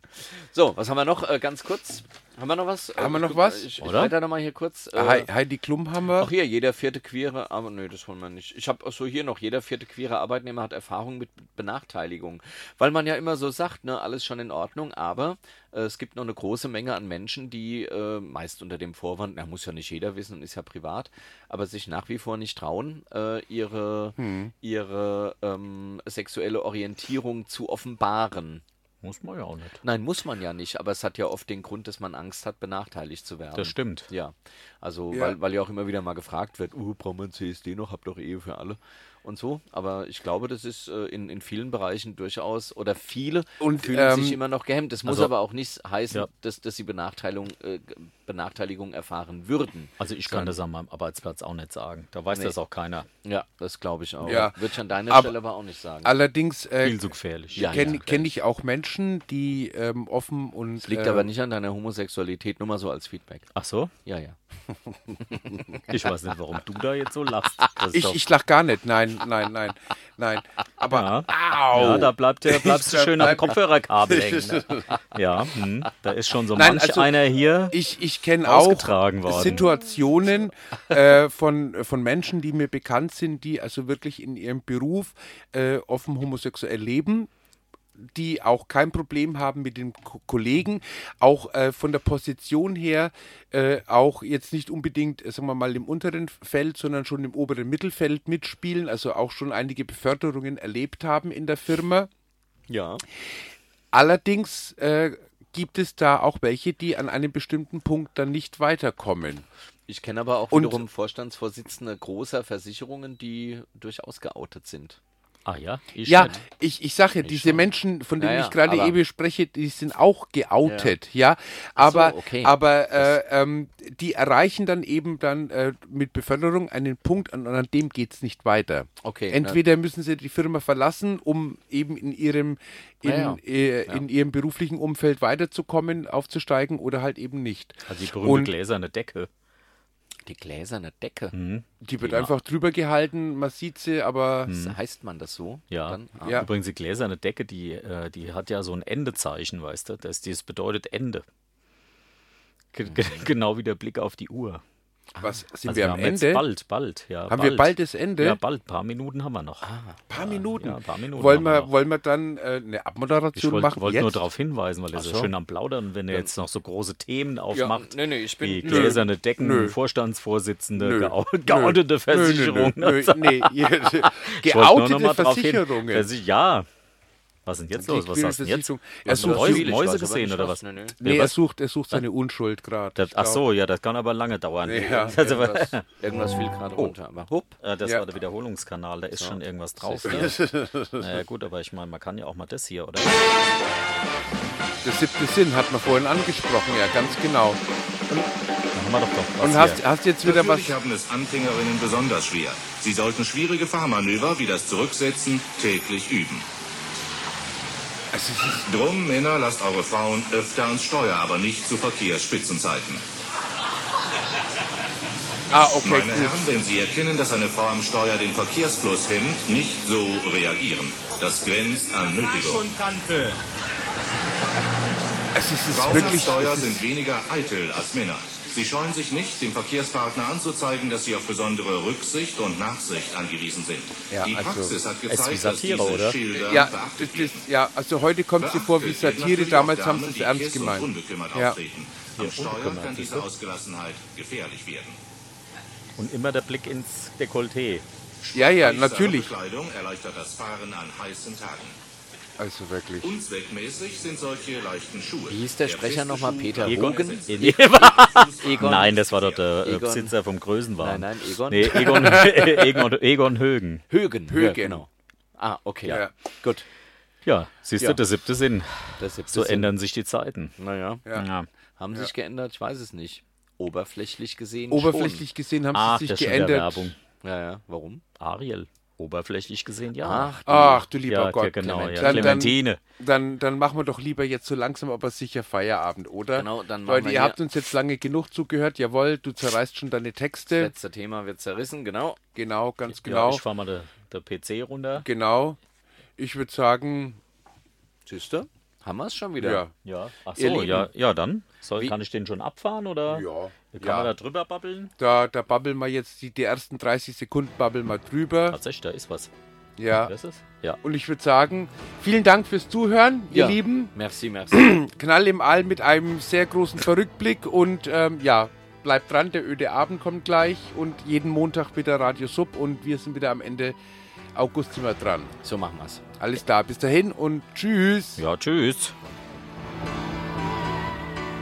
Speaker 4: So, was haben wir noch? Äh, ganz kurz. Haben wir noch was?
Speaker 5: Haben wir
Speaker 4: Ich
Speaker 5: noch
Speaker 4: guck-
Speaker 5: was?
Speaker 4: Ich, ich
Speaker 5: Oder?
Speaker 4: weiter nochmal hier kurz. äh,
Speaker 5: Hei- Heidi Klum haben wir.
Speaker 4: Ach hier, jeder vierte queere, aber nee, das wollen wir nicht. Ich habe so hier noch, jeder vierte queere Arbeitnehmer hat Erfahrung mit Benachteiligung. Weil man ja immer so sagt, ne, alles schon in Ordnung, aber äh, es gibt noch eine große Menge an Menschen, die äh, meist unter dem Vorwand, na, muss ja nicht jeder wissen und ist ja privat, aber sich nach wie vor nicht trauen, äh, ihre,
Speaker 6: Hm.
Speaker 4: ihre ähm, sexuelle Orientierung zu offenbaren.
Speaker 6: Muss man ja auch nicht.
Speaker 4: Nein, muss man ja nicht, aber es hat ja oft den Grund, dass man Angst hat, benachteiligt zu werden.
Speaker 6: Das stimmt.
Speaker 4: Ja. Also,
Speaker 6: Ja.
Speaker 4: Weil, weil ja auch immer wieder mal gefragt wird, uh, braucht man CSD noch, habt doch Ehe für alle und so. Aber ich glaube, das ist äh, in, in vielen Bereichen durchaus, oder viele
Speaker 5: Und,
Speaker 4: fühlen
Speaker 5: ähm,
Speaker 4: sich immer noch gehemmt. Das muss
Speaker 6: also-
Speaker 4: aber auch nicht heißen,
Speaker 6: Ja.
Speaker 4: dass, dass sie Benachteiligung, äh, Benachteiligung erfahren würden.
Speaker 6: Also ich kann
Speaker 4: Sondern-
Speaker 6: das an meinem Arbeitsplatz auch nicht sagen. Da weiß
Speaker 4: Nee.
Speaker 6: das auch keiner.
Speaker 4: Ja, das glaube ich auch.
Speaker 5: Ja.
Speaker 4: Würde ich an deiner
Speaker 5: Aber-
Speaker 4: Stelle aber auch nicht sagen.
Speaker 5: Allerdings äh,
Speaker 6: Viel zu gefährlich.
Speaker 4: Ja,
Speaker 5: kenne
Speaker 4: ja.
Speaker 5: kenn ich auch Menschen, die ähm, offen und
Speaker 4: Es liegt
Speaker 5: äh,
Speaker 4: aber nicht an deiner Homosexualität, nur mal so als Feedback.
Speaker 6: Ach so?
Speaker 4: Ja, ja.
Speaker 6: Ich weiß nicht, warum du da jetzt so lachst.
Speaker 5: [laughs] Ich, ich lach gar nicht. Nein, nein, nein, nein. Aber au!
Speaker 6: Ja, da bleibt der, bleibst du
Speaker 5: Da
Speaker 6: schön am
Speaker 5: bleibt-
Speaker 6: Kopfhörerkabel hängen.
Speaker 5: [laughs]
Speaker 6: Ne? Ja, hm, da ist schon so
Speaker 5: Nein,
Speaker 6: manch
Speaker 5: also,
Speaker 6: einer hier.
Speaker 5: Ich, ich kenne auch
Speaker 6: ausgetragen worden.
Speaker 5: Situationen äh, von, von Menschen, die mir bekannt sind, die also wirklich in ihrem Beruf äh, offen homosexuell leben, die auch kein Problem haben mit den Ko Kollegen, auch äh, von der Position her, äh, auch jetzt nicht unbedingt, äh, sagen wir mal, im unteren Feld, sondern schon im oberen Mittelfeld mitspielen, also auch schon einige Beförderungen erlebt haben in der Firma.
Speaker 4: Ja.
Speaker 5: Allerdings äh, gibt es da auch welche, die an einem bestimmten Punkt dann nicht weiterkommen.
Speaker 4: Ich kenne aber auch
Speaker 5: Und-
Speaker 4: wiederum Vorstandsvorsitzende großer Versicherungen, die durchaus geoutet sind.
Speaker 6: Ah ja, ich
Speaker 5: ja, ich, ich sage ja, diese Menschen, von denen
Speaker 4: Ja, ja,
Speaker 5: ich gerade
Speaker 4: aber-
Speaker 5: eben spreche, die sind auch geoutet, ja. Aber,
Speaker 4: so, okay.
Speaker 5: aber äh, ähm, die erreichen dann eben dann äh, mit Beförderung einen Punkt, an, an dem geht es nicht weiter.
Speaker 4: Okay, na-
Speaker 5: Entweder müssen sie die Firma verlassen, um eben in ihrem, in,
Speaker 4: Ja, ja.
Speaker 5: Äh,
Speaker 4: Ja.
Speaker 5: in ihrem beruflichen Umfeld weiterzukommen, aufzusteigen oder halt eben nicht.
Speaker 6: Also die
Speaker 5: Und-
Speaker 6: berühmte gläserne Decke.
Speaker 4: Die gläserne Decke.
Speaker 5: Hm. Die wird
Speaker 4: Ja.
Speaker 5: einfach drüber gehalten, man sieht sie, aber
Speaker 6: Hm.
Speaker 4: Das heißt man das so?
Speaker 6: Ja.
Speaker 4: Dann, ah,
Speaker 5: Ja.
Speaker 6: Übrigens, die gläserne Decke, die, äh, die hat ja so ein Endezeichen, weißt du? Das, das bedeutet Ende. Ge- ge- [laughs] Genau wie der Blick auf die Uhr.
Speaker 5: was Mhm. sind
Speaker 6: Also
Speaker 5: wir
Speaker 6: wir
Speaker 5: am
Speaker 6: haben jetzt
Speaker 5: Ende?
Speaker 6: Bald, bald, ja.
Speaker 5: Haben wir bald das Ende? Ah,
Speaker 6: Ja, bald. Ein paar Minuten haben wir noch.
Speaker 5: paar Minuten.
Speaker 6: Ja, ein paar Minuten
Speaker 5: wollen,
Speaker 6: haben wir
Speaker 5: wir,
Speaker 6: noch.
Speaker 5: wollen wir dann äh, eine
Speaker 6: Ich
Speaker 5: Abmoderation
Speaker 6: wollte
Speaker 5: machen?
Speaker 6: wollt
Speaker 5: jetzt?
Speaker 6: nur darauf hinweisen, weil er
Speaker 5: Ach
Speaker 6: so
Speaker 5: so.
Speaker 6: schön am Plaudern, wenn er jetzt noch so große Themen aufmacht.
Speaker 4: nee, nee, ich bin-
Speaker 6: die
Speaker 4: Nö.
Speaker 6: gläserne Decken,
Speaker 5: Nö.
Speaker 6: Vorstandsvorsitzende,
Speaker 5: Nö.
Speaker 6: geou-
Speaker 5: Nö.
Speaker 6: geoutete
Speaker 5: Nö,
Speaker 6: Versicherung. [laughs] Also,
Speaker 5: nö, nö, nö, nee. [laughs] Ihr-
Speaker 6: Ich wollte nur noch
Speaker 5: Geoutete
Speaker 6: mal drauf hin.
Speaker 5: Versicherungen.
Speaker 6: Versi- Ja. Was ist denn jetzt
Speaker 5: Die
Speaker 6: los? Was hast du denn jetzt?
Speaker 5: Versicherung.
Speaker 6: Er hast
Speaker 5: Er
Speaker 6: du
Speaker 5: sucht
Speaker 6: Mäuse,
Speaker 5: viel, ich
Speaker 6: Mäuse
Speaker 4: weiß aber
Speaker 6: gesehen
Speaker 4: nicht
Speaker 6: oder
Speaker 4: was.
Speaker 6: was?
Speaker 4: Nö, nö.
Speaker 5: Nee,
Speaker 6: was?
Speaker 5: er sucht, er sucht seine Unschuld gerade.
Speaker 6: Das, ach so, ja, das kann aber lange dauern. [laughs]
Speaker 5: Ja.
Speaker 6: also,
Speaker 4: irgendwas, irgendwas fiel gerade runter. Aber hopp.
Speaker 6: äh, das
Speaker 5: Ja.
Speaker 6: war der Wiederholungskanal, da ist schon irgendwas drauf. Ne? naja, gut, aber ich meine, man kann ja auch mal das hier, oder?
Speaker 5: Das siebte Sinn hat man vorhin angesprochen, ja, ganz genau.
Speaker 6: Dann haben wir doch doch was
Speaker 5: Und
Speaker 6: hier.
Speaker 5: hast, hast jetzt wieder was.
Speaker 12: Natürlich haben es Anfängerinnen besonders schwer. Sie sollten schwierige Fahrmanöver wie das Zurücksetzen täglich üben. Drum, Männer, lasst eure Frauen öfter ans Steuer, aber nicht zu Verkehrsspitzenzeiten.
Speaker 5: Ah, okay,
Speaker 12: Meine
Speaker 5: gut.
Speaker 12: Herren, wenn Sie erkennen, dass eine Frau am Steuer den Verkehrsfluss hemmt, nicht so reagieren. Das grenzt an Nötigung.
Speaker 5: Es ist, es ist
Speaker 12: Frauen am
Speaker 5: wirklich.
Speaker 12: Steuer
Speaker 5: es ist,
Speaker 12: sind weniger eitel als Männer. Sie scheuen sich nicht, dem Verkehrspartner anzuzeigen, dass sie auf besondere Rücksicht und Nachsicht angewiesen sind.
Speaker 5: Ja,
Speaker 12: Die
Speaker 5: also-
Speaker 12: Praxis hat
Speaker 6: wie
Speaker 12: gezeigt, dass
Speaker 6: Satire,
Speaker 12: diese
Speaker 6: oder?
Speaker 12: Schilder
Speaker 5: ja,
Speaker 12: beachtet
Speaker 5: das ist, ja, also heute kommt sie vor wie
Speaker 12: Beachtet werden
Speaker 5: Satire,
Speaker 12: natürlich
Speaker 5: damals
Speaker 12: auch
Speaker 5: haben sie
Speaker 12: Damen,
Speaker 5: es
Speaker 12: die
Speaker 5: ernst
Speaker 12: keß und
Speaker 5: gemeint.
Speaker 12: Unbekümmert
Speaker 5: Ja.
Speaker 12: auftreten. Am Steuer
Speaker 6: unbekümmert,
Speaker 12: kann
Speaker 6: siehst
Speaker 12: diese
Speaker 6: du?
Speaker 12: Ausgelassenheit gefährlich werden.
Speaker 6: Und immer der Blick ins Dekolleté.
Speaker 5: ja, ja,
Speaker 12: Biegsame
Speaker 5: natürlich.
Speaker 12: Bekleidung erleichtert das Fahren an heißen Tagen.
Speaker 5: Also wirklich.
Speaker 12: Unzweckmäßig sind solche leichten Schuhe.
Speaker 4: Wie hieß der Sprecher nochmal? Peter
Speaker 6: Egon?
Speaker 4: Rogen? Egon.
Speaker 6: Nein, das war doch der äh,
Speaker 4: Egon.
Speaker 6: Besitzer vom Größenwahn.
Speaker 4: Nein, nein, Egon.
Speaker 6: Nee, Egon, Egon, Egon Högen.
Speaker 4: Högen.
Speaker 5: Högen.
Speaker 4: Ja, genau. Ah, okay.
Speaker 5: Ja.
Speaker 4: Gut.
Speaker 6: Ja, siehst du,
Speaker 4: Ja.
Speaker 6: der siebte Sinn.
Speaker 4: Das ist
Speaker 6: So ändern sich die Zeiten.
Speaker 4: Naja.
Speaker 5: Ja.
Speaker 4: Haben sich geändert? Ich weiß es nicht. Oberflächlich gesehen
Speaker 5: Oberflächlich gesehen haben
Speaker 6: Ach,
Speaker 5: sie
Speaker 6: das
Speaker 5: sich
Speaker 6: ist schon wieder
Speaker 5: geändert.
Speaker 6: Werbung.
Speaker 4: schon. Ja, ja. Warum?
Speaker 6: Ariel. Oberflächlich gesehen, ja.
Speaker 4: Ach,
Speaker 5: Ach du lieber
Speaker 6: ja,
Speaker 5: Gott.
Speaker 6: ja, genau. Ja.
Speaker 5: Dann- dann-
Speaker 6: Clementine.
Speaker 5: Dann, dann machen wir doch lieber jetzt so langsam, aber sicher Feierabend, oder?
Speaker 4: Genau, dann machen
Speaker 5: Leute,
Speaker 4: wir
Speaker 5: ihr
Speaker 4: hier-
Speaker 5: habt uns jetzt lange genug zugehört. Jawohl, du zerreißt schon deine Texte.
Speaker 4: Letzte Thema wird zerrissen, genau.
Speaker 5: Genau, ganz
Speaker 6: Genau.
Speaker 5: genau.
Speaker 6: Ja, ich fahr mal der, der PC runter.
Speaker 5: genau. Ich würde sagen,
Speaker 4: Tschüss. du? Haben wir es schon wieder?
Speaker 6: Ja. ja. Ach so, ja, ja, dann. Soll, kann ich den schon abfahren oder?
Speaker 5: Ja.
Speaker 6: Kann man da drüber babbeln?
Speaker 5: Da, da babbeln wir jetzt die, die ersten 30 Sekunden babbeln wir drüber.
Speaker 6: Tatsächlich, da ist was.
Speaker 5: Ja.
Speaker 6: Das ist? Ja.
Speaker 5: Und ich würde sagen, vielen Dank fürs Zuhören, ihr
Speaker 4: Ja.
Speaker 5: Lieben.
Speaker 4: Merci, merci.
Speaker 5: Knall im All mit einem sehr großen Verrückblick und ähm, ja, bleibt dran, der öde Abend kommt gleich und jeden Montag wieder Radio Sub und wir sind wieder am Ende August sind wir dran.
Speaker 4: So machen wir's.
Speaker 5: Alles klar, bis dahin und tschüss.
Speaker 6: Ja, tschüss.